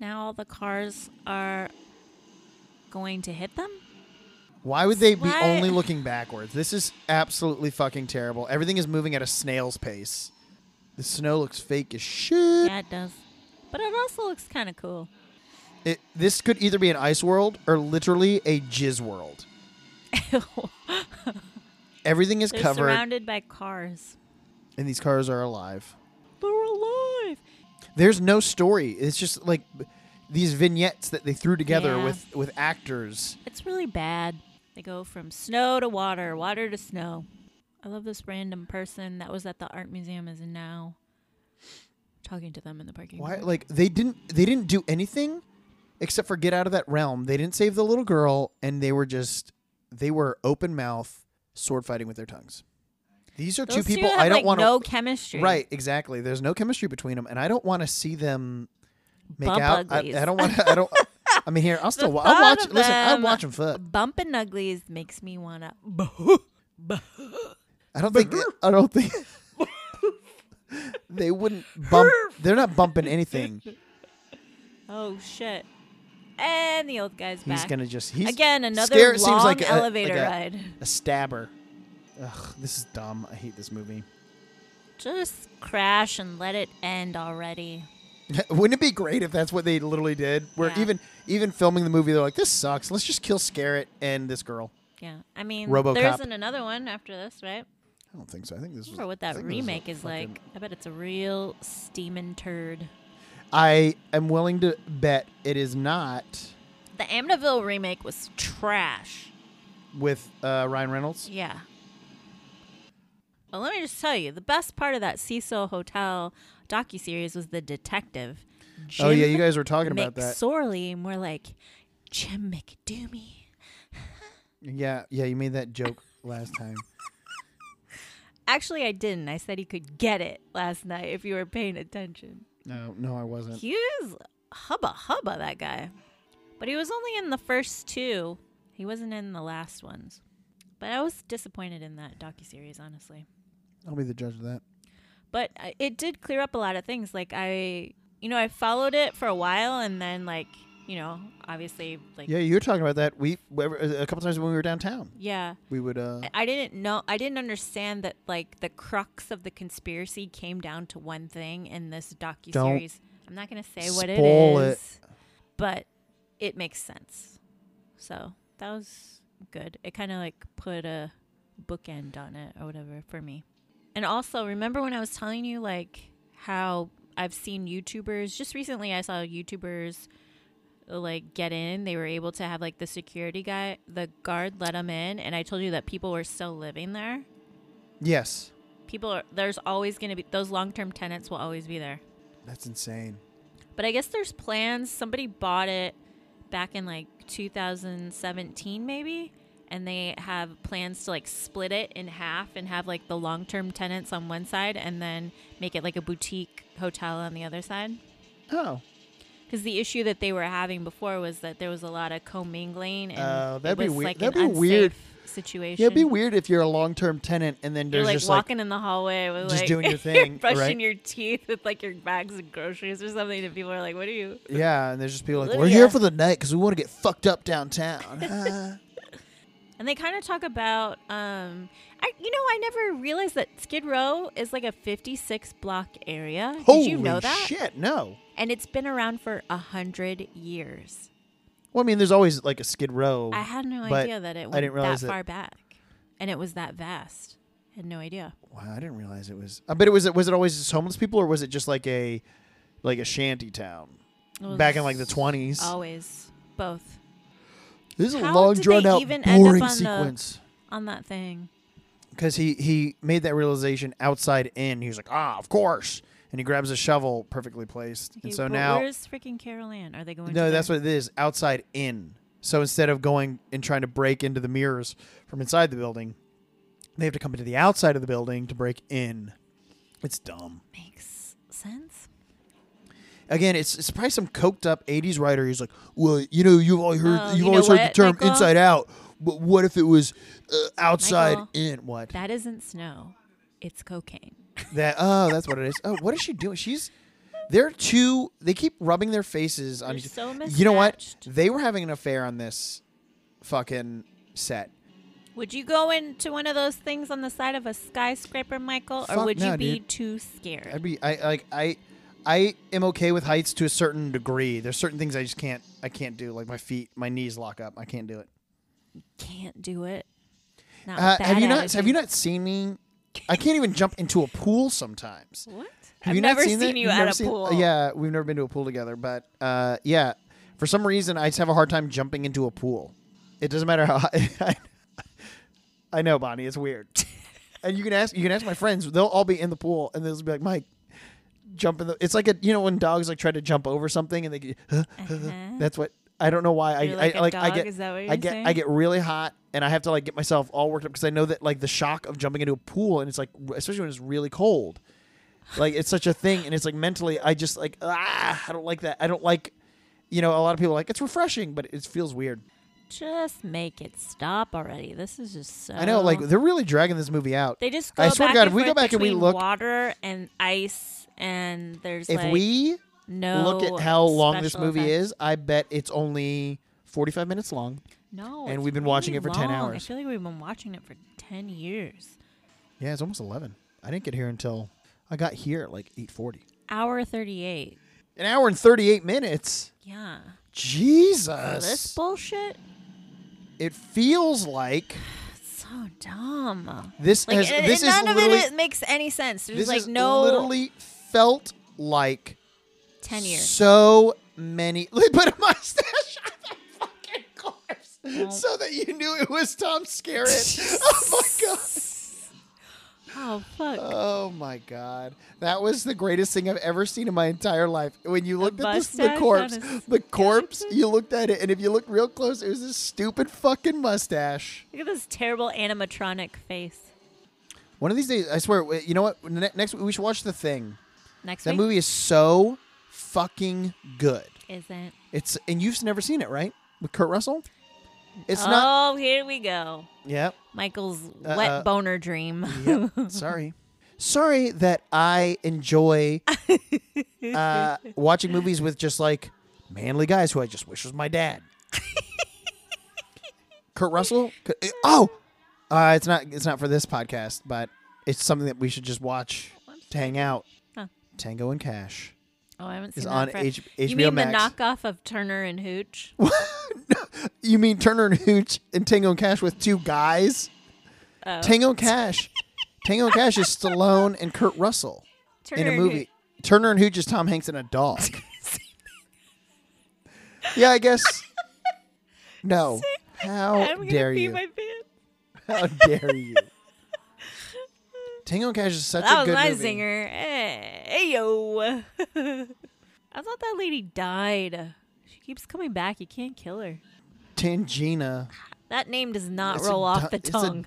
[SPEAKER 2] Now all the cars are going to hit them.
[SPEAKER 1] Why would they be
[SPEAKER 2] Why-
[SPEAKER 1] only looking backwards? This is absolutely fucking terrible. Everything is moving at a snail's pace. The snow looks fake as shit.
[SPEAKER 2] Yeah, it does. But it also looks kind of cool.
[SPEAKER 1] It, this could either be an ice world or literally a jizz world. Everything is
[SPEAKER 2] They're
[SPEAKER 1] covered,
[SPEAKER 2] surrounded by cars.
[SPEAKER 1] and these cars are alive.
[SPEAKER 2] They're alive.
[SPEAKER 1] There's no story. It's just like b- these vignettes that they threw together
[SPEAKER 2] Yeah.
[SPEAKER 1] with with actors.
[SPEAKER 2] It's really bad. They go from snow to water, water to snow. I love this random person that was at the art museum is now talking to them in the parking
[SPEAKER 1] Why?
[SPEAKER 2] lot.
[SPEAKER 1] Like they didn't they didn't do anything except for get out of that realm. They didn't save the little girl, and they were just they were open mouth sword fighting with their tongues. These are two
[SPEAKER 2] Those
[SPEAKER 1] people
[SPEAKER 2] have,
[SPEAKER 1] I don't
[SPEAKER 2] like,
[SPEAKER 1] want
[SPEAKER 2] no chemistry.
[SPEAKER 1] Right, exactly. There's no chemistry between them, and I don't want to see them make
[SPEAKER 2] Bump
[SPEAKER 1] out. I,
[SPEAKER 2] uglies.
[SPEAKER 1] I don't want. to I don't. I mean, here I'll still. wa- I'll
[SPEAKER 2] thought
[SPEAKER 1] watch.
[SPEAKER 2] of
[SPEAKER 1] Listen, I'll
[SPEAKER 2] them-
[SPEAKER 1] watch them fuck.
[SPEAKER 2] Bumping uglies makes me wanna.
[SPEAKER 1] I don't think. I don't think. they wouldn't bump. They're not bumping anything.
[SPEAKER 2] Oh shit! And the old guy's
[SPEAKER 1] He's
[SPEAKER 2] back
[SPEAKER 1] gonna just. He's
[SPEAKER 2] again. Another
[SPEAKER 1] Scarrett
[SPEAKER 2] long
[SPEAKER 1] seems like a-
[SPEAKER 2] elevator
[SPEAKER 1] like a-
[SPEAKER 2] ride.
[SPEAKER 1] a stabber. Ugh, this is dumb. I hate this movie.
[SPEAKER 2] Just crash and let it end already.
[SPEAKER 1] Wouldn't it be great if that's what they literally did? Where
[SPEAKER 2] Yeah.
[SPEAKER 1] even even filming the movie, they're like, "This sucks. Let's just kill Scarrett and this girl."
[SPEAKER 2] Yeah, I mean,
[SPEAKER 1] RoboCop.
[SPEAKER 2] there isn't another one after this, right?
[SPEAKER 4] I don't think so. I think this was.
[SPEAKER 2] I wonder what
[SPEAKER 4] I
[SPEAKER 2] that
[SPEAKER 4] think this was a
[SPEAKER 2] remake is
[SPEAKER 4] fucking-
[SPEAKER 2] like. I bet it's a real steaming turd.
[SPEAKER 1] I am willing to bet it is not
[SPEAKER 2] The Amityville remake was trash.
[SPEAKER 1] with uh, Ryan Reynolds.
[SPEAKER 2] Yeah. Well, let me just tell you, the best part of that Cecil Hotel docuseries was the detective.
[SPEAKER 1] oh yeah,
[SPEAKER 2] Jim
[SPEAKER 1] you guys were talking about that.
[SPEAKER 2] McSorley, and we're like, Jim McDoomy.
[SPEAKER 1] yeah, yeah, you made that joke last time.
[SPEAKER 2] Actually, I didn't. I said he could get it last night if you were paying attention.
[SPEAKER 1] No, no, I wasn't.
[SPEAKER 2] He was hubba hubba, that guy. But he was only in the first two, he wasn't in the last ones. But I was disappointed in that docuseries, honestly.
[SPEAKER 1] I'll be the judge of that.
[SPEAKER 2] but uh, it did clear up a lot of things like i you know i followed it for a while and then like you know obviously like
[SPEAKER 1] Yeah, you were talking about that. We a couple times when we were downtown,
[SPEAKER 2] yeah.
[SPEAKER 1] we would. uh
[SPEAKER 2] I- i didn't know i didn't understand that like the crux of the conspiracy came down to one thing in this docuseries i'm not gonna say what it
[SPEAKER 1] spoil it.
[SPEAKER 2] is but it makes sense so that was good it kind of like put a bookend on it or whatever for me And also, remember when I was telling you like how I've seen YouTubers just recently I saw YouTubers like get in. They were able to have like the security guy, the guard let them in and I told you that people were still living there.
[SPEAKER 1] Yes,
[SPEAKER 2] People are there's always going to be those long-term tenants will always be there.
[SPEAKER 1] that's insane.
[SPEAKER 2] But I guess there's plans. Somebody bought it back in like 2017, maybe, and they have plans to like split it in half and have like the long term tenants on one side and then make it like a boutique hotel on the other side.
[SPEAKER 1] Oh,
[SPEAKER 2] Because the issue that they were having before was that there was a lot of commingling and
[SPEAKER 1] Oh, that'd
[SPEAKER 2] it
[SPEAKER 1] be
[SPEAKER 2] was
[SPEAKER 1] weir-
[SPEAKER 2] like
[SPEAKER 1] that'd
[SPEAKER 2] an
[SPEAKER 1] be weird.
[SPEAKER 2] unsafe situation.
[SPEAKER 1] yeah, it'd be weird if you're a long-term tenant and then
[SPEAKER 2] You're
[SPEAKER 1] there's
[SPEAKER 2] like
[SPEAKER 1] just like
[SPEAKER 2] walking in the hallway with
[SPEAKER 1] just
[SPEAKER 2] like
[SPEAKER 1] doing your
[SPEAKER 2] you're
[SPEAKER 1] thing,
[SPEAKER 2] brushing
[SPEAKER 1] right?
[SPEAKER 2] your teeth with like your bags of groceries or something, and people are like, "What are you?"
[SPEAKER 1] yeah, and there's just people like
[SPEAKER 2] Live
[SPEAKER 1] we're here
[SPEAKER 2] here."
[SPEAKER 1] for the night because we want to get fucked up downtown.
[SPEAKER 2] And they kind of talk about, um, I you know, I never realized that Skid Row is like a 56 block area. Did
[SPEAKER 1] Holy
[SPEAKER 2] you know that?
[SPEAKER 1] shit! No,
[SPEAKER 2] And it's been around for a hundred years.
[SPEAKER 1] well, I mean, there's always like a Skid Row.
[SPEAKER 2] I had no
[SPEAKER 1] But
[SPEAKER 2] idea that it went
[SPEAKER 1] I didn't realize
[SPEAKER 2] that
[SPEAKER 1] that-
[SPEAKER 2] far back, and it was that vast. I had no idea.
[SPEAKER 1] Wow, I didn't realize it was. I bet it was. Was it always just homeless people, or was it just like a, like a shanty town
[SPEAKER 2] It was
[SPEAKER 1] back in like the twenties?
[SPEAKER 2] always both
[SPEAKER 1] this is a
[SPEAKER 2] oh, How
[SPEAKER 1] long
[SPEAKER 2] did they
[SPEAKER 1] drawn out
[SPEAKER 2] even end up
[SPEAKER 1] boring
[SPEAKER 2] on the-
[SPEAKER 1] sequence.
[SPEAKER 2] on that thing.
[SPEAKER 1] Because he he made that realization outside in. He was like, ah, of course, and he grabs a shovel perfectly placed,
[SPEAKER 2] Okay,
[SPEAKER 1] and so
[SPEAKER 2] but
[SPEAKER 1] now
[SPEAKER 2] where's freaking Carol Ann? Are they going?
[SPEAKER 1] no,
[SPEAKER 2] to
[SPEAKER 1] that's
[SPEAKER 2] there?
[SPEAKER 1] what it is. Outside in. So instead of going and trying to break into the mirrors from inside the building, they have to come into the outside of the building to break in. It's dumb.
[SPEAKER 2] makes sense.
[SPEAKER 1] again, it's it's probably some coked up '80s writer who's like, well, you know, you've always heard
[SPEAKER 2] Oh,
[SPEAKER 1] you've
[SPEAKER 2] you know
[SPEAKER 1] always heard the
[SPEAKER 2] what,
[SPEAKER 1] term
[SPEAKER 2] Michael?
[SPEAKER 1] inside out, but what if it was uh, outside
[SPEAKER 2] Michael.
[SPEAKER 1] in? What that,
[SPEAKER 2] That isn't snow. It's cocaine.
[SPEAKER 1] Oh, that's what it is. Oh, what is she doing? She's they're too. They keep rubbing their faces on.
[SPEAKER 2] They're
[SPEAKER 1] each-
[SPEAKER 2] so
[SPEAKER 1] you know what?
[SPEAKER 2] mismatched.
[SPEAKER 1] They were having an affair on this fucking set.
[SPEAKER 2] Would you go into one of those things on the side of a skyscraper, Michael,
[SPEAKER 1] Fuck
[SPEAKER 2] or would
[SPEAKER 1] no,
[SPEAKER 2] you be
[SPEAKER 1] dude.
[SPEAKER 2] too scared?
[SPEAKER 1] I'd be I like I. I am okay with heights to a certain degree. There's certain things I just can't I can't do. Like my feet, my knees lock up. I can't do it.
[SPEAKER 2] Can't do it. Not
[SPEAKER 1] Uh,
[SPEAKER 2] with that
[SPEAKER 1] have you not
[SPEAKER 2] attitude.
[SPEAKER 1] have you not seen me? I can't even jump into a pool sometimes.
[SPEAKER 2] What?
[SPEAKER 1] Have
[SPEAKER 2] I've
[SPEAKER 1] you
[SPEAKER 2] never
[SPEAKER 1] not seen, that?
[SPEAKER 2] you
[SPEAKER 1] You've never
[SPEAKER 2] at a
[SPEAKER 1] seen-
[SPEAKER 2] pool.
[SPEAKER 1] yeah, we've never been to a pool together, but uh, yeah, for some reason I just have a hard time jumping into a pool. It doesn't matter how. I, I know, Bonnie, it's weird. and you can ask you can ask my friends; they'll all be in the pool, and they'll be like, "Mike, jump in the." It's like a you know when dogs like try to jump over something, and they get, huh, huh, huh.
[SPEAKER 2] Uh-huh.
[SPEAKER 1] that's what I don't know why
[SPEAKER 2] You're
[SPEAKER 1] I
[SPEAKER 2] like
[SPEAKER 1] I
[SPEAKER 2] a
[SPEAKER 1] like I
[SPEAKER 2] dog,
[SPEAKER 1] get
[SPEAKER 2] is that what
[SPEAKER 1] I
[SPEAKER 2] you're
[SPEAKER 1] get I
[SPEAKER 2] saying?
[SPEAKER 1] get really hot and I have to like get myself all worked up because I know that like the shock of jumping into a pool and it's like especially when it's really cold, like it's such a thing and it's like mentally I just like ah I don't like that I don't like, you know a lot of people are like it's refreshing but it feels weird.
[SPEAKER 2] Just make it stop already. This is just so.
[SPEAKER 1] I know like they're really dragging this movie out.
[SPEAKER 2] Oh. they just. Go
[SPEAKER 1] I swear to
[SPEAKER 2] back
[SPEAKER 1] God,
[SPEAKER 2] and
[SPEAKER 1] if we go
[SPEAKER 2] forth
[SPEAKER 1] back and we
[SPEAKER 2] between
[SPEAKER 1] look-
[SPEAKER 2] water and ice, and there's
[SPEAKER 1] if
[SPEAKER 2] like
[SPEAKER 1] we
[SPEAKER 2] no
[SPEAKER 1] look at how long this
[SPEAKER 2] special
[SPEAKER 1] movie
[SPEAKER 2] effects.
[SPEAKER 1] is, I bet it's only forty five minutes long.
[SPEAKER 2] No,
[SPEAKER 1] And
[SPEAKER 2] it's
[SPEAKER 1] we've been watching
[SPEAKER 2] really
[SPEAKER 1] it for 10
[SPEAKER 2] long.
[SPEAKER 1] hours.
[SPEAKER 2] I feel like we've been watching it for ten years.
[SPEAKER 1] Yeah, it's almost eleven. I didn't get here until I got here at like eight forty.
[SPEAKER 2] Hour thirty-eight.
[SPEAKER 1] An hour and thirty eight minutes.
[SPEAKER 2] Yeah.
[SPEAKER 1] Jesus.
[SPEAKER 2] This bullshit
[SPEAKER 1] it feels like
[SPEAKER 2] so so dumb.
[SPEAKER 1] This
[SPEAKER 2] Like
[SPEAKER 1] has,
[SPEAKER 2] and-
[SPEAKER 1] this
[SPEAKER 2] and
[SPEAKER 1] is
[SPEAKER 2] none of
[SPEAKER 1] literally
[SPEAKER 2] it makes any sense. There's
[SPEAKER 1] this
[SPEAKER 2] like
[SPEAKER 1] is
[SPEAKER 2] no
[SPEAKER 1] literally felt like
[SPEAKER 2] ten years.
[SPEAKER 1] So many. They put a mustache on the fucking corpse so that you knew it was Tom Skerritt. oh my god.
[SPEAKER 2] Oh fuck!
[SPEAKER 1] Oh my god. That was the greatest thing I've ever seen in my entire life. When you looked at this, the
[SPEAKER 2] mustache on
[SPEAKER 1] corpse,
[SPEAKER 2] a
[SPEAKER 1] the corpse, you looked at it, and if you looked real close, it was this stupid fucking mustache.
[SPEAKER 2] Look at this terrible animatronic face.
[SPEAKER 1] One of these days, I swear. wait, You know what? Ne- Next, week we should watch The Thing.
[SPEAKER 2] Next
[SPEAKER 1] That
[SPEAKER 2] week
[SPEAKER 1] movie is so fucking good.
[SPEAKER 2] isn't.
[SPEAKER 1] It's and you've never seen it, right? With Kurt Russell. It's
[SPEAKER 2] oh,
[SPEAKER 1] not.
[SPEAKER 2] here we go.
[SPEAKER 1] Yeah.
[SPEAKER 2] Michael's
[SPEAKER 1] Uh,
[SPEAKER 2] wet
[SPEAKER 1] uh,
[SPEAKER 2] boner dream.
[SPEAKER 1] Yep. Sorry. Sorry that I enjoy uh, watching movies with just like manly guys who I just wish was my dad. Kurt Russell. Could- eh, Oh, uh, it's not. It's not for this podcast, but it's something that we should just watch to hang out.
[SPEAKER 2] Huh.
[SPEAKER 1] Tango and Cash.
[SPEAKER 2] oh, I haven't
[SPEAKER 1] Is
[SPEAKER 2] seen that.
[SPEAKER 1] on
[SPEAKER 2] for-
[SPEAKER 1] H-
[SPEAKER 2] you
[SPEAKER 1] HBO
[SPEAKER 2] mean
[SPEAKER 1] Max.
[SPEAKER 2] the knockoff of Turner and Hooch?
[SPEAKER 1] You mean Turner and Hooch and Tango and Cash with two guys?
[SPEAKER 2] Oh.
[SPEAKER 1] Tango and Cash. Tango and Cash is Stallone and Kurt Russell
[SPEAKER 2] Turner
[SPEAKER 1] in a
[SPEAKER 2] and
[SPEAKER 1] movie.
[SPEAKER 2] Hooch.
[SPEAKER 1] Turner and Hooch is Tom Hanks and a dog. yeah, I guess. No. How
[SPEAKER 2] I'm gonna
[SPEAKER 1] dare
[SPEAKER 2] pee
[SPEAKER 1] you?
[SPEAKER 2] my pants.
[SPEAKER 1] How dare you? Tango and Cash is such
[SPEAKER 2] That
[SPEAKER 1] a
[SPEAKER 2] was
[SPEAKER 1] good
[SPEAKER 2] my
[SPEAKER 1] movie.
[SPEAKER 2] singer. Hey, yo. I thought that lady died. She keeps coming back. You can't kill her.
[SPEAKER 1] Tangina.
[SPEAKER 2] That name does not
[SPEAKER 1] It's a
[SPEAKER 2] roll off
[SPEAKER 1] du-
[SPEAKER 2] the
[SPEAKER 1] it's a-
[SPEAKER 2] tongue.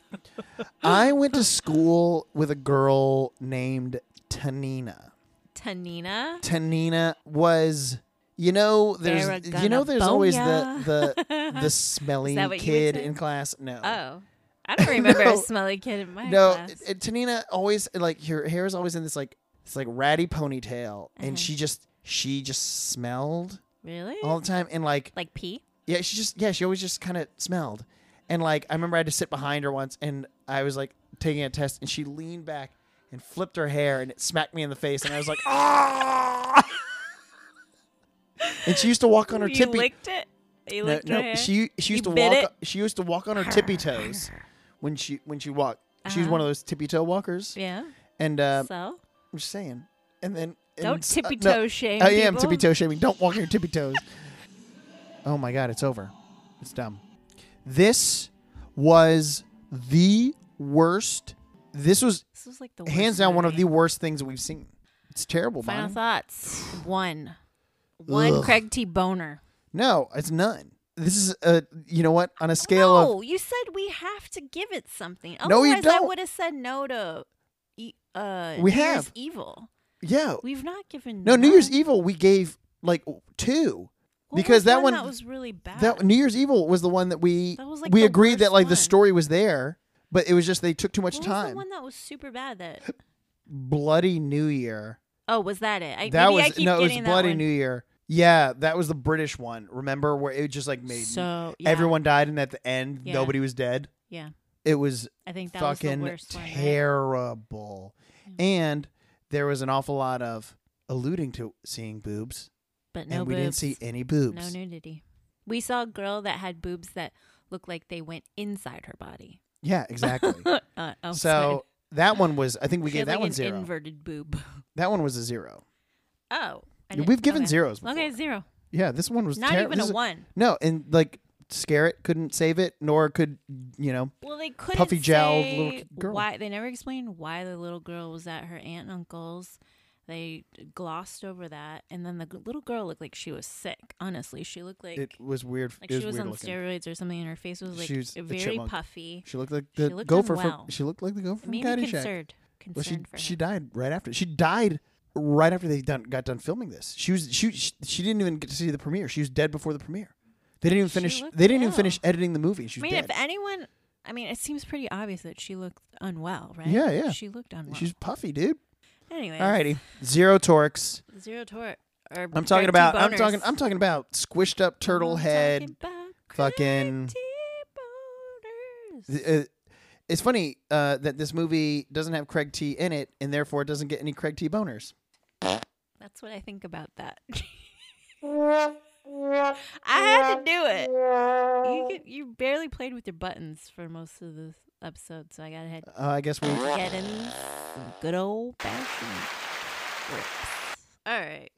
[SPEAKER 1] I went to school with a girl named Tanina.
[SPEAKER 2] Tanina.
[SPEAKER 1] Tanina was you know there's
[SPEAKER 2] They're
[SPEAKER 1] you know
[SPEAKER 2] gonna
[SPEAKER 1] there's always
[SPEAKER 2] bone
[SPEAKER 1] the
[SPEAKER 2] ya.
[SPEAKER 1] the the smelly
[SPEAKER 2] Is that what you would
[SPEAKER 1] kid
[SPEAKER 2] say?
[SPEAKER 1] in class. No.
[SPEAKER 2] Oh, I don't remember
[SPEAKER 1] No.
[SPEAKER 2] a smelly kid in my
[SPEAKER 1] no,
[SPEAKER 2] class.
[SPEAKER 1] it- it- Tanina always like her hair is always in this like it's like ratty ponytail
[SPEAKER 2] Uh-huh.
[SPEAKER 1] and she just she just smelled
[SPEAKER 2] really?
[SPEAKER 1] all the time and like
[SPEAKER 2] like pee?
[SPEAKER 1] yeah, she just yeah, she always just kind of smelled. And like I remember I had to sit behind her once and I was like taking a test and she leaned back and flipped her hair and it smacked me in the face and I was like ah And she used to walk on her
[SPEAKER 2] Oh, you
[SPEAKER 1] tippy
[SPEAKER 2] licked it. You
[SPEAKER 1] no,
[SPEAKER 2] licked her
[SPEAKER 1] no
[SPEAKER 2] hair?
[SPEAKER 1] she she used
[SPEAKER 2] You
[SPEAKER 1] to
[SPEAKER 2] bit
[SPEAKER 1] walk
[SPEAKER 2] it?
[SPEAKER 1] she used to walk on her tippy toes when she when she walked. She was
[SPEAKER 2] Uh-huh.
[SPEAKER 1] one of those tippy toe walkers.
[SPEAKER 2] Yeah.
[SPEAKER 1] And uh,
[SPEAKER 2] so
[SPEAKER 1] I'm just saying. And then and
[SPEAKER 2] don't
[SPEAKER 1] s- uh,
[SPEAKER 2] tippy
[SPEAKER 1] no,
[SPEAKER 2] toe shame.
[SPEAKER 1] I am
[SPEAKER 2] people.
[SPEAKER 1] tippy toe shaming. Don't walk on your tippy toes. oh my god, it's over. It's dumb. This was the worst. This was
[SPEAKER 2] This was like the
[SPEAKER 1] hands
[SPEAKER 2] worst
[SPEAKER 1] down one of
[SPEAKER 2] movie.
[SPEAKER 1] the worst things we've seen. It's terrible,
[SPEAKER 2] final
[SPEAKER 1] Bonnie.
[SPEAKER 2] thoughts. One. One
[SPEAKER 1] Ugh.
[SPEAKER 2] Craig T. Boner.
[SPEAKER 1] No, it's none. This is a you know what on a scale of
[SPEAKER 2] no, you said we have to give it something.
[SPEAKER 1] No, you
[SPEAKER 2] Otherwise, I
[SPEAKER 1] don't.
[SPEAKER 2] would have said no to. e- Uh,
[SPEAKER 1] We
[SPEAKER 2] New Year's
[SPEAKER 1] have.
[SPEAKER 2] evil.
[SPEAKER 1] yeah
[SPEAKER 2] We've not given
[SPEAKER 1] no New Year's
[SPEAKER 2] none.
[SPEAKER 1] Evil we gave like two
[SPEAKER 2] What
[SPEAKER 1] because
[SPEAKER 2] was
[SPEAKER 1] that
[SPEAKER 2] one
[SPEAKER 1] one-
[SPEAKER 2] that was really bad.
[SPEAKER 1] that New Year's Evil was the one that we
[SPEAKER 2] That was, like,
[SPEAKER 1] we
[SPEAKER 2] the
[SPEAKER 1] agreed that
[SPEAKER 2] worst
[SPEAKER 1] like the
[SPEAKER 2] one.
[SPEAKER 1] story was there but it was just they took too much
[SPEAKER 2] what Was
[SPEAKER 1] time
[SPEAKER 2] the one that was super bad. That
[SPEAKER 1] bloody New Year
[SPEAKER 2] oh, was that it? I,
[SPEAKER 1] that
[SPEAKER 2] maybe
[SPEAKER 1] was
[SPEAKER 2] I keep
[SPEAKER 1] no, it was
[SPEAKER 2] getting that
[SPEAKER 1] Bloody
[SPEAKER 2] one.
[SPEAKER 1] New Year. Yeah, that was the British one. Remember where it just like made
[SPEAKER 2] So yeah,
[SPEAKER 1] everyone died, and at the end
[SPEAKER 2] Yeah.
[SPEAKER 1] nobody was dead.
[SPEAKER 2] Yeah,
[SPEAKER 1] It was
[SPEAKER 2] I think that
[SPEAKER 1] fucking
[SPEAKER 2] was the worst
[SPEAKER 1] terrible,
[SPEAKER 2] Yeah.
[SPEAKER 1] and there was an awful lot of alluding to seeing boobs,
[SPEAKER 2] one, right? But no
[SPEAKER 1] and we didn't
[SPEAKER 2] boobs.
[SPEAKER 1] see any boobs.
[SPEAKER 2] No nudity. We saw a girl that had boobs that looked like they went inside her body.
[SPEAKER 1] yeah, exactly.
[SPEAKER 2] Uh, outside.
[SPEAKER 1] so that one was. I think we
[SPEAKER 2] She had,
[SPEAKER 1] gave that
[SPEAKER 2] like
[SPEAKER 1] one
[SPEAKER 2] an
[SPEAKER 1] zero.
[SPEAKER 2] Inverted boob.
[SPEAKER 1] that one was a zero.
[SPEAKER 2] Oh, I
[SPEAKER 1] Yeah,
[SPEAKER 2] didn't-
[SPEAKER 1] We've given
[SPEAKER 2] okay.
[SPEAKER 1] zeros. Before.
[SPEAKER 2] Okay, zero.
[SPEAKER 1] Yeah, this one was
[SPEAKER 2] Not
[SPEAKER 1] ter-
[SPEAKER 2] even a
[SPEAKER 1] this is-
[SPEAKER 2] one.
[SPEAKER 1] No, and like Scarrett couldn't save it, nor could you know
[SPEAKER 2] Well, they couldn't
[SPEAKER 1] puffy jowled little
[SPEAKER 2] say
[SPEAKER 1] girl.
[SPEAKER 2] Why they never explained why the little girl was at her aunt and uncle's. They glossed over that, and then the g- little girl looked like she was sick. Honestly, she looked like
[SPEAKER 1] it was weird.
[SPEAKER 2] like
[SPEAKER 1] it was,
[SPEAKER 2] she was
[SPEAKER 1] weird
[SPEAKER 2] on
[SPEAKER 1] looking.
[SPEAKER 2] steroids or something, and her face was like
[SPEAKER 1] She was a
[SPEAKER 2] very
[SPEAKER 1] chipmunk.
[SPEAKER 2] puffy.
[SPEAKER 1] She looked like the
[SPEAKER 2] looked
[SPEAKER 1] gopher
[SPEAKER 2] unwell.
[SPEAKER 1] from. She looked like the gopher from
[SPEAKER 2] Maybe
[SPEAKER 1] Caddyshack.
[SPEAKER 2] concerned,
[SPEAKER 1] Well, she
[SPEAKER 2] concerned for
[SPEAKER 1] she
[SPEAKER 2] her.
[SPEAKER 1] died right after. She died right after they done got done filming this. She was she she, she didn't even get to see the premiere. She was dead before the premiere. They didn't even
[SPEAKER 2] She
[SPEAKER 1] finish.
[SPEAKER 2] looked
[SPEAKER 1] They didn't even
[SPEAKER 2] ill.
[SPEAKER 1] finish editing the movie.
[SPEAKER 2] I
[SPEAKER 1] She was
[SPEAKER 2] mean, if
[SPEAKER 1] dead.
[SPEAKER 2] anyone, I mean, it seems pretty obvious that she looked unwell, right?
[SPEAKER 1] Yeah, yeah.
[SPEAKER 2] She looked unwell.
[SPEAKER 1] She's puffy, dude.
[SPEAKER 2] anyway.
[SPEAKER 1] Alrighty, zero torques.
[SPEAKER 2] Zero tort. Or
[SPEAKER 1] I'm
[SPEAKER 2] or
[SPEAKER 1] talking
[SPEAKER 2] two
[SPEAKER 1] about. I'm
[SPEAKER 2] boners.
[SPEAKER 1] talking. I'm talking about squished up turtle
[SPEAKER 2] I'm
[SPEAKER 1] head.
[SPEAKER 2] talking about
[SPEAKER 1] fucking-
[SPEAKER 2] crazy boners.
[SPEAKER 1] Th- uh, it's funny uh, that this movie doesn't have Craig T in it, and therefore it doesn't get any Craig T boners.
[SPEAKER 2] That's what I think about that. I had to do it. You get, you barely played with your buttons for most of this episode, so I gotta head
[SPEAKER 1] Uh, I guess we.
[SPEAKER 2] get in some good old fashioned whips. All right,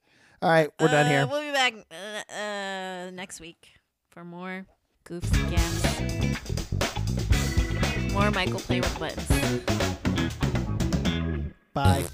[SPEAKER 1] All right, we're done
[SPEAKER 2] Uh,
[SPEAKER 1] here.
[SPEAKER 2] We'll be back uh, uh, next week for more goofs and games, more Michael play with buttons.
[SPEAKER 1] Bye.